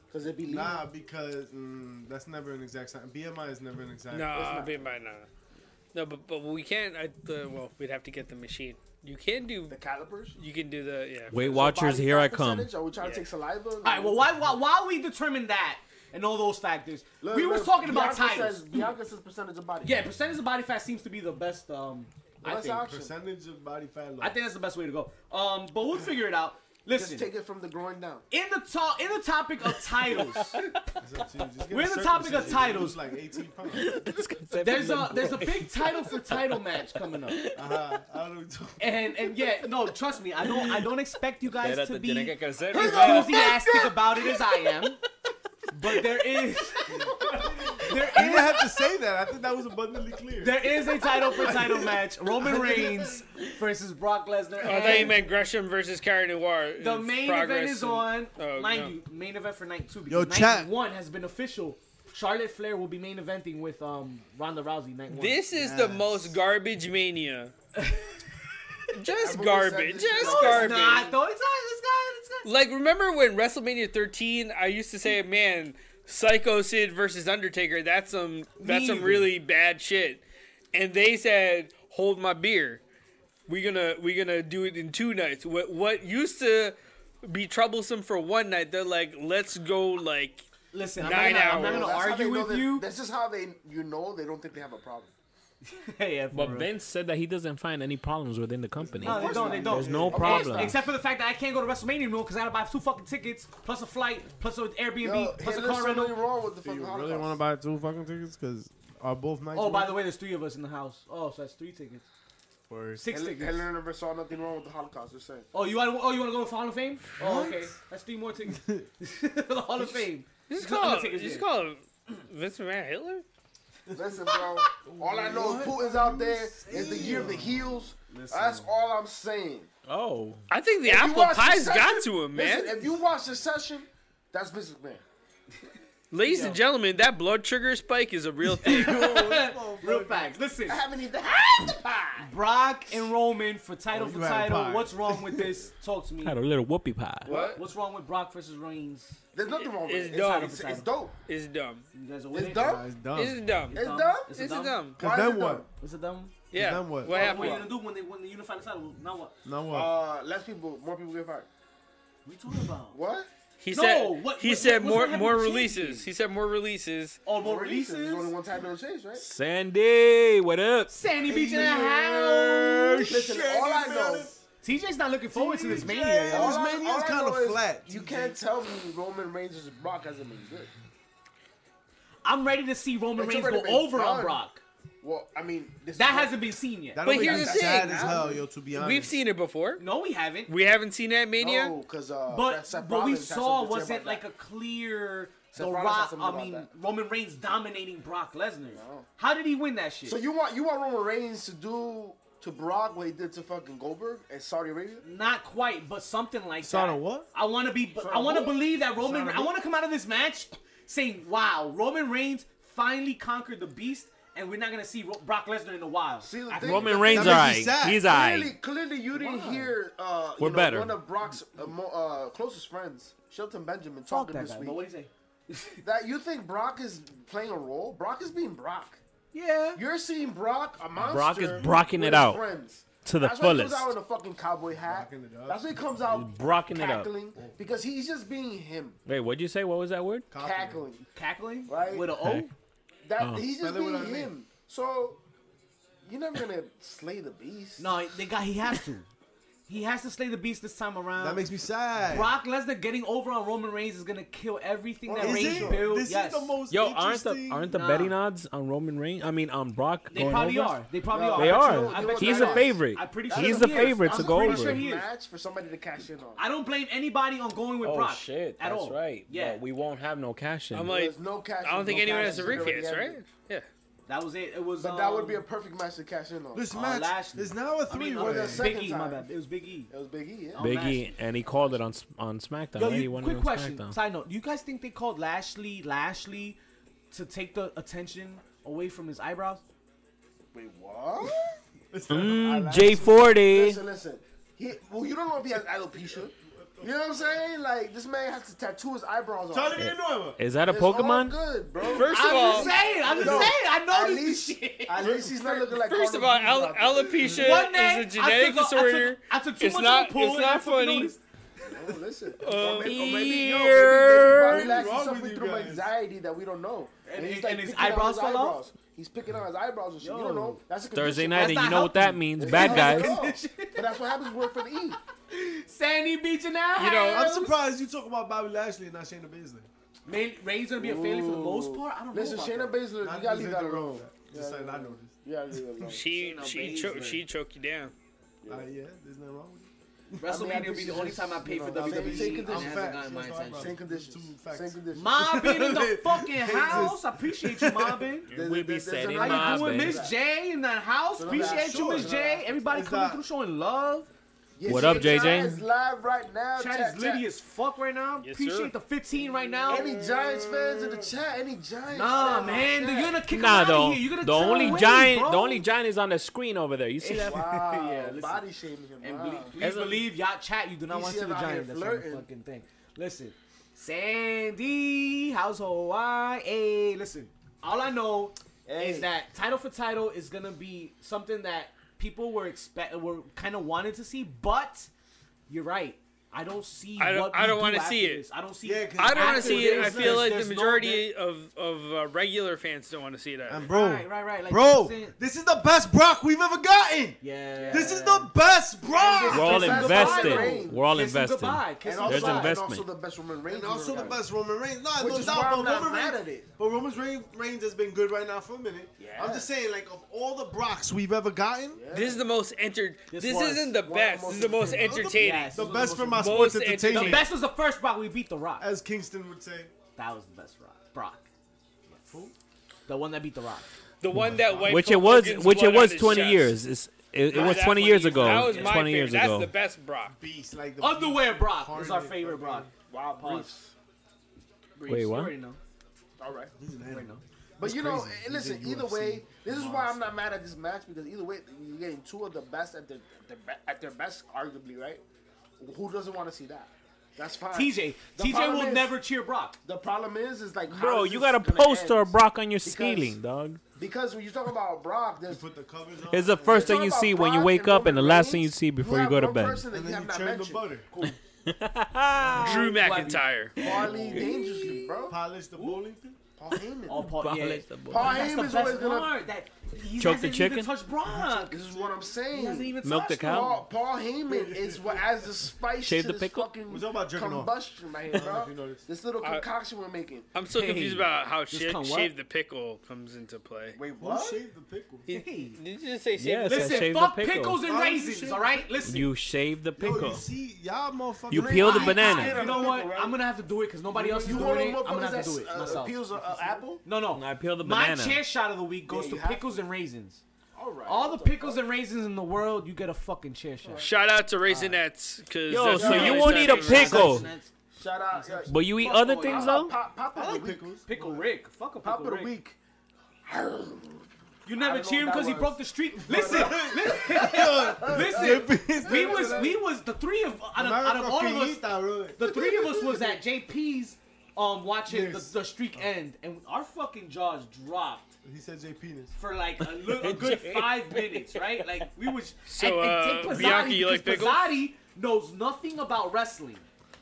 Speaker 4: because it'd be lean.
Speaker 7: mm, Nah, because mm, that's never an exact science. BMI is never an exact.
Speaker 6: No, nah, be mine, nah. No, but but we can't. I, the, well, we'd have to get the machine. You can do.
Speaker 4: The calipers.
Speaker 6: You can do the yeah.
Speaker 8: Weight Watchers,
Speaker 4: Body
Speaker 8: here I
Speaker 4: fat
Speaker 8: come.
Speaker 4: percentage? Are we trying to take saliva?
Speaker 2: All right. Well, while while, while we determine that and all those factors, we were talking about titles.
Speaker 4: Says, Bianca says percentage of body.
Speaker 2: yeah, percentage of body fat seems to be the best. Um, I
Speaker 4: That's
Speaker 2: think.
Speaker 4: option.
Speaker 7: Percentage of body fat loss.
Speaker 2: I think that's the best way to go. Um, but we'll figure it out. Listen,
Speaker 4: Just take it from the groin down.
Speaker 2: in the talk, in the topic of titles,
Speaker 7: It's up to you. Just get
Speaker 2: We're
Speaker 7: a
Speaker 2: in the topic of
Speaker 7: circumcision.
Speaker 2: titles.
Speaker 7: It's Like 18 pounds.
Speaker 2: there's a there's a big title for title match coming up,
Speaker 7: Uh, I don't know.
Speaker 2: and and yeah, no, trust me, I don't I don't expect you guys to be
Speaker 8: que hacer.
Speaker 2: enthusiastic about it as I am, but there is there
Speaker 7: You
Speaker 2: is
Speaker 7: didn't have to say that. I think that was abundantly clear.
Speaker 2: There is a title for title match: Roman Reigns versus Brock Lesnar.
Speaker 6: I thought you
Speaker 2: and
Speaker 6: meant Gresham versus Karen Noir.
Speaker 2: the main event
Speaker 6: Progress
Speaker 2: is
Speaker 6: and-
Speaker 2: on.
Speaker 6: Oh,
Speaker 2: Mind
Speaker 6: no.
Speaker 2: you, main event for night two because
Speaker 7: Yo,
Speaker 2: night
Speaker 7: chat.
Speaker 2: one has been official. Charlotte Flair will be main eventing with um Ronda Rousey night one.
Speaker 6: This is the most garbage mania. Just
Speaker 4: Everyone
Speaker 6: garbage.
Speaker 4: said this
Speaker 6: Just
Speaker 4: is-
Speaker 2: no, it's
Speaker 6: garbage.
Speaker 2: not though. It's not. It's not. It's not.
Speaker 6: Like remember when WrestleMania 13? I used to say, man, Psycho Sid versus Undertaker. That's some that's some
Speaker 2: neither.
Speaker 6: really bad shit. And they said, hold my beer. We gonna we gonna do it in two nights. What what used to be troublesome for one night, they're like, let's go like
Speaker 2: Listen, I'm not,
Speaker 6: Nine
Speaker 2: gonna, I'm not
Speaker 6: hours.
Speaker 2: gonna
Speaker 4: That's how they
Speaker 2: argue
Speaker 4: know
Speaker 2: with
Speaker 4: that-
Speaker 2: you.
Speaker 4: That's just how they you know they don't think they have a problem.
Speaker 2: Hey, yeah, for
Speaker 8: But
Speaker 2: real.
Speaker 8: Vince said that he doesn't find any problems within the company.
Speaker 2: No, they don't. They don't.
Speaker 8: There's no
Speaker 4: Of course
Speaker 8: problem.
Speaker 4: not.
Speaker 2: Except for the fact that I can't go to WrestleMania anymore because I gotta buy two fucking tickets, plus a flight, plus an Airbnb,
Speaker 4: Yo,
Speaker 2: plus a
Speaker 4: Hitler's
Speaker 2: car
Speaker 4: so many
Speaker 2: rental.
Speaker 4: wrong with the
Speaker 7: Do
Speaker 4: fucking
Speaker 7: you really
Speaker 4: Holocaust.
Speaker 7: want to buy two fucking tickets? Because are both nights.
Speaker 2: Oh, by the way, there's three of us in the house. Oh, so that's three tickets.
Speaker 7: Words.
Speaker 2: Six
Speaker 4: Hitler,
Speaker 2: tickets.
Speaker 4: Hitler never saw nothing wrong with the Holocaust. They're saying.
Speaker 2: Oh, you want? to? Oh, you want to go to the Hall of Fame? Oh, okay. That's three more tickets. the Hall of Fame.
Speaker 6: just
Speaker 2: No,
Speaker 6: call
Speaker 2: Undertaker's
Speaker 6: just
Speaker 2: dead.
Speaker 6: call Vince McMahon Hitler?
Speaker 4: Listen, bro. all I know is Putin's out there. It's the year of the heels. That's all I'm saying.
Speaker 8: Oh,
Speaker 6: I think the
Speaker 4: If you
Speaker 6: apple
Speaker 4: watch
Speaker 6: pie's
Speaker 4: Succession-
Speaker 6: got to him, man.
Speaker 4: Listen, uh, if you watch the session, that's Vince McMahon.
Speaker 6: Ladies and gentlemen, that blood sugar spike is a real thing.
Speaker 2: Real facts. Listen,
Speaker 4: I haven't even had the pie.
Speaker 2: Brock and Roman for title
Speaker 7: Oh,
Speaker 2: for
Speaker 7: you had a
Speaker 2: title.
Speaker 7: pie.
Speaker 2: What's wrong with this? Talk to me.
Speaker 8: had a little whoopie pie.
Speaker 4: What?
Speaker 2: What's wrong with Brock versus Reigns?
Speaker 4: There's nothing wrong with
Speaker 6: It's
Speaker 4: it.
Speaker 6: dumb.
Speaker 4: It's, it's dope.
Speaker 6: it's dumb.
Speaker 2: You guys are with
Speaker 4: It's
Speaker 2: it?
Speaker 4: dope.
Speaker 7: It's dumb.
Speaker 6: It's dumb.
Speaker 4: It's dumb.
Speaker 2: It's
Speaker 6: It's
Speaker 2: dumb.
Speaker 6: dumb.
Speaker 7: Because
Speaker 4: Why is
Speaker 7: then
Speaker 4: it
Speaker 7: what?
Speaker 2: Is it dumb?
Speaker 6: Yeah.
Speaker 7: Then what?
Speaker 6: What
Speaker 7: Oh,
Speaker 2: What are you
Speaker 6: happened?
Speaker 2: gonna do when they when they unify the title? Now what?
Speaker 7: Now
Speaker 4: dumb.
Speaker 7: what?
Speaker 4: Uh, less people, more people get fired.
Speaker 2: What are you talking about?
Speaker 4: What?
Speaker 6: He
Speaker 2: No,
Speaker 6: said.
Speaker 2: what-
Speaker 6: he
Speaker 2: what-
Speaker 6: said
Speaker 2: what's
Speaker 6: more
Speaker 2: gonna happen
Speaker 6: more
Speaker 2: with
Speaker 6: releases.
Speaker 2: Shane?
Speaker 6: He said more releases.
Speaker 2: Oh, more
Speaker 4: There's
Speaker 2: releases.
Speaker 4: only one time it'll change, right?
Speaker 8: Sandy, what up?
Speaker 2: Sandy Beach in the house.
Speaker 4: Listen, all I know,
Speaker 2: TJ's not looking forward to this mania.
Speaker 7: All
Speaker 2: Y'all.
Speaker 7: This
Speaker 4: all I-
Speaker 7: mania's
Speaker 4: all I
Speaker 7: kinda
Speaker 4: know is
Speaker 7: flat.
Speaker 4: You can't tell me Roman Reigns versus Brock hasn't been good.
Speaker 2: I'm ready to see Roman
Speaker 4: It's
Speaker 2: Reigns
Speaker 4: already
Speaker 2: go
Speaker 4: been
Speaker 2: over on
Speaker 4: done.
Speaker 2: Brock.
Speaker 4: Well, I mean, this
Speaker 2: That hasn't been seen yet.
Speaker 7: That
Speaker 6: But
Speaker 7: don't make
Speaker 6: here's
Speaker 7: me
Speaker 6: the thing.
Speaker 7: sad as hell, yo. To be honest,
Speaker 6: We've seen it before.
Speaker 2: No, we haven't.
Speaker 6: We haven't seen that mania.
Speaker 4: No, because uh,
Speaker 2: But
Speaker 4: Seth
Speaker 2: what we
Speaker 4: Rollins
Speaker 2: saw
Speaker 4: had something to say
Speaker 2: wasn't
Speaker 4: about
Speaker 2: like
Speaker 4: that.
Speaker 2: a clear
Speaker 4: Seth
Speaker 2: The
Speaker 4: Rollins had
Speaker 2: Rock.
Speaker 4: something
Speaker 2: I
Speaker 4: about
Speaker 2: mean,
Speaker 4: that. Oh.
Speaker 2: Roman Reigns dominating Brock Lesnar. How did he win that shit?
Speaker 4: So you want you want Roman Reigns to do to Brock what he did to fucking Goldberg and Saudi Arabia?
Speaker 2: Not quite, but something like
Speaker 7: Saw
Speaker 2: that.
Speaker 7: the what?
Speaker 2: I want to be. I want to believe that Roman. I want to come out of this match saying, "Wow, Roman Reigns finally conquered the beast." And we're not gonna see Ro- Brock Lesnar in a while.
Speaker 4: See, the
Speaker 2: I-
Speaker 4: thing-
Speaker 8: Roman
Speaker 4: that
Speaker 8: Reigns,
Speaker 7: makes me
Speaker 8: alright.
Speaker 7: sad.
Speaker 8: He's
Speaker 4: Clearly,
Speaker 8: alright.
Speaker 4: clearly, you didn't hear. Uh, you
Speaker 8: We're
Speaker 4: know,
Speaker 8: better.
Speaker 4: One of Brock's uh, mo- uh, closest friends, Shelton Benjamin,
Speaker 2: Fuck
Speaker 4: talking
Speaker 2: that
Speaker 4: this
Speaker 2: guy.
Speaker 4: week
Speaker 2: But what do you say?
Speaker 4: that you think Brock is playing a role. Brock is being Brock.
Speaker 2: Yeah.
Speaker 4: You're seeing Brock a monster.
Speaker 8: Brock is brocking
Speaker 4: with
Speaker 8: it
Speaker 4: his
Speaker 8: out
Speaker 4: friends.
Speaker 8: to the
Speaker 4: That's
Speaker 8: fullest.
Speaker 4: why he comes out in a fucking cowboy hat.
Speaker 7: Brocking it up.
Speaker 4: That's why he comes out
Speaker 8: He's brocking it up.
Speaker 4: cackling because he's just being him,
Speaker 8: Wait, what'd you say? What was that word?
Speaker 4: cackling.
Speaker 2: Cackling
Speaker 4: Right.
Speaker 2: with an O.
Speaker 4: That he's just
Speaker 7: Brother, what
Speaker 4: being
Speaker 7: I mean.
Speaker 4: him. So you're never gonna slay the beast.
Speaker 2: No, the guy he has to. He has to slay the beast this time around.
Speaker 7: That makes me sad.
Speaker 2: Brock Lesnar getting over on Roman Reigns is gonna kill everything that
Speaker 7: Is
Speaker 2: Reigns
Speaker 7: it?
Speaker 2: built.
Speaker 7: This
Speaker 2: yes.
Speaker 7: is the most
Speaker 8: Yo, aren't the
Speaker 7: interesting.
Speaker 8: aren't the
Speaker 2: Nah.
Speaker 8: betting odds on Roman Reigns? I mean, on Brock?
Speaker 2: they
Speaker 8: going
Speaker 2: probably
Speaker 8: over?
Speaker 2: are. They probably are.
Speaker 8: They
Speaker 2: I bet you
Speaker 8: are.
Speaker 2: know- I bet you
Speaker 8: He's
Speaker 2: know
Speaker 8: a
Speaker 2: that.
Speaker 8: favorite.
Speaker 2: I'm pretty sure
Speaker 8: He's
Speaker 2: he
Speaker 8: the
Speaker 2: is.
Speaker 8: favorite
Speaker 2: I'm
Speaker 8: to go
Speaker 2: pretty sure
Speaker 8: over.
Speaker 2: he is.
Speaker 4: match for somebody to cash in on.
Speaker 2: I don't blame anybody on going with
Speaker 8: Oh
Speaker 2: Brock.
Speaker 8: shit!
Speaker 2: At
Speaker 8: That's
Speaker 2: all.
Speaker 8: right.
Speaker 2: Yeah.
Speaker 8: But we won't have no cash in.
Speaker 6: I'm like,
Speaker 4: There's no cash.
Speaker 6: I don't
Speaker 4: in,
Speaker 6: think
Speaker 4: no
Speaker 6: anyone
Speaker 4: cash
Speaker 6: has a
Speaker 4: in, they already
Speaker 6: briefcase,
Speaker 4: have
Speaker 6: right?
Speaker 4: it.
Speaker 6: Yeah.
Speaker 2: that was it. It was.
Speaker 4: But
Speaker 2: um,
Speaker 4: that would be a perfect match to cash in on.
Speaker 7: This
Speaker 2: Uh,
Speaker 7: match
Speaker 2: Lashley.
Speaker 7: is now a
Speaker 2: I
Speaker 7: three
Speaker 2: mean,
Speaker 7: way.
Speaker 2: uh,
Speaker 4: the
Speaker 2: Big
Speaker 4: second
Speaker 2: E. My
Speaker 4: time.
Speaker 2: bad. It was Big E.
Speaker 4: It was Big E. Yeah.
Speaker 2: Oh,
Speaker 8: Biggie,
Speaker 2: Lashley.
Speaker 8: and he called it on on SmackDown.
Speaker 2: Yo,
Speaker 8: right? He
Speaker 2: you,
Speaker 8: won it
Speaker 2: quick
Speaker 8: on
Speaker 2: question.
Speaker 8: SmackDown.
Speaker 2: Side note: Do you guys think they called Lashley Lashley to take the attention away from his eyebrows?
Speaker 4: Wait, what?
Speaker 8: Mm, J40.
Speaker 4: Listen, listen. He, well, you don't know if he has alopecia. You know what I'm saying? Like this man has to tattoo his eyebrows off.
Speaker 7: Charlie Villanueva.
Speaker 8: Is that a
Speaker 4: It's all
Speaker 8: Pokemon?
Speaker 4: good, bro.
Speaker 6: First of
Speaker 2: I'm
Speaker 6: all,
Speaker 2: just saying. I'm just
Speaker 4: No.
Speaker 2: saying. I know
Speaker 4: at
Speaker 2: this
Speaker 4: least,
Speaker 2: shit.
Speaker 4: at least he's not looking like.
Speaker 6: first of
Speaker 4: Carnival
Speaker 6: all,
Speaker 4: Bees
Speaker 6: al-
Speaker 4: out there.
Speaker 6: alopecia
Speaker 2: One day,
Speaker 6: is a genetic
Speaker 2: I took, a-
Speaker 6: disorder.
Speaker 2: I took, I took too
Speaker 6: It's
Speaker 2: much
Speaker 6: not-
Speaker 2: of the pool
Speaker 6: it's
Speaker 2: and
Speaker 6: not
Speaker 2: I fucking
Speaker 6: funny.
Speaker 2: noticed.
Speaker 4: Oh, listen. Or may- or maybe, yo, maybe,
Speaker 6: here.
Speaker 4: maybe Bobby Lashley's
Speaker 7: Wrong
Speaker 4: suffering
Speaker 7: with you
Speaker 4: through
Speaker 7: guys.
Speaker 4: anxiety that we don't know.
Speaker 2: And-
Speaker 4: he's
Speaker 2: and
Speaker 4: like
Speaker 2: his
Speaker 4: picking out
Speaker 2: eyebrows fell off?
Speaker 4: eyebrows. He's picking out his eyebrows and shit. You don't know. That's a
Speaker 8: Thursday
Speaker 4: condition.
Speaker 8: night,
Speaker 2: That's
Speaker 8: and you
Speaker 2: not
Speaker 8: know what that
Speaker 2: healthy.
Speaker 8: means.
Speaker 4: It's
Speaker 8: Bad
Speaker 4: not
Speaker 8: guys.
Speaker 4: at all. But that's what happens with work for the E.
Speaker 2: Sandy Beach and now.
Speaker 6: You know,
Speaker 7: I'm surprised you talk about Bobby Lashley and not Shayna Baszler.
Speaker 2: Man, Ray's gonna be a failure for the most part. I don't
Speaker 4: Listen,
Speaker 2: know.
Speaker 4: Shayna
Speaker 2: About
Speaker 4: Baszler,
Speaker 7: Not
Speaker 4: you gotta leave that
Speaker 7: the
Speaker 4: alone.
Speaker 7: Just
Speaker 4: Yeah,
Speaker 7: saying,
Speaker 4: yeah.
Speaker 7: I noticed.
Speaker 4: You gotta leave that alone.
Speaker 6: she she cho- she choke you down.
Speaker 7: Uh, yeah, there's nothing wrong with it.
Speaker 2: that.
Speaker 4: I mean,
Speaker 2: WrestleMania will be the
Speaker 4: this
Speaker 2: only
Speaker 4: is
Speaker 2: time I
Speaker 4: just,
Speaker 2: pay
Speaker 4: you
Speaker 2: for
Speaker 4: know, I'm
Speaker 7: E.
Speaker 2: WWE.
Speaker 4: saying
Speaker 2: and
Speaker 4: condition.
Speaker 2: it hasn't gotten my
Speaker 7: That's why I
Speaker 2: attention.
Speaker 7: brought it.
Speaker 4: Same
Speaker 7: Two
Speaker 4: conditions.
Speaker 7: facts.
Speaker 4: Same conditions.
Speaker 2: Ma being in the fucking
Speaker 7: Hey,
Speaker 2: house.
Speaker 7: sis.
Speaker 2: I appreciate you, Ma being.
Speaker 4: There's-
Speaker 8: We be
Speaker 4: there's- there's
Speaker 8: setting
Speaker 4: another
Speaker 8: my
Speaker 2: How
Speaker 8: Nah,
Speaker 2: you doing,
Speaker 8: baby.
Speaker 2: Miss J in that house?
Speaker 4: Sure,
Speaker 2: Appreciate you,
Speaker 7: sure.
Speaker 2: Miss J. Everybody
Speaker 7: It's
Speaker 2: coming
Speaker 7: not-
Speaker 2: through showing love.
Speaker 4: Yes,
Speaker 8: What up,
Speaker 4: yes,
Speaker 8: JJ?
Speaker 4: Giant is live right now.
Speaker 2: Chat is litty as fuck right now.
Speaker 6: Yes, sir.
Speaker 2: Appreciate the 15 right now.
Speaker 4: Any Giants fans in the chat? Any Giants?
Speaker 2: Nah,
Speaker 4: fans in the
Speaker 2: man,
Speaker 4: chat?
Speaker 2: you're gonna kick
Speaker 8: Nah,
Speaker 2: him out
Speaker 8: though.
Speaker 2: of here. You're gonna
Speaker 8: The
Speaker 2: tell
Speaker 8: only
Speaker 2: him away,
Speaker 8: giant,
Speaker 2: bro.
Speaker 8: the only giant is on the screen over there. You see that?
Speaker 4: Wow,
Speaker 2: Yeah, listen.
Speaker 4: body shaming him.
Speaker 2: And
Speaker 4: wow.
Speaker 2: ble- please believe y'all chat. You do not
Speaker 4: You
Speaker 2: want
Speaker 4: see
Speaker 2: to see the
Speaker 4: him out
Speaker 2: giant.
Speaker 4: here
Speaker 2: That's on the
Speaker 4: flirting.
Speaker 2: fucking thing. Listen, Sandy, how's Hawaii? Hey, listen. All I know is
Speaker 4: Hey.
Speaker 2: that title for title is gonna be something that people were expect were kind of wanted to see, but you're right. I don't see.
Speaker 6: I don't-
Speaker 2: what
Speaker 6: I
Speaker 2: we
Speaker 6: don't
Speaker 2: do
Speaker 6: wanna
Speaker 2: after
Speaker 6: see it.
Speaker 2: this. I don't see.
Speaker 7: Yeah, 'cause
Speaker 6: I don't want to
Speaker 2: after
Speaker 6: see it. I
Speaker 2: this,
Speaker 6: feel like the
Speaker 2: there's no-
Speaker 6: majority of of uh, regular fans don't want to see that.
Speaker 7: And bro,
Speaker 2: Right, right, right. Like,
Speaker 7: bro,
Speaker 2: this isn't-
Speaker 7: this is the best Brock we've ever gotten.
Speaker 2: Yeah.
Speaker 7: This is the best Brock.
Speaker 8: We're all
Speaker 4: Kiss him goodbye,
Speaker 8: invested.
Speaker 4: bro.
Speaker 8: We're all
Speaker 2: Kiss him
Speaker 8: invested.
Speaker 2: Goodbye. Kiss
Speaker 4: And
Speaker 2: him
Speaker 4: also,
Speaker 8: There's
Speaker 2: goodbye.
Speaker 4: and
Speaker 8: investment.
Speaker 4: also the best Roman Reigns.
Speaker 7: And also
Speaker 4: we've
Speaker 7: the
Speaker 4: ever
Speaker 7: best Roman Reigns. Nah,
Speaker 4: Which
Speaker 7: no
Speaker 4: is
Speaker 7: doubt.
Speaker 4: why
Speaker 7: But
Speaker 4: I'm not
Speaker 7: Roman
Speaker 4: mad at
Speaker 7: Reigns,
Speaker 4: it.
Speaker 7: but Roman Reign- Reigns has been good right now for a minute.
Speaker 4: Yeah.
Speaker 7: I'm just saying, like of all the Brocks we've ever gotten,
Speaker 6: This is the most entered. This,
Speaker 2: was
Speaker 6: isn't the
Speaker 4: one of the
Speaker 6: best. This
Speaker 4: most
Speaker 6: is the most
Speaker 7: entertaining-
Speaker 6: entertaining.
Speaker 2: Yes.
Speaker 7: the
Speaker 2: This was
Speaker 7: best
Speaker 2: the
Speaker 7: for my
Speaker 6: most
Speaker 7: sports
Speaker 6: entertaining.
Speaker 2: The
Speaker 7: entertainment,
Speaker 2: best was the first rock we beat the rock.
Speaker 7: as Kingston would say.
Speaker 2: That was the best rock. Brock. The one that beat the rock.
Speaker 6: The one that wiped
Speaker 8: Which it
Speaker 6: Hulk
Speaker 8: was,
Speaker 6: Hogan's
Speaker 8: which
Speaker 6: blood
Speaker 8: it
Speaker 6: on
Speaker 8: was
Speaker 6: his
Speaker 8: 20
Speaker 6: chest.
Speaker 8: years. It's, it, it
Speaker 6: Nah,
Speaker 8: was
Speaker 6: that's
Speaker 8: 20
Speaker 6: my
Speaker 8: years
Speaker 6: favorite.
Speaker 8: ago.
Speaker 6: That was my
Speaker 8: 20 years
Speaker 6: favorite. That's
Speaker 8: ago.
Speaker 6: the best Brock.
Speaker 7: Beast, like the
Speaker 2: Underwear Brock is our
Speaker 7: Hardly
Speaker 2: favorite
Speaker 7: fucking-
Speaker 2: Brock. Wow, pause.
Speaker 8: Wait, what?
Speaker 4: All right.
Speaker 7: He's an animal.
Speaker 4: But you know,
Speaker 7: crazy.
Speaker 4: eh,
Speaker 7: He's
Speaker 4: listen.
Speaker 7: a
Speaker 4: Either
Speaker 7: UFC
Speaker 4: way, this is why I'm not mad at this match because either way, you're getting two of the best at their, their be- at their best, arguably, right? Who doesn't want to see that? That's fine.
Speaker 2: TJ.
Speaker 4: The
Speaker 2: TJ
Speaker 4: problem
Speaker 2: will
Speaker 4: is-
Speaker 2: never cheer Brock.
Speaker 4: The problem is, is like, how
Speaker 8: Bro,
Speaker 4: is
Speaker 8: you
Speaker 4: this
Speaker 8: got a
Speaker 4: gonna
Speaker 8: poster
Speaker 4: end?
Speaker 8: of Brock on your
Speaker 4: Because-
Speaker 8: ceiling, dog.
Speaker 4: Because when you talk about Brock, there's
Speaker 7: Put the covers on.
Speaker 8: It's the first
Speaker 4: Talk
Speaker 8: thing you
Speaker 4: about
Speaker 8: see when you
Speaker 4: Brock
Speaker 8: wake up, and the
Speaker 4: Roman
Speaker 8: last thing you
Speaker 4: Reigns,
Speaker 8: see before you
Speaker 4: have
Speaker 8: go to
Speaker 4: one
Speaker 8: bed.
Speaker 4: person that
Speaker 7: and
Speaker 4: you
Speaker 7: then
Speaker 4: have
Speaker 7: you
Speaker 4: not
Speaker 7: churn the
Speaker 4: mentioned.
Speaker 7: butter.
Speaker 6: Drew McIntyre.
Speaker 4: Paulie dangerously, bro.
Speaker 7: Polish the bowling pin.
Speaker 4: Paul Heyman.
Speaker 2: Oh, Paul, yeah.
Speaker 4: Paul
Speaker 2: That's the
Speaker 4: Heyman's always
Speaker 2: best
Speaker 4: gonna.
Speaker 2: part. That he
Speaker 8: Choke the
Speaker 2: hasn't
Speaker 8: chicken?
Speaker 2: even touched Brock.
Speaker 4: This is what I'm
Speaker 2: He hasn't
Speaker 4: saying.
Speaker 2: even
Speaker 8: Milk the
Speaker 2: touched
Speaker 8: cow?
Speaker 2: him.
Speaker 4: Paul, Paul Heyman is what adds the spice
Speaker 8: Shave
Speaker 4: to
Speaker 8: the
Speaker 4: this
Speaker 8: pickle?
Speaker 4: fucking
Speaker 7: We're talking about jerking off.
Speaker 4: combustion right here,
Speaker 7: know if you
Speaker 4: bro.
Speaker 7: noticed.
Speaker 4: This little
Speaker 6: I-
Speaker 4: concoction we're making.
Speaker 6: I'm so confused about how sh-
Speaker 2: come what?
Speaker 6: Shave the Pickle comes into play.
Speaker 4: Wait,
Speaker 7: Who
Speaker 4: what?
Speaker 7: shaved the pickle?
Speaker 2: Hey.
Speaker 6: Did you just say Shave
Speaker 8: Yes,
Speaker 6: the
Speaker 8: I
Speaker 2: Listen,
Speaker 8: shaved
Speaker 2: fuck
Speaker 8: the pickle.
Speaker 2: pickles and
Speaker 7: Oh,
Speaker 2: raisins,
Speaker 7: shit.
Speaker 2: all right? Listen.
Speaker 8: You shaved the
Speaker 7: Yo,
Speaker 8: pickle.
Speaker 7: you see, y'all motherfuckers.
Speaker 8: You peel the
Speaker 7: I-
Speaker 8: banana.
Speaker 2: You know what? I'm gonna have to do it because nobody else is
Speaker 4: You want
Speaker 2: doing it.
Speaker 4: them
Speaker 2: I'm gonna
Speaker 4: motherfuckers
Speaker 2: have to do
Speaker 4: that
Speaker 2: it
Speaker 4: uh,
Speaker 2: myself.
Speaker 4: peels an apple?
Speaker 2: No, no.
Speaker 8: I peel the
Speaker 2: My
Speaker 8: banana.
Speaker 2: chair shot of the week goes
Speaker 4: Yeah, you
Speaker 2: to
Speaker 4: have
Speaker 2: pickles and raisins.
Speaker 4: All right.
Speaker 2: All the
Speaker 4: What
Speaker 2: pickles and raisins in the world, you get a fucking chair shot.
Speaker 6: Shout out to
Speaker 2: Ah.
Speaker 6: Raisinets because
Speaker 8: Yo, so
Speaker 4: you
Speaker 8: won't eat a pickle.
Speaker 4: fuck? Shout out. yeah.
Speaker 8: But you eat
Speaker 2: Fuck
Speaker 8: other
Speaker 2: all
Speaker 8: things
Speaker 2: y'all.
Speaker 8: though.
Speaker 4: Pop, pop of
Speaker 7: I
Speaker 4: the
Speaker 7: like
Speaker 4: week.
Speaker 7: pickles.
Speaker 2: Pickle Rick, fuck a
Speaker 4: Pop
Speaker 2: pickle
Speaker 4: of the
Speaker 2: Rick.
Speaker 4: week.
Speaker 2: You
Speaker 4: I
Speaker 2: never
Speaker 4: don't know
Speaker 2: cheer him
Speaker 4: what
Speaker 2: because he
Speaker 4: that
Speaker 2: broke the streak. Listen, listen, listen. we was we was the three of out of, out of all of us. The three of us was at JP's, um, watching
Speaker 7: Yes.
Speaker 2: the, the streak end, and our fucking jaws dropped.
Speaker 7: He said J penis.
Speaker 2: for like a, li- a good five minutes, right? Like we would.
Speaker 6: So,
Speaker 2: and, and
Speaker 6: uh,
Speaker 2: take Pizzati
Speaker 6: Bianchi, you like
Speaker 2: because
Speaker 6: pickles?
Speaker 2: Pizzati knows nothing about wrestling,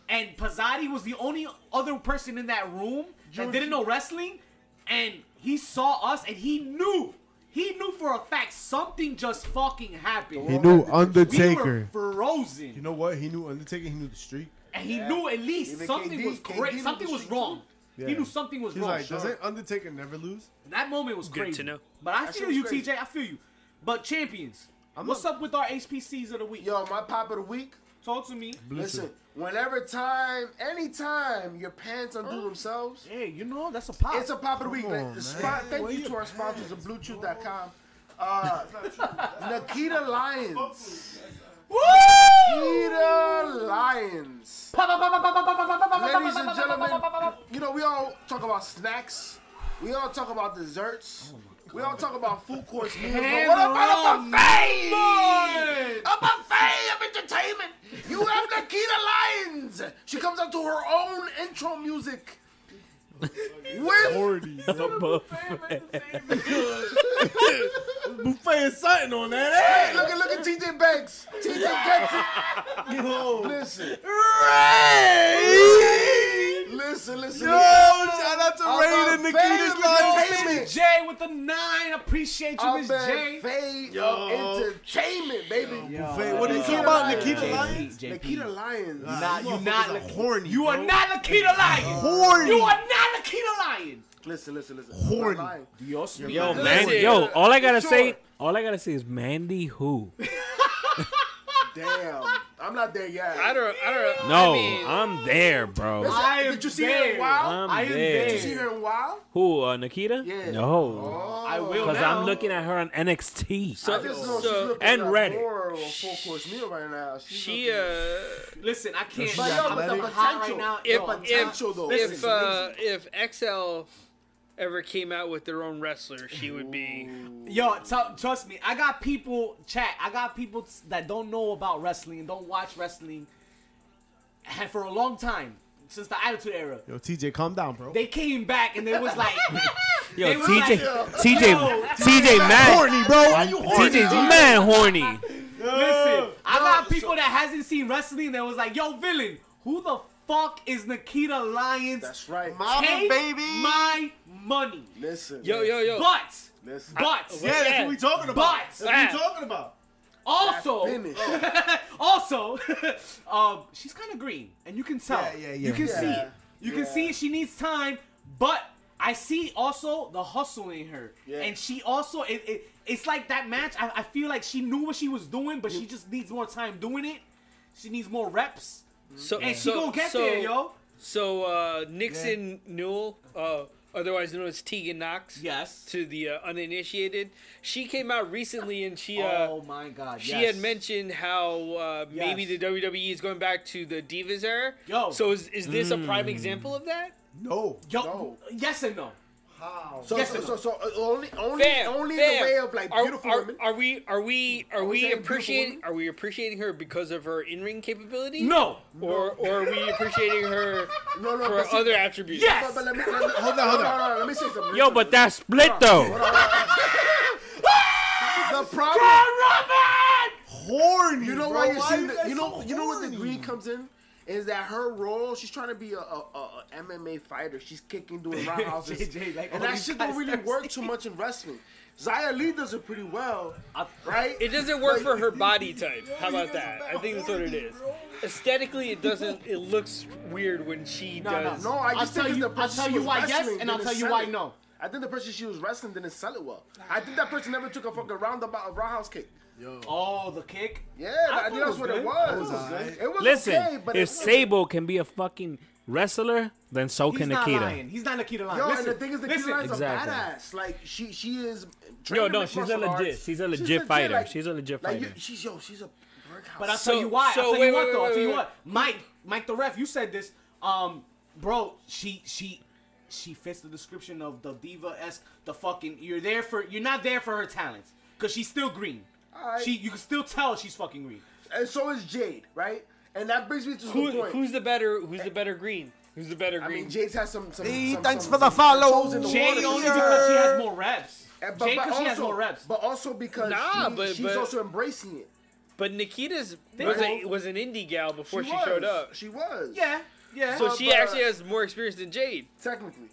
Speaker 2: and Pizzati was the only other person in that room that didn't know wrestling, and he saw us and he knew. He knew for a fact something just fucking happened.
Speaker 7: He knew
Speaker 2: we
Speaker 7: Undertaker.
Speaker 2: were frozen,
Speaker 7: You know what? He knew Undertaker. He knew the streak.
Speaker 2: and he knew at least
Speaker 4: Even
Speaker 2: something
Speaker 4: KD
Speaker 2: was
Speaker 4: KD
Speaker 2: crazy.
Speaker 4: knew
Speaker 2: Something
Speaker 4: the
Speaker 2: was
Speaker 4: streak
Speaker 2: wrong. He
Speaker 7: Yeah.
Speaker 2: knew something was
Speaker 7: He's
Speaker 2: wrong.
Speaker 7: like,
Speaker 2: Sure.
Speaker 7: doesn't Undertaker never lose?
Speaker 2: That moment was
Speaker 6: Good
Speaker 2: crazy.
Speaker 6: to know.
Speaker 2: But I
Speaker 4: That shit
Speaker 2: feel
Speaker 4: was
Speaker 2: you,
Speaker 4: crazy.
Speaker 2: TJ. I feel you. But champions,
Speaker 7: I'm
Speaker 2: what's
Speaker 7: not-
Speaker 2: up with our HPCs of the week?
Speaker 4: Yo, my pop of the week.
Speaker 2: Talk to me.
Speaker 4: Listen, whenever time, anytime your pants undo themselves,
Speaker 2: Hey, you know that's a pop.
Speaker 4: it's a pop of the week.
Speaker 7: Come on,
Speaker 4: The spot-
Speaker 7: man.
Speaker 4: thank
Speaker 7: Where
Speaker 4: you
Speaker 7: your
Speaker 4: to our sponsors of BlueChew.com. Uh, Nikita Lyons.
Speaker 2: Woo!
Speaker 4: Nikita Lyons.
Speaker 2: Pop, pop, pop, pop, pop, pop, pop, pop, pop, pop,
Speaker 4: Ladies
Speaker 2: pop,
Speaker 4: and
Speaker 2: pop, pop, pop,
Speaker 4: gentlemen,
Speaker 2: pop, pop, pop, pop.
Speaker 4: you know, we all talk about snacks. We all talk about desserts. We all talk about food courts meals, but
Speaker 2: Hand
Speaker 4: what about a
Speaker 2: wrong,
Speaker 4: buffet? A buffet of entertainment. You have Nikita Lyons. She comes out to her own intro music. With
Speaker 7: Buffet is something on that. eh?
Speaker 4: hey, look at look at TJ Banks. TJ gets it.
Speaker 7: Yo,
Speaker 4: Listen,
Speaker 7: Ray!
Speaker 4: listen, listen.
Speaker 7: Yo, shout out to
Speaker 4: A
Speaker 7: Ray and
Speaker 4: buffet
Speaker 7: Nikita's
Speaker 4: of
Speaker 7: Lodge.
Speaker 4: entertainment.
Speaker 2: Jay with the nine. Appreciate you,
Speaker 4: A
Speaker 2: Miss Jay.
Speaker 4: buffet
Speaker 7: Yo.
Speaker 4: of entertainment, baby.
Speaker 7: Buffet. What are you talking
Speaker 4: Nikita
Speaker 7: about,
Speaker 4: Lyons.
Speaker 7: Nikita
Speaker 4: JP.
Speaker 7: Lyons?
Speaker 4: Nikita Lyons.
Speaker 2: Nah, you
Speaker 7: motherfuckers
Speaker 2: not
Speaker 7: are
Speaker 2: Nikita-
Speaker 7: horny.
Speaker 2: You are
Speaker 7: bro.
Speaker 2: not Lakita Lion.
Speaker 7: horny.
Speaker 2: You are not Lakita Lion.
Speaker 4: Listen, listen, listen.
Speaker 7: Horny.
Speaker 4: I'm not lying.
Speaker 2: Dios mío.
Speaker 8: Yo,
Speaker 6: Listen,
Speaker 8: Mandy. Yo, all I gotta
Speaker 4: sure.
Speaker 8: say, all I gotta say is Mandy who?
Speaker 4: Damn, I'm not there yet.
Speaker 6: I don't. I don't.
Speaker 8: No,
Speaker 6: I mean,
Speaker 8: I'm there, bro.
Speaker 2: I am
Speaker 4: Did you see her
Speaker 2: there.
Speaker 4: in Wow?
Speaker 8: I'm
Speaker 2: I am
Speaker 8: there.
Speaker 4: Did you see her in Wow?
Speaker 8: Who? Uh, Nikita?
Speaker 4: Yeah. Oh.
Speaker 8: No,
Speaker 7: Oh.
Speaker 2: I will
Speaker 8: because
Speaker 2: now.
Speaker 8: I'm looking at her on NXT.
Speaker 4: I
Speaker 6: so,
Speaker 4: just know she's
Speaker 6: so
Speaker 4: looking
Speaker 8: and
Speaker 4: like
Speaker 8: Reddit.
Speaker 4: more of a full course meal right now. She's
Speaker 6: she. Uh,
Speaker 4: looking-
Speaker 2: Listen, I can't.
Speaker 4: But yo, but the
Speaker 2: I'm hot right
Speaker 4: potential.
Speaker 2: now.
Speaker 6: if
Speaker 2: Yo, I'm
Speaker 6: if,
Speaker 4: potential, though.
Speaker 6: if
Speaker 4: Listen,
Speaker 6: uh if XL ever came out with their own wrestler, she would be.
Speaker 2: Yo, t- trust me. I got people chat. I got people t- that don't know about wrestling and don't watch wrestling ha- for a long time since the Attitude Era.
Speaker 7: Yo, TJ, calm down, bro.
Speaker 2: They came back and they was like,
Speaker 8: Yo,
Speaker 2: They were
Speaker 8: TJ,
Speaker 2: like,
Speaker 8: TJ, TJ, man,
Speaker 7: horny, bro. Why you horny?
Speaker 8: TJ's man horny.
Speaker 2: "Listen, I got people that hasn't seen wrestling that was like, yo, villain, who the fuck is Nikita Lyons?
Speaker 4: That's right.
Speaker 7: Mama,
Speaker 2: Take
Speaker 7: baby.
Speaker 2: my money."
Speaker 4: Listen.
Speaker 6: Yo, yo, yo.
Speaker 2: But,
Speaker 4: Listen.
Speaker 2: but,
Speaker 7: yeah, that's what we talking about.
Speaker 2: But-
Speaker 7: that's what we talking about.
Speaker 2: also,
Speaker 4: Finish.
Speaker 2: also, um, she's kind of green, and you can tell.
Speaker 7: Yeah, yeah, yeah.
Speaker 2: You can
Speaker 7: Yeah.
Speaker 2: see it. You can
Speaker 4: Yeah.
Speaker 2: see she needs time, but I see also the hustle in her,
Speaker 4: Yeah.
Speaker 2: and she also it, it it's like that match. I, I feel like she knew what she was doing, but she just needs more time doing it. She needs more reps,
Speaker 6: So
Speaker 2: and
Speaker 6: so,
Speaker 2: she gonna get
Speaker 6: so,
Speaker 2: there, yo.
Speaker 6: So uh, Nixon Newell, uh, otherwise known as Tegan Knox,
Speaker 2: Yes.
Speaker 6: to the uh, uninitiated, she came out recently and she. Uh,
Speaker 2: oh my God.
Speaker 6: She
Speaker 2: yes.
Speaker 6: had mentioned how uh, maybe the
Speaker 2: Yes.
Speaker 6: WWE is going back to the Divas era.
Speaker 2: Yo.
Speaker 6: So is, is this a prime example of that?
Speaker 7: No.
Speaker 2: Yo,
Speaker 4: No.
Speaker 2: yes and no.
Speaker 4: So,
Speaker 2: Yes,
Speaker 4: so,
Speaker 2: sir.
Speaker 4: so, so uh, only, only,
Speaker 6: Fam,
Speaker 4: only in
Speaker 6: fam,
Speaker 4: the way of like
Speaker 6: are,
Speaker 4: beautiful
Speaker 6: are,
Speaker 4: women.
Speaker 6: Are we are we are
Speaker 4: saying
Speaker 6: we
Speaker 4: beautiful
Speaker 6: appreciating
Speaker 4: women?
Speaker 6: are we appreciating her because of her in ring capability?
Speaker 2: No.
Speaker 6: Or or are we appreciating her
Speaker 4: no, no,
Speaker 6: for
Speaker 4: but see-
Speaker 6: other attributes?
Speaker 2: Yes.
Speaker 4: But, but let me, let me, hold
Speaker 7: on, hold on.
Speaker 4: Let me say something.
Speaker 8: Yo, but that split though.
Speaker 4: the problem.
Speaker 7: Horny.
Speaker 4: You know
Speaker 7: bro.
Speaker 4: why you're seeing
Speaker 7: you
Speaker 4: the,
Speaker 7: guys
Speaker 4: you know
Speaker 7: so
Speaker 4: you know what the
Speaker 7: horny?
Speaker 4: green comes in is that her role she's trying to be a, a, a, a MMA fighter. She's kicking doing roundhouses,
Speaker 2: JJ, like,
Speaker 4: and
Speaker 2: all
Speaker 4: that
Speaker 2: these
Speaker 4: shit don't
Speaker 2: guys
Speaker 4: really
Speaker 2: are
Speaker 4: work too much in wrestling. Zaya Lee does it pretty well, right?
Speaker 6: It doesn't work for her body type. How about that? I think that's what it is. Aesthetically, it doesn't. It looks weird when she does.
Speaker 4: no, I
Speaker 2: I'll
Speaker 4: just
Speaker 2: tell
Speaker 4: think it's
Speaker 2: you-
Speaker 4: the
Speaker 2: I'll
Speaker 4: person
Speaker 2: tell
Speaker 4: she
Speaker 2: you
Speaker 4: was
Speaker 2: why yes,
Speaker 4: wrestling
Speaker 2: and I'll
Speaker 4: didn't
Speaker 2: tell you
Speaker 4: sell
Speaker 2: why
Speaker 4: it.
Speaker 2: no.
Speaker 4: I think the person she was wrestling didn't sell it well. I think that person never took a fucking roundabout roundhouse kick.
Speaker 2: Oh, the kick.
Speaker 4: Yeah,
Speaker 2: I
Speaker 4: I,
Speaker 2: thought it
Speaker 4: think that's
Speaker 2: was
Speaker 4: what
Speaker 2: good.
Speaker 4: it was.
Speaker 7: was alright.
Speaker 4: It was okay,
Speaker 8: Listen,
Speaker 4: but
Speaker 8: if
Speaker 4: it wasn't-
Speaker 8: Sable can be a fucking wrestler, then so
Speaker 2: He's
Speaker 8: can
Speaker 2: not
Speaker 8: Nikita.
Speaker 2: lying. He's not Nikita Lion.
Speaker 4: Yo,
Speaker 2: listen,
Speaker 4: and the thing is, the
Speaker 2: listen,
Speaker 4: Key Lion's
Speaker 8: Exactly.
Speaker 4: a badass. Like she, she is.
Speaker 8: Yo,
Speaker 4: trained
Speaker 8: no,
Speaker 4: in
Speaker 8: she's a
Speaker 4: martial
Speaker 8: legit.
Speaker 4: arts.
Speaker 8: She's a legit fighter.
Speaker 4: like-
Speaker 8: she's a legit
Speaker 4: like,
Speaker 8: fighter.
Speaker 4: you- she's yo, she's a workhouse.
Speaker 2: But I'll
Speaker 6: So-
Speaker 2: tell you why.
Speaker 6: so
Speaker 2: I'll tell
Speaker 6: wait,
Speaker 2: you what
Speaker 6: wait,
Speaker 2: though. I'll
Speaker 6: wait,
Speaker 2: tell you
Speaker 6: wait,
Speaker 2: what. Mike, Mike the ref, you said this. Um, bro, she she she fits the description of the diva esque the fucking you're there for you're not there for her talents. Cause she's still green.
Speaker 4: Alright.
Speaker 2: She you can still tell she's fucking green.
Speaker 4: and so is Jade, right? And that brings me to
Speaker 6: Who,
Speaker 4: the point.
Speaker 6: who's the better? Who's the better green? Who's the better
Speaker 4: I
Speaker 6: green?
Speaker 4: mean, Jade's has some. some,
Speaker 7: Hey,
Speaker 4: some
Speaker 7: thanks
Speaker 4: some,
Speaker 7: for the
Speaker 4: some
Speaker 7: follow.
Speaker 4: toes in the
Speaker 2: Jay
Speaker 4: water.
Speaker 2: only
Speaker 7: sir.
Speaker 2: because she has more reps.
Speaker 4: And-
Speaker 2: Jay because she has more reps.
Speaker 4: But Eh, also because
Speaker 6: Nah,
Speaker 4: she-
Speaker 6: but-
Speaker 4: she's
Speaker 6: but-
Speaker 4: also embracing it.
Speaker 6: but Nikita's was, a,
Speaker 2: both-
Speaker 6: was an indie gal before she,
Speaker 4: was.
Speaker 6: showed up,
Speaker 4: She was.
Speaker 2: yeah, yeah.
Speaker 6: so
Speaker 4: but-
Speaker 6: she
Speaker 4: but- uh,
Speaker 6: actually has more experience than Jade.
Speaker 4: Technically,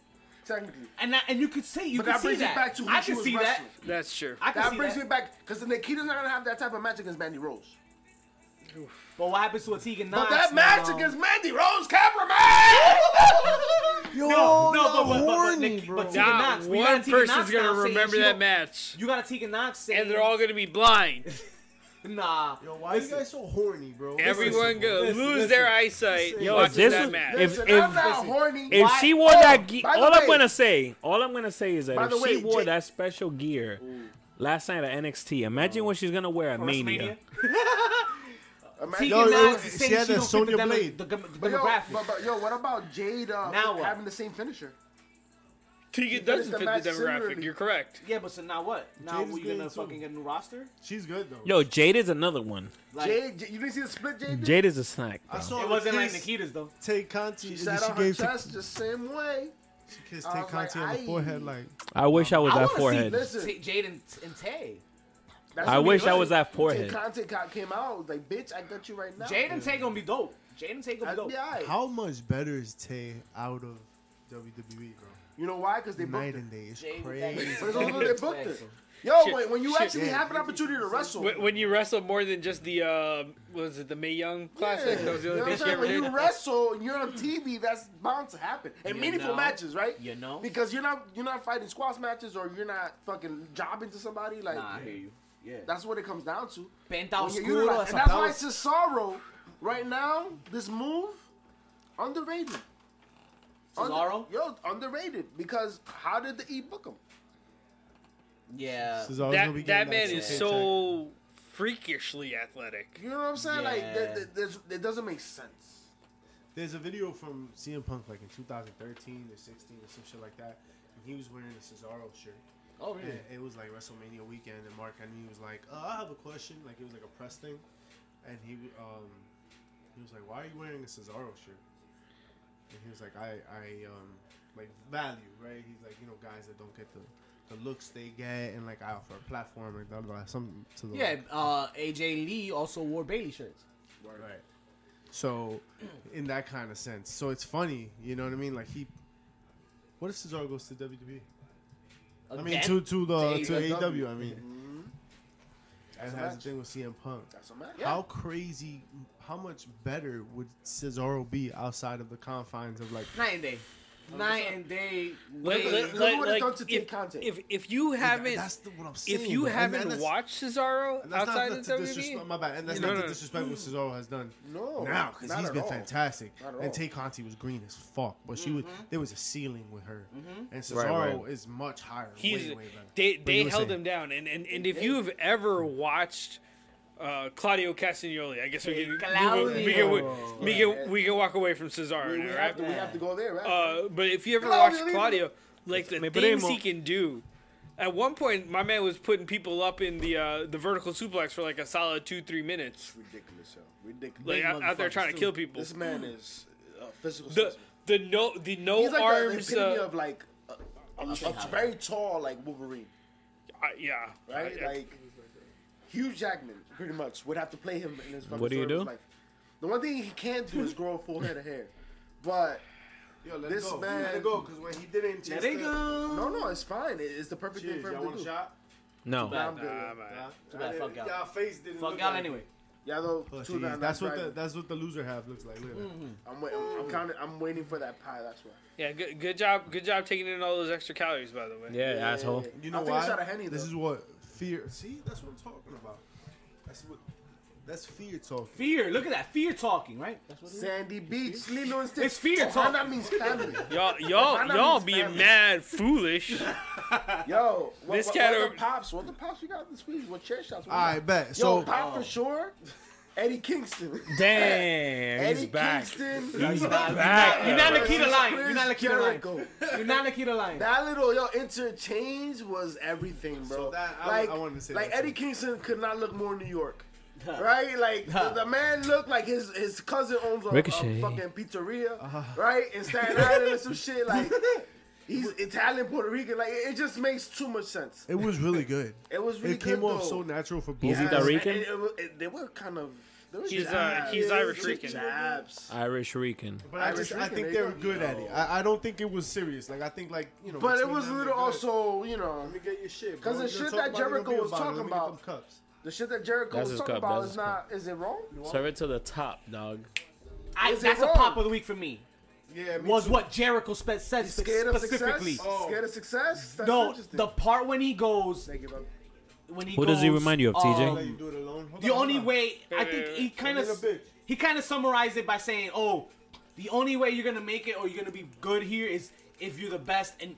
Speaker 4: technically.
Speaker 2: and that, and you could see you
Speaker 4: But
Speaker 2: could
Speaker 4: that
Speaker 2: see
Speaker 4: brings
Speaker 2: that.
Speaker 4: it back to who
Speaker 2: I
Speaker 4: she
Speaker 2: can
Speaker 4: was
Speaker 2: see that.
Speaker 4: wrestling.
Speaker 6: That's true.
Speaker 2: I can
Speaker 4: That
Speaker 2: see
Speaker 4: brings
Speaker 2: that.
Speaker 4: me back because Nikita's not gonna have that type of match against Mandy Rose.
Speaker 2: But what happens to a Tegan Knox?
Speaker 4: But that match
Speaker 2: now?
Speaker 4: against Mandy Rose, cameraman.
Speaker 7: Yo,
Speaker 2: No, no,
Speaker 7: y'all
Speaker 2: but, but, but, but,
Speaker 7: horny,
Speaker 2: Nikki-
Speaker 7: bro.
Speaker 2: but Tegan
Speaker 6: Not
Speaker 2: Knox, we got a
Speaker 6: one
Speaker 2: Tegan Knox
Speaker 6: person's gonna
Speaker 2: now saying
Speaker 6: remember
Speaker 2: she
Speaker 6: that
Speaker 2: don't-
Speaker 6: match,
Speaker 2: You got a Tegan Knox saying,
Speaker 6: and they're all gonna be blind.
Speaker 2: nah.
Speaker 7: Yo, why are you guys so horny, bro?
Speaker 6: Everyone gonna
Speaker 2: listen,
Speaker 6: lose
Speaker 2: listen.
Speaker 6: their eyesight
Speaker 8: Yo, if
Speaker 6: watching
Speaker 8: this
Speaker 6: that
Speaker 8: is-
Speaker 6: match.
Speaker 8: if-
Speaker 4: Listen,
Speaker 8: if-
Speaker 4: I'm not
Speaker 2: listen,
Speaker 4: horny.
Speaker 8: If
Speaker 2: Why-
Speaker 8: she wore
Speaker 4: Oh,
Speaker 8: that gear,
Speaker 4: by the
Speaker 8: all
Speaker 4: way-
Speaker 8: I'm gonna say, all I'm gonna say is that
Speaker 4: By
Speaker 8: if
Speaker 4: the
Speaker 8: she
Speaker 4: way,
Speaker 8: wore
Speaker 4: Jay-
Speaker 8: that special gear last night at NXT, imagine what she's gonna wear at Mania.
Speaker 2: WrestleMania.
Speaker 4: Imagine-
Speaker 2: Tegan
Speaker 7: Yo, yo,
Speaker 2: Knox is
Speaker 7: she
Speaker 2: saying
Speaker 7: had that
Speaker 2: don't fit
Speaker 7: Sonya
Speaker 2: the demo-
Speaker 7: Blade.
Speaker 2: The, gem- the
Speaker 4: But yo,
Speaker 2: demographic.
Speaker 4: but, but yo, what about Jade uh,
Speaker 2: Now what?
Speaker 4: having the same finisher?
Speaker 6: Tegan
Speaker 4: finished
Speaker 6: doesn't
Speaker 4: the
Speaker 6: fit
Speaker 4: match
Speaker 6: the demographic.
Speaker 4: similarly.
Speaker 6: You're correct.
Speaker 2: Yeah, but so now what? Now
Speaker 7: Jade is
Speaker 2: we're gonna
Speaker 7: good, too.
Speaker 2: fucking get a new roster.
Speaker 7: She's good though.
Speaker 8: Yo, Jade is another one.
Speaker 2: Like
Speaker 4: Jade, J- you didn't see the split, Jade? did?
Speaker 8: Jade is a snack.
Speaker 7: I
Speaker 8: bro.
Speaker 7: saw
Speaker 2: it wasn't like
Speaker 7: kiss
Speaker 2: Nikita's though.
Speaker 7: Take Conti.
Speaker 4: She
Speaker 7: and
Speaker 4: sat on
Speaker 7: she
Speaker 4: her
Speaker 7: gave to
Speaker 4: chest the same way.
Speaker 7: she kissed
Speaker 4: I
Speaker 7: Tay
Speaker 4: was like,
Speaker 7: Conti on the
Speaker 4: "Aye."
Speaker 7: forehead like
Speaker 8: I wish I was
Speaker 2: I
Speaker 8: that
Speaker 2: wanna see
Speaker 8: forehead.
Speaker 4: Listen,
Speaker 2: T- Jade and, and Tay.
Speaker 4: that's
Speaker 8: I
Speaker 4: what we
Speaker 8: wish I
Speaker 4: wanted.
Speaker 8: was that
Speaker 4: Tay
Speaker 8: forehead.
Speaker 4: Conte co- came out like, bitch, I got you right now.
Speaker 2: Jade and Tay gonna be dope. Jade and Tay gonna be
Speaker 4: I'd
Speaker 2: dope.
Speaker 4: be alright.
Speaker 7: how much better is Tay out of WWE, bro?
Speaker 4: You know why? Because they booked
Speaker 7: Night
Speaker 4: her.
Speaker 7: and day, it's
Speaker 2: Jade with that
Speaker 7: crazy.
Speaker 4: But it's also they booked her.
Speaker 2: Shit.
Speaker 4: Yo,
Speaker 6: Shit.
Speaker 4: when, when you
Speaker 6: Shit.
Speaker 4: actually
Speaker 7: Yeah.
Speaker 4: have an opportunity to wrestle,
Speaker 6: When, when you wrestle more than just the uh, what was it the May Young Classic?
Speaker 4: Yeah.
Speaker 6: That was the
Speaker 4: You know what
Speaker 6: only
Speaker 4: I'm
Speaker 6: thing she
Speaker 4: saying?
Speaker 6: ever
Speaker 4: When you
Speaker 6: did.
Speaker 4: wrestle and you're on TV, that's bound to happen. And
Speaker 2: You
Speaker 4: meaningful
Speaker 2: know.
Speaker 4: matches, right?
Speaker 2: You know?
Speaker 4: Because you're not you're not fighting squash matches or you're not fucking jobbing to somebody. Like
Speaker 2: Nah, I hear you. Yeah.
Speaker 4: that's what it comes down to.
Speaker 2: Penta
Speaker 4: When you're
Speaker 2: Oscuro
Speaker 4: utilized-
Speaker 2: or
Speaker 4: and that's
Speaker 2: something.
Speaker 4: why Cesaro, right now, this move, underrated. Under-
Speaker 2: Cesaro?
Speaker 4: yo, underrated. Because how did the E book him?
Speaker 2: Yeah.
Speaker 7: This is always gonna be
Speaker 6: That
Speaker 7: getting
Speaker 6: that man
Speaker 7: same
Speaker 6: is
Speaker 7: paycheck.
Speaker 6: so freakishly athletic.
Speaker 4: You know what I'm saying? Like,
Speaker 2: Yeah.
Speaker 4: th- th- there's- it doesn't make sense.
Speaker 7: There's a video from CM Punk like in 2013 or 16 or some shit like that, and he was wearing a Cesaro shirt.
Speaker 2: Oh
Speaker 7: And it was like WrestleMania weekend, and Mark and he was like, uh, "I have a question." Like it was like a press thing, and he um he was like, "Why are you wearing a Cesaro shirt?" And he was like, "I I um like value right." He's like, "You know, guys that don't get the." The looks they get, and like I offer a platform, and blah blah, blah something to the
Speaker 2: Yeah. Uh, AJ Lee also wore Bailey shirts.
Speaker 7: Right. So, in that kind of sense, so it's funny, you know what I mean? Like he, what if Cesaro goes to E? WWE? I mean,
Speaker 2: Again?
Speaker 7: to to the
Speaker 2: To
Speaker 7: to
Speaker 4: AEW.
Speaker 7: AEW. I mean, and
Speaker 4: That's a
Speaker 7: Mm-hmm. that's
Speaker 4: match.
Speaker 7: the thing with CM Punk.
Speaker 4: That's a match.
Speaker 7: How crazy, how much better would Cesaro be outside of the confines of like?
Speaker 2: Night and day.
Speaker 4: Oh,
Speaker 2: Night and day.
Speaker 6: Like,
Speaker 2: way-
Speaker 6: like-
Speaker 4: look at
Speaker 6: like-
Speaker 4: what it's
Speaker 6: like,
Speaker 4: done to Team
Speaker 6: if,
Speaker 4: Conte.
Speaker 6: if if you haven't
Speaker 7: That's the, what I'm saying.
Speaker 6: if you
Speaker 7: bro. And- and
Speaker 6: haven't
Speaker 7: that's-
Speaker 6: watched Cesaro
Speaker 7: and that's
Speaker 6: outside
Speaker 7: not
Speaker 6: of
Speaker 7: to
Speaker 6: WWE,
Speaker 7: disrespect, my bad, and that's
Speaker 6: No,
Speaker 7: not
Speaker 6: no,
Speaker 7: to
Speaker 6: no.
Speaker 7: disrespect what Cesaro has done.
Speaker 4: No,
Speaker 7: now because
Speaker 4: not
Speaker 7: he's
Speaker 4: at
Speaker 7: been
Speaker 4: all.
Speaker 7: fantastic.
Speaker 4: Not at all.
Speaker 7: And Tay Conti was green as fuck, but she was there was a ceiling with her. And Cesaro is much higher.
Speaker 6: he's
Speaker 7: way, way better.
Speaker 6: they
Speaker 7: But you
Speaker 6: they
Speaker 7: were
Speaker 6: held
Speaker 7: saying-
Speaker 6: him down. And and, and if you've ever watched uh, Claudio Castagnoli, I guess we can we can, we can, we can, we can, we can walk away from Cesaro,
Speaker 4: We, we
Speaker 6: now,
Speaker 4: have
Speaker 6: right?
Speaker 4: to, we have to go there, right?
Speaker 6: Uh, but if you ever
Speaker 4: Claudio,
Speaker 6: watched
Speaker 4: leave
Speaker 6: Claudio, like the
Speaker 8: Mi
Speaker 6: things
Speaker 8: primo.
Speaker 6: he can do. At one point, my man was putting people up in the uh, the vertical suplex for like a solid two three minutes,
Speaker 4: ridiculous, yo. Ridiculous.
Speaker 6: like out, out there trying to kill people.
Speaker 4: This man is a physical
Speaker 6: The
Speaker 4: specimen.
Speaker 6: the no the no
Speaker 4: He's like
Speaker 6: arms.
Speaker 4: the epitome
Speaker 6: uh,
Speaker 4: of like a, a, a very tall like Wolverine,
Speaker 6: I- yeah,
Speaker 4: right?
Speaker 6: I- I-
Speaker 4: Like Hugh Jackman, pretty much would have to play him in his. fucking
Speaker 8: What do you
Speaker 4: story of
Speaker 8: do?
Speaker 4: his Life. The one thing he can't do is grow a full head of hair, but
Speaker 7: Yo, let
Speaker 4: This
Speaker 7: it go.
Speaker 4: man-
Speaker 7: let it go because when he didn't,
Speaker 2: There
Speaker 7: chase
Speaker 2: they
Speaker 7: the-
Speaker 2: go.
Speaker 4: no, no, it's fine. It- It's the perfect thing
Speaker 7: Cheers,
Speaker 4: for
Speaker 7: y'all
Speaker 4: him
Speaker 7: want
Speaker 4: to
Speaker 7: a
Speaker 4: do.
Speaker 7: shot?
Speaker 8: No.
Speaker 4: Nah, I'm good.
Speaker 6: Nah, man.
Speaker 7: Nah.
Speaker 2: Too bad,
Speaker 7: I
Speaker 2: fuck
Speaker 7: didn't-
Speaker 2: y'all.
Speaker 7: y'all face didn't
Speaker 2: Fuck
Speaker 7: look
Speaker 2: y'all
Speaker 7: like
Speaker 2: anyway.
Speaker 4: Yeah, though.
Speaker 7: Pussies.
Speaker 4: two of them,
Speaker 7: Oh, That's what
Speaker 4: right.
Speaker 7: the that's what the loser half looks like. Look at that.
Speaker 4: I'm, wait, I'm, I'm counting. I'm waiting for that pie. That's why.
Speaker 6: Yeah, good, good job. Good job taking in all those extra calories, by the way.
Speaker 8: Yeah, asshole.
Speaker 7: You know
Speaker 4: I'll take a
Speaker 7: why?
Speaker 4: shot of Henny,
Speaker 7: this
Speaker 4: though.
Speaker 7: is what fear. See, that's what I'm talking about. That's what. That's fear talking.
Speaker 2: Fear. Look at that. Fear talking. Right. That's what it is.
Speaker 4: Sandy Beach, Lilo and Stitch.
Speaker 2: It's fear
Speaker 4: Why
Speaker 2: talk.
Speaker 4: that means family.
Speaker 6: Y'all, y'all,
Speaker 4: Why not
Speaker 6: y'all
Speaker 4: these
Speaker 6: being
Speaker 4: families?
Speaker 6: mad foolish.
Speaker 4: Yo, what,
Speaker 6: This
Speaker 4: what,
Speaker 6: cat
Speaker 4: what
Speaker 6: over-
Speaker 4: the pops? What the pops we got this week? What chair shots? we
Speaker 7: All right,
Speaker 4: got?
Speaker 7: bet.
Speaker 4: Yo,
Speaker 7: So
Speaker 4: pop for sure. Eddie Kingston.
Speaker 8: Oh. Damn,
Speaker 4: Eddie
Speaker 8: he's back.
Speaker 4: Kingston.
Speaker 8: He's
Speaker 2: Nah,
Speaker 8: back.
Speaker 2: You're not
Speaker 4: versus
Speaker 2: Nikita Lion. You're
Speaker 4: Chris
Speaker 2: not Nikita Lion.
Speaker 4: Jericho.
Speaker 2: You're not Nikita Lion.
Speaker 4: That little yo interchange was everything, bro.
Speaker 7: So that- I-
Speaker 4: like
Speaker 7: I wanted to say
Speaker 4: like
Speaker 7: that
Speaker 4: Eddie Kingston could not look more New York. Right, like the, the man looked like his his cousin owns a, a
Speaker 8: Ricochet. Uh-huh.
Speaker 4: fucking pizzeria, right in Staten Island or some shit. Like he's Italian, Puerto Rican. Like it it just makes too much sense.
Speaker 7: it was really good.
Speaker 4: It was really
Speaker 7: it came
Speaker 4: good,
Speaker 7: off
Speaker 4: though.
Speaker 7: so natural for both.
Speaker 8: Is he
Speaker 7: of
Speaker 8: Puerto
Speaker 7: us.
Speaker 8: Rican?
Speaker 4: And it wa- it- they were kind of. they were
Speaker 6: He's, uh,
Speaker 4: jabs.
Speaker 6: he's Irish
Speaker 4: They were
Speaker 6: Rican.
Speaker 4: jabs.
Speaker 8: Irish Rican.
Speaker 7: But I
Speaker 4: Irish
Speaker 7: just I
Speaker 4: Rican,
Speaker 7: think
Speaker 4: there
Speaker 7: they
Speaker 4: you
Speaker 7: were
Speaker 4: go.
Speaker 7: good at it. I, I don't think it was serious. Like I think like you know.
Speaker 4: But it
Speaker 7: between
Speaker 4: was a
Speaker 7: them,
Speaker 4: little
Speaker 7: they're good.
Speaker 4: also, you know,
Speaker 7: Let me get your shit.
Speaker 4: 'Cause
Speaker 7: bro.
Speaker 4: the
Speaker 7: You're
Speaker 4: shit that
Speaker 7: gonna talk about it,
Speaker 4: Jericho was
Speaker 7: let me
Speaker 4: talking
Speaker 7: get them
Speaker 4: about-
Speaker 7: cups.
Speaker 4: the shit that Jericho
Speaker 8: That's
Speaker 4: was
Speaker 8: his
Speaker 4: talking
Speaker 8: cup,
Speaker 4: about
Speaker 8: that's
Speaker 4: is
Speaker 8: his
Speaker 4: not. Is it wrong?
Speaker 8: Serve it to the top, dog.
Speaker 2: I,
Speaker 4: Is it
Speaker 2: that's a
Speaker 4: wrong?
Speaker 2: pop of the week for me.
Speaker 7: Yeah, me
Speaker 2: Was
Speaker 7: too.
Speaker 2: what Jericho spe- said spe-
Speaker 4: Scared of
Speaker 2: specifically.
Speaker 4: success? Oh. Scared of success? That's
Speaker 2: No,
Speaker 4: interesting.
Speaker 2: the part when he goes,
Speaker 4: Thank you, brother.
Speaker 2: when he
Speaker 8: Who does he
Speaker 2: goes,
Speaker 8: remind you of, TJ?
Speaker 7: Let you
Speaker 2: um,
Speaker 7: do it alone. Hold
Speaker 2: the
Speaker 7: on, hold
Speaker 2: only
Speaker 7: on.
Speaker 2: way I
Speaker 6: wait,
Speaker 2: think
Speaker 6: wait.
Speaker 2: he kind
Speaker 7: Don't be a
Speaker 2: of
Speaker 7: bitch.
Speaker 2: he kind of summarized it by saying, "Oh, the only way you're gonna make it or you're gonna be good here is if you're the best, and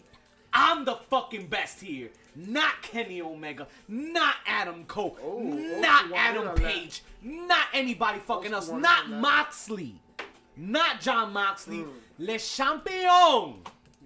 Speaker 2: I'm the fucking best here. Not Kenny Omega, not Adam Cole,
Speaker 4: Oh,
Speaker 2: not
Speaker 4: Old school
Speaker 2: Adam
Speaker 4: Juanita
Speaker 2: Page, not anybody fucking
Speaker 4: school
Speaker 2: else,
Speaker 4: Juanita
Speaker 2: not
Speaker 4: left. Hmm.
Speaker 2: Moxley, not John Moxley, Le Champion."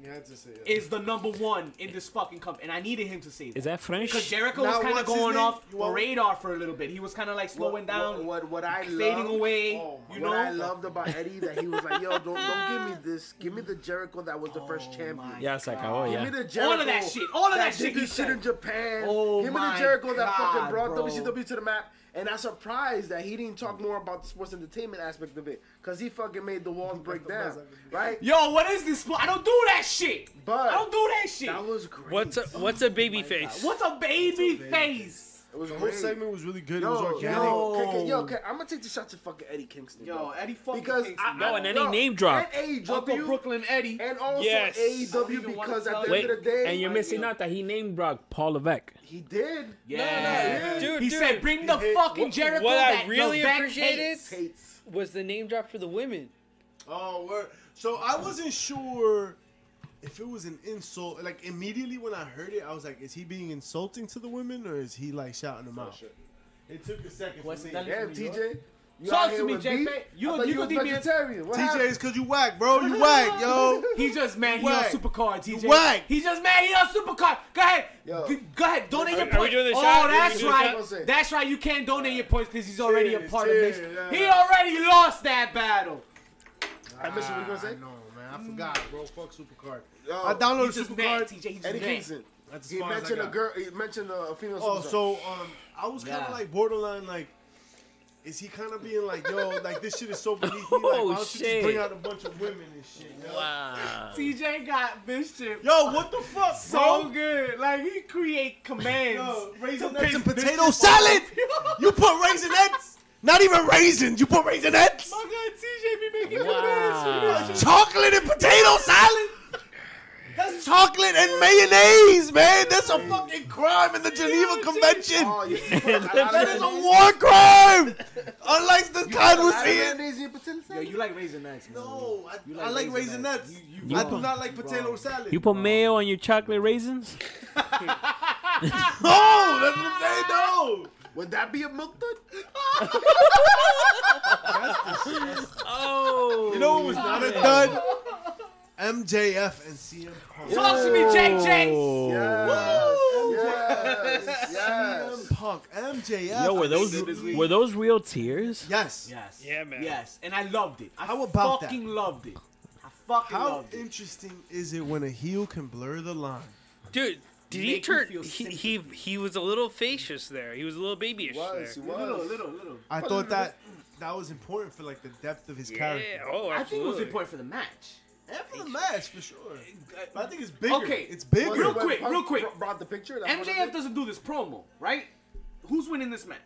Speaker 7: Yeah, had to say it.
Speaker 2: is the number one in this fucking company, and I needed him to say that.
Speaker 8: Is that French?
Speaker 2: Because Jericho
Speaker 4: Now,
Speaker 2: was kind of
Speaker 4: what's his
Speaker 2: going
Speaker 4: name?
Speaker 2: off
Speaker 4: You
Speaker 2: the
Speaker 4: want-
Speaker 2: radar for a little bit. He was kind of like slowing
Speaker 4: what,
Speaker 2: down,
Speaker 4: What, what, I
Speaker 2: fading
Speaker 4: love-
Speaker 2: away.
Speaker 7: Oh my
Speaker 2: you
Speaker 4: what
Speaker 2: know,
Speaker 4: I loved about Eddie that he was like, yo, don't, don't give me this. Give me the Jericho that was the first champion.
Speaker 8: yeah, it's like, oh,
Speaker 4: Give
Speaker 8: yeah.
Speaker 4: me the Jericho.
Speaker 2: All of that shit, all of that shit
Speaker 4: Did
Speaker 2: he
Speaker 4: this shit
Speaker 2: said.
Speaker 4: in Japan.
Speaker 2: Oh
Speaker 4: Give me the
Speaker 2: my
Speaker 4: Jericho that fucking
Speaker 2: God,
Speaker 4: brought
Speaker 2: bro.
Speaker 4: WCW to the map. And I'm surprised that he didn't talk more about the sports entertainment aspect of it, cause he fucking made the walls break down, right?
Speaker 2: yo, what is this? I don't do that shit.
Speaker 4: But-
Speaker 2: I don't do that shit.
Speaker 4: That was great.
Speaker 6: What's a what's a baby face?
Speaker 2: What's a baby face?
Speaker 4: It was
Speaker 7: The
Speaker 4: a
Speaker 7: whole
Speaker 4: great.
Speaker 7: segment was really good. it was
Speaker 4: Yo,
Speaker 7: organic.
Speaker 4: yo, yo, yo, okay, I'm gonna take the shot to fucking Eddie Kingston.
Speaker 2: Yo,
Speaker 4: bro.
Speaker 2: Eddie fucking
Speaker 4: because
Speaker 2: Kingston,
Speaker 4: I,
Speaker 2: bro.
Speaker 8: No, and then he name dropped.
Speaker 4: And
Speaker 2: Uncle
Speaker 4: AEW
Speaker 2: Brooklyn Eddie.
Speaker 4: and also
Speaker 6: Yes.
Speaker 2: I don't
Speaker 4: AEW
Speaker 2: even wanna
Speaker 4: because
Speaker 2: tell
Speaker 4: at the
Speaker 2: you.
Speaker 8: Wait,
Speaker 4: end of the day,
Speaker 8: and you're missing out that he named Brock Paul Levesque.
Speaker 4: He did.
Speaker 2: yeah.
Speaker 6: No, no, dude,
Speaker 2: he
Speaker 6: dude.
Speaker 2: said, "Bring the fucking Jericho
Speaker 6: what I
Speaker 2: that
Speaker 6: really
Speaker 2: Levesque
Speaker 6: appreciated-
Speaker 2: hates."
Speaker 4: Hates.
Speaker 6: Was the name drop for the women?
Speaker 7: Oh, word. So I wasn't sure if it was an insult. Like immediately when I heard it, I was like, "Is he being insulting to the women, or is he like shouting them out?" It took a second for
Speaker 2: What's
Speaker 7: me.
Speaker 2: it done?
Speaker 4: Damn, TJ. You
Speaker 2: Talk
Speaker 4: out
Speaker 2: to
Speaker 4: here
Speaker 2: me,
Speaker 4: with
Speaker 2: JP.
Speaker 4: beef?
Speaker 2: You-
Speaker 4: I
Speaker 2: you
Speaker 4: thought you
Speaker 2: gonna
Speaker 4: was
Speaker 2: leave me a-
Speaker 4: vegetarian. What
Speaker 7: TJ,
Speaker 4: happened?
Speaker 7: it's cause you whack, bro. You whack, yo.
Speaker 2: He just mad he on
Speaker 7: Whack.
Speaker 2: supercard, TJ.
Speaker 7: whack.
Speaker 2: He just mad he on supercard. Go ahead.
Speaker 4: Yo.
Speaker 2: G- Go ahead. Donate your
Speaker 6: we
Speaker 2: points.
Speaker 6: doing the
Speaker 2: oh,
Speaker 6: shot? Are we
Speaker 2: that's
Speaker 6: doing the
Speaker 2: right.
Speaker 4: shot?
Speaker 2: That's right. You can't donate your points because he's already a
Speaker 7: Cheers,
Speaker 2: part of
Speaker 7: cheers,
Speaker 2: this.
Speaker 7: yeah.
Speaker 2: He already lost that battle.
Speaker 4: I missed what you were gonna
Speaker 7: I
Speaker 4: say.
Speaker 7: know, man. I forgot, bro. Fuck Supercard.
Speaker 4: Yo,
Speaker 7: I
Speaker 2: He
Speaker 7: downloaded
Speaker 2: just mad, TJ.
Speaker 7: Supercard.
Speaker 2: He just
Speaker 4: Eddie
Speaker 2: mad.
Speaker 4: Kingston.
Speaker 7: That's as
Speaker 4: He
Speaker 7: far as I
Speaker 4: mentioned a
Speaker 7: got.
Speaker 4: girl. He mentioned a female.
Speaker 7: Oh,
Speaker 4: superstar.
Speaker 7: so um, I was kind of
Speaker 2: Yeah.
Speaker 7: like borderline, like, is he kind of being like, yo, like this shit is so beneath me? Like,
Speaker 8: Oh,
Speaker 7: why don't you
Speaker 8: shit.
Speaker 7: just bring out a bunch of women and shit? Yo,
Speaker 8: Wow.
Speaker 2: TJ got this shit
Speaker 7: yo what the fuck,
Speaker 2: so
Speaker 7: bro?
Speaker 2: good. Like he create commands.
Speaker 7: Yo,
Speaker 2: to
Speaker 7: raisin
Speaker 2: piss
Speaker 7: and
Speaker 2: this
Speaker 7: potato
Speaker 2: shit
Speaker 7: salad.
Speaker 2: off.
Speaker 7: you put raisinets? Not even raisins. You put raisinets?
Speaker 2: My God, TJ be making
Speaker 8: Wow.
Speaker 2: commands.
Speaker 7: Chocolate and potato salad.
Speaker 2: That's
Speaker 7: Chocolate and mayonnaise, man. That's a fucking crime in the Geneva Convention.
Speaker 4: Oh, you, you put a lot of
Speaker 7: That is a
Speaker 4: mayonnaise-
Speaker 7: war crime. Unlike the
Speaker 4: you
Speaker 7: kind
Speaker 4: put a
Speaker 7: we're
Speaker 4: lot of
Speaker 7: seeing.
Speaker 4: mayonnaise in your potato
Speaker 2: Yo,
Speaker 4: salad?
Speaker 2: you like raisin nuts? man.
Speaker 7: No, I,
Speaker 2: You
Speaker 7: I like raisin nuts.
Speaker 2: You,
Speaker 7: I
Speaker 2: wrong.
Speaker 7: do not like
Speaker 2: You
Speaker 7: potato
Speaker 2: wrong.
Speaker 7: salad.
Speaker 8: You put mayo on your chocolate raisins?
Speaker 7: no, that's what I'm saying. No,
Speaker 4: Would that be a milk dud?
Speaker 8: Oh.
Speaker 7: you know what was not a dud? MJF and CM Punk.
Speaker 2: Talk to me, JJ.
Speaker 4: Yes. Yes. Yes.
Speaker 7: CM Punk, MJF.
Speaker 8: Yo, were those
Speaker 2: this week.
Speaker 8: were those real tears?
Speaker 7: Yes.
Speaker 2: Yes.
Speaker 6: Yeah, man.
Speaker 2: Yes, and I loved it. I
Speaker 7: How about that?
Speaker 2: fucking loved it. I fucking
Speaker 7: How
Speaker 2: loved it.
Speaker 7: interesting is it when a heel can blur the line?
Speaker 6: Dude, did
Speaker 2: Make
Speaker 6: he
Speaker 2: me
Speaker 6: turn?
Speaker 2: feel
Speaker 6: He,
Speaker 2: sympathy.
Speaker 6: he he was a little facious there. He was a little babyish
Speaker 4: Was, he
Speaker 6: there.
Speaker 2: Little,
Speaker 4: was.
Speaker 2: little, little.
Speaker 7: I thought that that was important for like the depth of his
Speaker 6: Yeah.
Speaker 7: character.
Speaker 6: Oh, absolutely.
Speaker 2: I think it was important for the match.
Speaker 7: And for the match, for sure. But I think it's bigger.
Speaker 2: Okay.
Speaker 7: It's bigger.
Speaker 2: Real quick,
Speaker 4: Punk
Speaker 2: real quick.
Speaker 4: br- Brought the picture. That's what it
Speaker 2: MJF
Speaker 4: is?
Speaker 2: doesn't do this promo, right? Who's winning this match?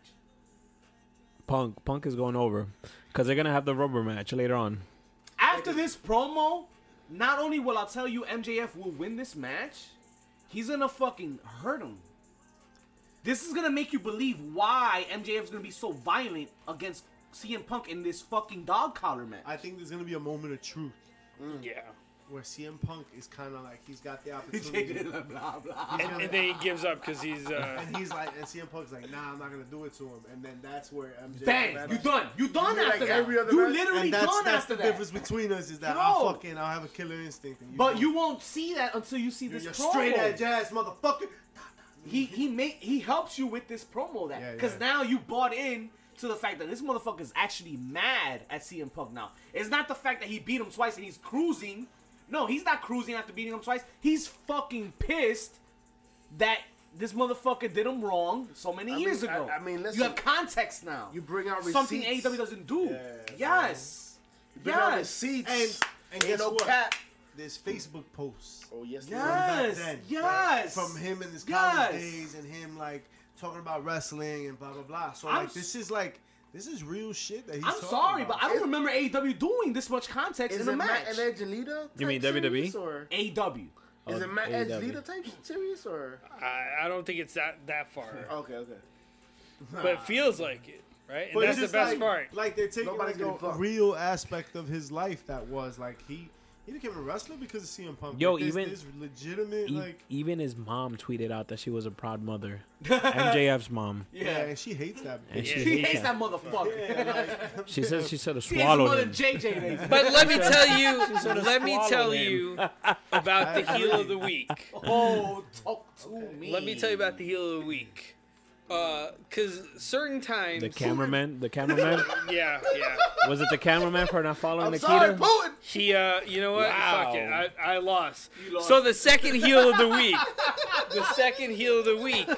Speaker 8: Punk. Punk is going over. Because they're going to have the rubber match later on.
Speaker 2: After this promo, not only will I tell you MJF will win this match, he's gonna fucking hurt him. This is gonna make you believe why MJF is gonna be so violent against CM Punk in this fucking dog collar match.
Speaker 7: I think there's gonna be a moment of truth
Speaker 6: Yeah.
Speaker 7: where CM Punk is kind of like he's got the opportunity,
Speaker 2: blah blah blah.
Speaker 6: And, and then he gives up because he's. Uh,
Speaker 7: and he's like, and CM Punk's like, nah, I'm not gonna do it to him, and then that's where MJ.
Speaker 2: Bang! You done. You done
Speaker 4: You like
Speaker 2: after that.
Speaker 4: every other
Speaker 2: You
Speaker 4: match?
Speaker 2: literally
Speaker 7: And that's,
Speaker 2: done
Speaker 7: that's
Speaker 2: after
Speaker 7: the
Speaker 2: that.
Speaker 7: difference between us is that
Speaker 2: No.
Speaker 7: I'll fucking I'll have a killer instinct. And you
Speaker 2: But
Speaker 7: don't.
Speaker 2: you won't see that until you see
Speaker 7: you're,
Speaker 2: this
Speaker 7: you're
Speaker 2: promo.
Speaker 7: straight edge ass motherfucker.
Speaker 2: He he make he helps you with this promo
Speaker 7: Yeah,
Speaker 2: that
Speaker 7: yeah.
Speaker 2: because now you bought in to the fact that this motherfucker is actually mad at CM Punk now. It's not the fact that he beat him twice and he's cruising. No, he's not cruising after beating him twice. He's fucking pissed that this motherfucker did him wrong so many
Speaker 4: mean,
Speaker 2: years
Speaker 4: I-
Speaker 2: ago.
Speaker 4: I mean,
Speaker 2: you
Speaker 4: listen.
Speaker 2: have context now.
Speaker 4: You bring out
Speaker 2: something
Speaker 4: receipts.
Speaker 2: AEW doesn't do. yes.
Speaker 4: Bring out
Speaker 2: Yes.
Speaker 4: receipts.
Speaker 7: And and
Speaker 4: Ain't
Speaker 7: guess
Speaker 4: no
Speaker 7: what?
Speaker 4: cap.
Speaker 7: There's Facebook posts.
Speaker 4: Oh yes.
Speaker 2: Yeah.
Speaker 7: from back
Speaker 2: Yes,
Speaker 7: then,
Speaker 2: yes,
Speaker 7: from him in his college
Speaker 2: yes.
Speaker 7: days and him like talking about wrestling and blah blah blah. So
Speaker 2: I'm
Speaker 7: like
Speaker 2: s-
Speaker 7: this is like this is real shit that he's.
Speaker 2: I'm
Speaker 7: talking
Speaker 2: sorry,
Speaker 7: about.
Speaker 2: but I don't remember AEW doing this much context
Speaker 4: Is
Speaker 2: in a
Speaker 4: it Matt
Speaker 2: match. E
Speaker 4: and Edge and Lita?
Speaker 8: You mean
Speaker 4: type
Speaker 8: WWE?
Speaker 4: series, Or
Speaker 2: AEW.
Speaker 4: is
Speaker 8: Oh,
Speaker 4: it Matt Edge
Speaker 8: AEW.
Speaker 4: Lita type series or?
Speaker 6: I, I don't think it's that that far,
Speaker 4: Okay, okay.
Speaker 6: but it feels like it, right? And
Speaker 7: But
Speaker 6: that's the
Speaker 7: it's
Speaker 6: best
Speaker 7: like,
Speaker 6: part.
Speaker 7: Like they're taking
Speaker 4: Nobody's
Speaker 7: like,
Speaker 4: gonna
Speaker 7: a
Speaker 4: fuck.
Speaker 7: real aspect of his life that was like he He became a wrestler because of CM Punk.
Speaker 8: Yo,
Speaker 7: Like, there's-
Speaker 8: even-
Speaker 7: there's legitimate
Speaker 8: E-
Speaker 7: like
Speaker 8: even his mom tweeted out that she was a proud mother. MJF's mom.
Speaker 7: yeah, and she hates that.
Speaker 8: And
Speaker 7: bitch.
Speaker 8: she,
Speaker 2: He
Speaker 8: hates
Speaker 2: hates
Speaker 8: that.
Speaker 2: that motherfucker.
Speaker 8: she said she should have
Speaker 2: He hates more
Speaker 8: swallowed
Speaker 2: than
Speaker 8: him.
Speaker 2: JJ. than him.
Speaker 6: But let me tell you,
Speaker 8: sorta
Speaker 6: let me
Speaker 8: swallowed
Speaker 6: tell
Speaker 8: him.
Speaker 6: you about the heel of the week.
Speaker 2: Oh, talk to me.
Speaker 6: Let me tell you about the heel of the week. Because certain times.
Speaker 8: The cameraman, the cameraman,
Speaker 6: Yeah, yeah.
Speaker 8: was it the cameraman for not following
Speaker 4: I'm
Speaker 8: Nikita?
Speaker 4: sorry, Putin.
Speaker 6: He, uh, you know what? Fuck it.
Speaker 8: Wow.
Speaker 6: I, I lost. So the second heel of the week. the second heel of the week.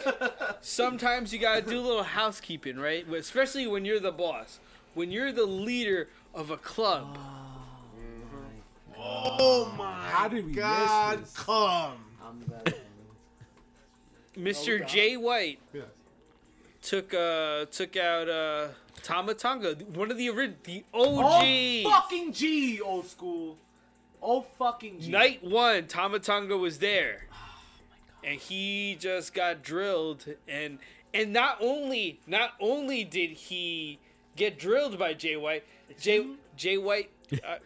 Speaker 6: Sometimes you gotta do a little housekeeping, right? Especially when you're the boss, when you're the leader of a club.
Speaker 7: oh my
Speaker 2: How did we
Speaker 7: God,
Speaker 2: miss this?
Speaker 7: come.
Speaker 4: I'm glad.
Speaker 6: Mr. Jay White
Speaker 7: Yeah.
Speaker 6: took uh took out uh Tama Tonga, one of the original, the
Speaker 2: Oh,
Speaker 6: OG.
Speaker 2: fucking G, old school. Oh, fucking G.
Speaker 6: Night one, Tamatonga was there,
Speaker 4: Oh
Speaker 6: and he just got drilled. And and not only not only did he get drilled by Jay White, Jay Jay White, uh,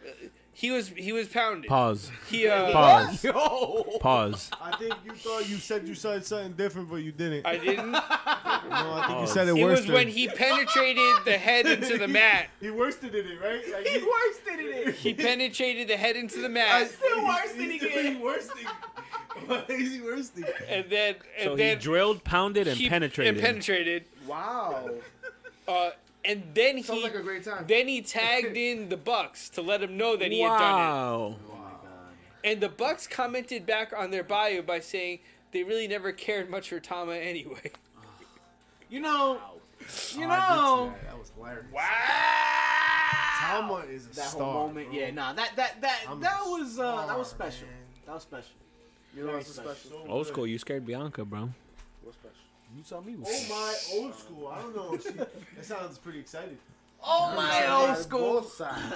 Speaker 6: he was he was pounded.
Speaker 8: Pause.
Speaker 6: He uh,
Speaker 8: Pause.
Speaker 2: Yo.
Speaker 8: Pause.
Speaker 7: I think you thought you said you said something different, but you didn't.
Speaker 6: I didn't.
Speaker 7: no, I
Speaker 8: Oh,
Speaker 7: think you said it,
Speaker 6: It
Speaker 7: worse.
Speaker 6: was when he penetrated the head into the mat.
Speaker 7: He worsted in it, right? Like,
Speaker 2: He worse than it is.
Speaker 6: He penetrated the head into the mat,
Speaker 2: Still worse than he
Speaker 7: he's doing
Speaker 2: is.
Speaker 7: worsting. Why is he worsting?
Speaker 6: and then and
Speaker 8: So he
Speaker 6: then
Speaker 8: drilled, pounded, and
Speaker 6: he-
Speaker 8: penetrated.
Speaker 6: And penetrated.
Speaker 4: Wow.
Speaker 6: Uh, and then he
Speaker 4: Sounds like a great time.
Speaker 6: Then he tagged in the Bucks to let him know that he had done
Speaker 8: wow.
Speaker 6: it. And the Bucks commented back on their bio by saying they really never cared much for Tama anyway.
Speaker 2: You know, you
Speaker 7: Oh,
Speaker 2: know.
Speaker 7: that was hilarious.
Speaker 2: Wow.
Speaker 7: Tama is a
Speaker 4: That
Speaker 7: star.
Speaker 4: whole moment,
Speaker 7: bro.
Speaker 4: yeah. Nah,
Speaker 2: Nah, that that that
Speaker 7: I'm
Speaker 2: that
Speaker 7: a
Speaker 2: was uh, that was
Speaker 7: star,
Speaker 2: special.
Speaker 7: man.
Speaker 2: That was special.
Speaker 4: You know what's so special?
Speaker 7: So
Speaker 8: Old
Speaker 7: good.
Speaker 8: school, you scared Bianca, bro.
Speaker 4: What's special?
Speaker 2: You tell me.
Speaker 7: Oh my, old school. I don't know. She, that sounds pretty excited.
Speaker 2: Oh my old school.
Speaker 4: Both sides.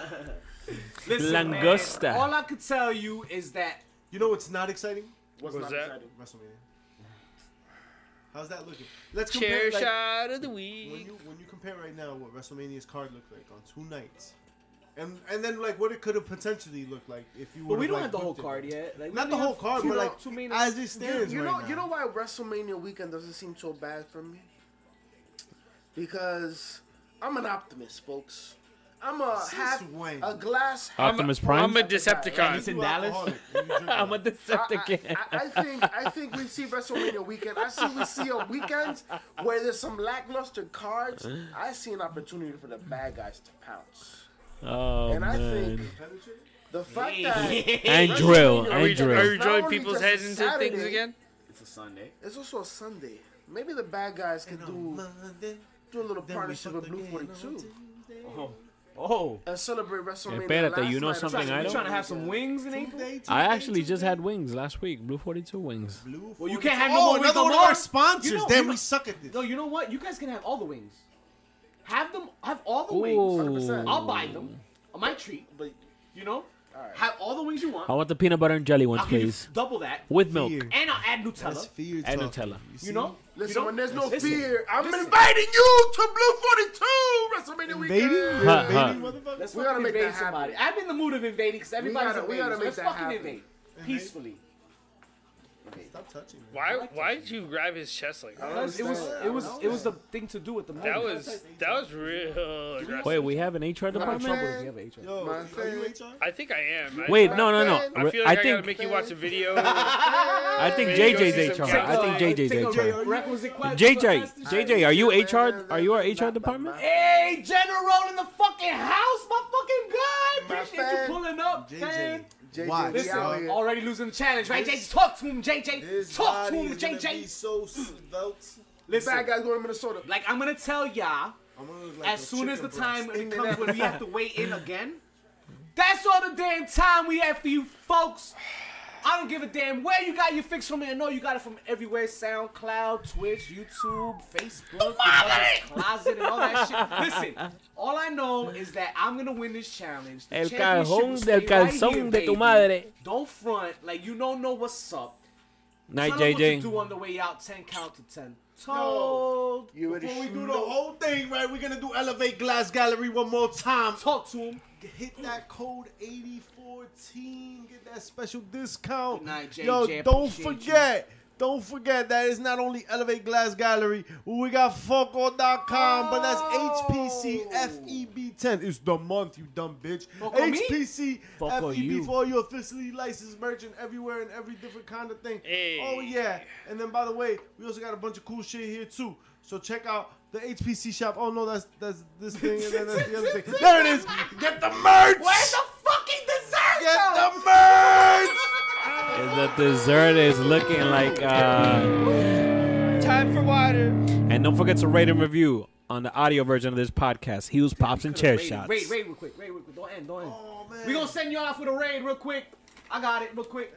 Speaker 2: Listen, man,
Speaker 8: Langosta.
Speaker 2: all I could tell you is that
Speaker 7: You know what's not exciting?
Speaker 4: What's
Speaker 6: was
Speaker 4: not
Speaker 6: that?
Speaker 4: exciting?
Speaker 7: WrestleMania. How's that looking? Let's compare.
Speaker 6: Chair
Speaker 7: Like,
Speaker 6: shot of the
Speaker 7: when
Speaker 6: week.
Speaker 7: you when you compare right now what WrestleMania's card looked like on two nights, and and then like what it could have potentially looked like if you.
Speaker 2: But we
Speaker 7: would've,
Speaker 2: don't
Speaker 7: like,
Speaker 2: have the whole
Speaker 7: booked it.
Speaker 2: card yet. Like, we
Speaker 7: Not the
Speaker 2: only
Speaker 7: whole
Speaker 2: have
Speaker 7: card,
Speaker 2: two-
Speaker 7: but like
Speaker 2: two main
Speaker 7: as it stands
Speaker 4: You know,
Speaker 7: right
Speaker 4: you
Speaker 7: now.
Speaker 4: know why WrestleMania weekend doesn't seem so bad for me? Because I'm an optimist, folks. I'm a
Speaker 7: Since
Speaker 4: half
Speaker 7: when?
Speaker 4: a glass half.
Speaker 8: Optimus
Speaker 6: I'm
Speaker 8: Prime.
Speaker 6: a
Speaker 2: It's
Speaker 6: Decepticon.
Speaker 2: in Dallas.
Speaker 8: I'm a
Speaker 4: I,
Speaker 8: Decepticon.
Speaker 4: I, I think I think we see WrestleMania weekend. I see we see on weekends where there's some lackluster cards. I see an opportunity for the bad guys to pounce,
Speaker 8: Oh
Speaker 4: and I think
Speaker 8: man.
Speaker 4: the fact that
Speaker 8: And drill.
Speaker 4: Are
Speaker 6: Are
Speaker 8: And
Speaker 6: you, are
Speaker 8: drill.
Speaker 6: you drilling
Speaker 4: Not only
Speaker 6: people's
Speaker 4: just
Speaker 6: heads into
Speaker 4: Saturday,
Speaker 6: things again?
Speaker 1: It's a Sunday.
Speaker 4: it's also a Sunday, maybe the bad guys can do do a little partnership with Blue Forty Two.
Speaker 2: Oh,
Speaker 4: and celebrate WrestleMania.
Speaker 8: Espérate,
Speaker 4: last
Speaker 8: you know
Speaker 4: night of
Speaker 8: something
Speaker 2: you
Speaker 8: I
Speaker 4: WrestleMania.
Speaker 8: don't-
Speaker 2: trying to have some wings in April?
Speaker 8: I actually just had wings last week. Blue 42 wings.
Speaker 7: Blue
Speaker 2: Well, you
Speaker 7: 42.
Speaker 2: can't have no
Speaker 7: Oh,
Speaker 2: more wings
Speaker 7: another
Speaker 2: no
Speaker 7: one of
Speaker 2: more.
Speaker 7: our sponsors.
Speaker 2: You know-
Speaker 7: Damn,
Speaker 2: you know-
Speaker 7: we suck at this.
Speaker 2: No, you know what? You guys can have all the wings. Have them. Have all the wings.
Speaker 8: Ooh.
Speaker 4: 100%.
Speaker 2: I'll buy them. On my treat, but you know, have all the wings you want.
Speaker 8: I want the peanut butter and jelly ones,
Speaker 2: I'll give you
Speaker 8: please.
Speaker 2: double that,
Speaker 8: With milk.
Speaker 7: Here.
Speaker 2: and I'll add
Speaker 7: That's
Speaker 2: Nutella.
Speaker 7: fear
Speaker 8: And
Speaker 7: talking,
Speaker 8: Nutella.
Speaker 7: see?
Speaker 2: You know,
Speaker 4: Listen,
Speaker 2: you know?
Speaker 4: when there's no
Speaker 2: Listen.
Speaker 4: fear, I'm
Speaker 2: Listen.
Speaker 4: inviting you to Blue 42 WrestleMania
Speaker 7: Baby,
Speaker 4: weekend.
Speaker 7: baby,
Speaker 8: Huh, huh.
Speaker 7: motherfucker.
Speaker 2: Let's fucking
Speaker 4: We gotta make
Speaker 2: invade
Speaker 4: that happen.
Speaker 2: somebody. I'm in the mood of invading because everybody's
Speaker 4: gotta- we
Speaker 2: invading.
Speaker 4: gotta
Speaker 2: so
Speaker 4: make
Speaker 2: let's
Speaker 4: that
Speaker 2: fucking
Speaker 4: happen.
Speaker 2: invade peacefully.
Speaker 7: Stop touching. me.
Speaker 6: Why why did you grab his chest like that?
Speaker 2: Because it was
Speaker 4: understand.
Speaker 2: it was it was the thing to do at the moment.
Speaker 6: That was that was real aggressive.
Speaker 8: Wait, we have an HR
Speaker 2: I'm in
Speaker 8: department?
Speaker 2: trouble if we have an HR.
Speaker 7: Yo,
Speaker 4: My
Speaker 7: are you
Speaker 4: friend.
Speaker 7: HR?
Speaker 6: I think I am. I,
Speaker 8: Wait, no, no, no.
Speaker 6: I feel
Speaker 8: I
Speaker 6: like I, gotta
Speaker 8: think
Speaker 6: make you watch a video.
Speaker 8: I think
Speaker 6: Maybe go see
Speaker 8: JJ's HR.
Speaker 6: some
Speaker 8: I think
Speaker 2: Take a
Speaker 8: JJ's HR.
Speaker 2: requisite quest-
Speaker 8: JJ,
Speaker 2: quest-
Speaker 8: JJ, are you HR? Are you our HR department?
Speaker 2: Hey, General in the fucking house, my fucking guy.
Speaker 4: My
Speaker 2: Appreciate you
Speaker 4: fan,
Speaker 2: pulling up, man.
Speaker 7: JJ.
Speaker 4: JJ,
Speaker 7: Why?
Speaker 4: we
Speaker 2: Listen,
Speaker 4: out here.
Speaker 2: already losing the challenge, right?
Speaker 7: This-
Speaker 2: JJ, talk to him, JJ.
Speaker 7: This
Speaker 2: Talk to
Speaker 7: body
Speaker 2: him,
Speaker 7: is gonna be
Speaker 2: JJ.
Speaker 7: so svelte.
Speaker 2: Listen,
Speaker 4: Bad guys going to Minnesota.
Speaker 2: like I'm gonna tell y'all,
Speaker 7: I'm gonna look like
Speaker 2: as
Speaker 7: a
Speaker 2: soon as the
Speaker 7: chicken
Speaker 2: time
Speaker 7: breast.
Speaker 2: it comes when we have to wait in again, that's all the damn time we have for you folks. I don't give a damn where you got your fix from. I know you got it from everywhere: SoundCloud, Twitch, YouTube, Facebook, the closet, and all that shit. Listen, all I know is that I'm gonna win this challenge. The
Speaker 8: El
Speaker 2: championship
Speaker 8: cajón
Speaker 2: will
Speaker 8: del
Speaker 2: stay right
Speaker 8: calzón
Speaker 2: here,
Speaker 8: de tu
Speaker 2: baby.
Speaker 8: madre.
Speaker 2: Don't front like you don't know what's up.
Speaker 8: Night,
Speaker 2: Tell 'em what to
Speaker 8: JJ.
Speaker 2: do on the way out. Ten count to ten.
Speaker 7: No.
Speaker 2: Told.
Speaker 4: You already
Speaker 7: Before we do
Speaker 4: shoot
Speaker 7: the
Speaker 4: up.
Speaker 7: whole thing, right? We're gonna do Elevate Glass Gallery one more time.
Speaker 2: Talk to him.
Speaker 7: Hit that code 8014. Get that special discount.
Speaker 2: Good night, JJ.
Speaker 7: Yo, don't
Speaker 2: Appreciate you.
Speaker 7: forget. Don't forget that it's not only Elevate Glass Gallery. We got Funko.com, but that's HPC FEB10. E It's the month, you dumb bitch.
Speaker 2: Funko me?
Speaker 7: HPC
Speaker 2: Funko
Speaker 7: FEB
Speaker 2: you.
Speaker 7: for all your officially licensed merchant everywhere and every different kind of thing.
Speaker 6: Hey.
Speaker 7: Oh, yeah. And then, by the way, we also got a bunch of cool shit here, too. So check out the HPC shop. Oh, no, that's that's this thing and then that's the other thing. There it is. Get the merch.
Speaker 2: Where's the fucking dessert?
Speaker 7: Get the merch.
Speaker 8: And the dessert is looking like. Uh,
Speaker 6: Time for water.
Speaker 8: and don't forget to rate and review on the audio version of this podcast. Heels, pops, and chair
Speaker 2: Raid,
Speaker 8: shots.
Speaker 2: raid, raid real quick. Raid real quick. Don't end. Don't end.
Speaker 7: Oh, man.
Speaker 2: We gonna send you off with a raid real quick. I got it real quick.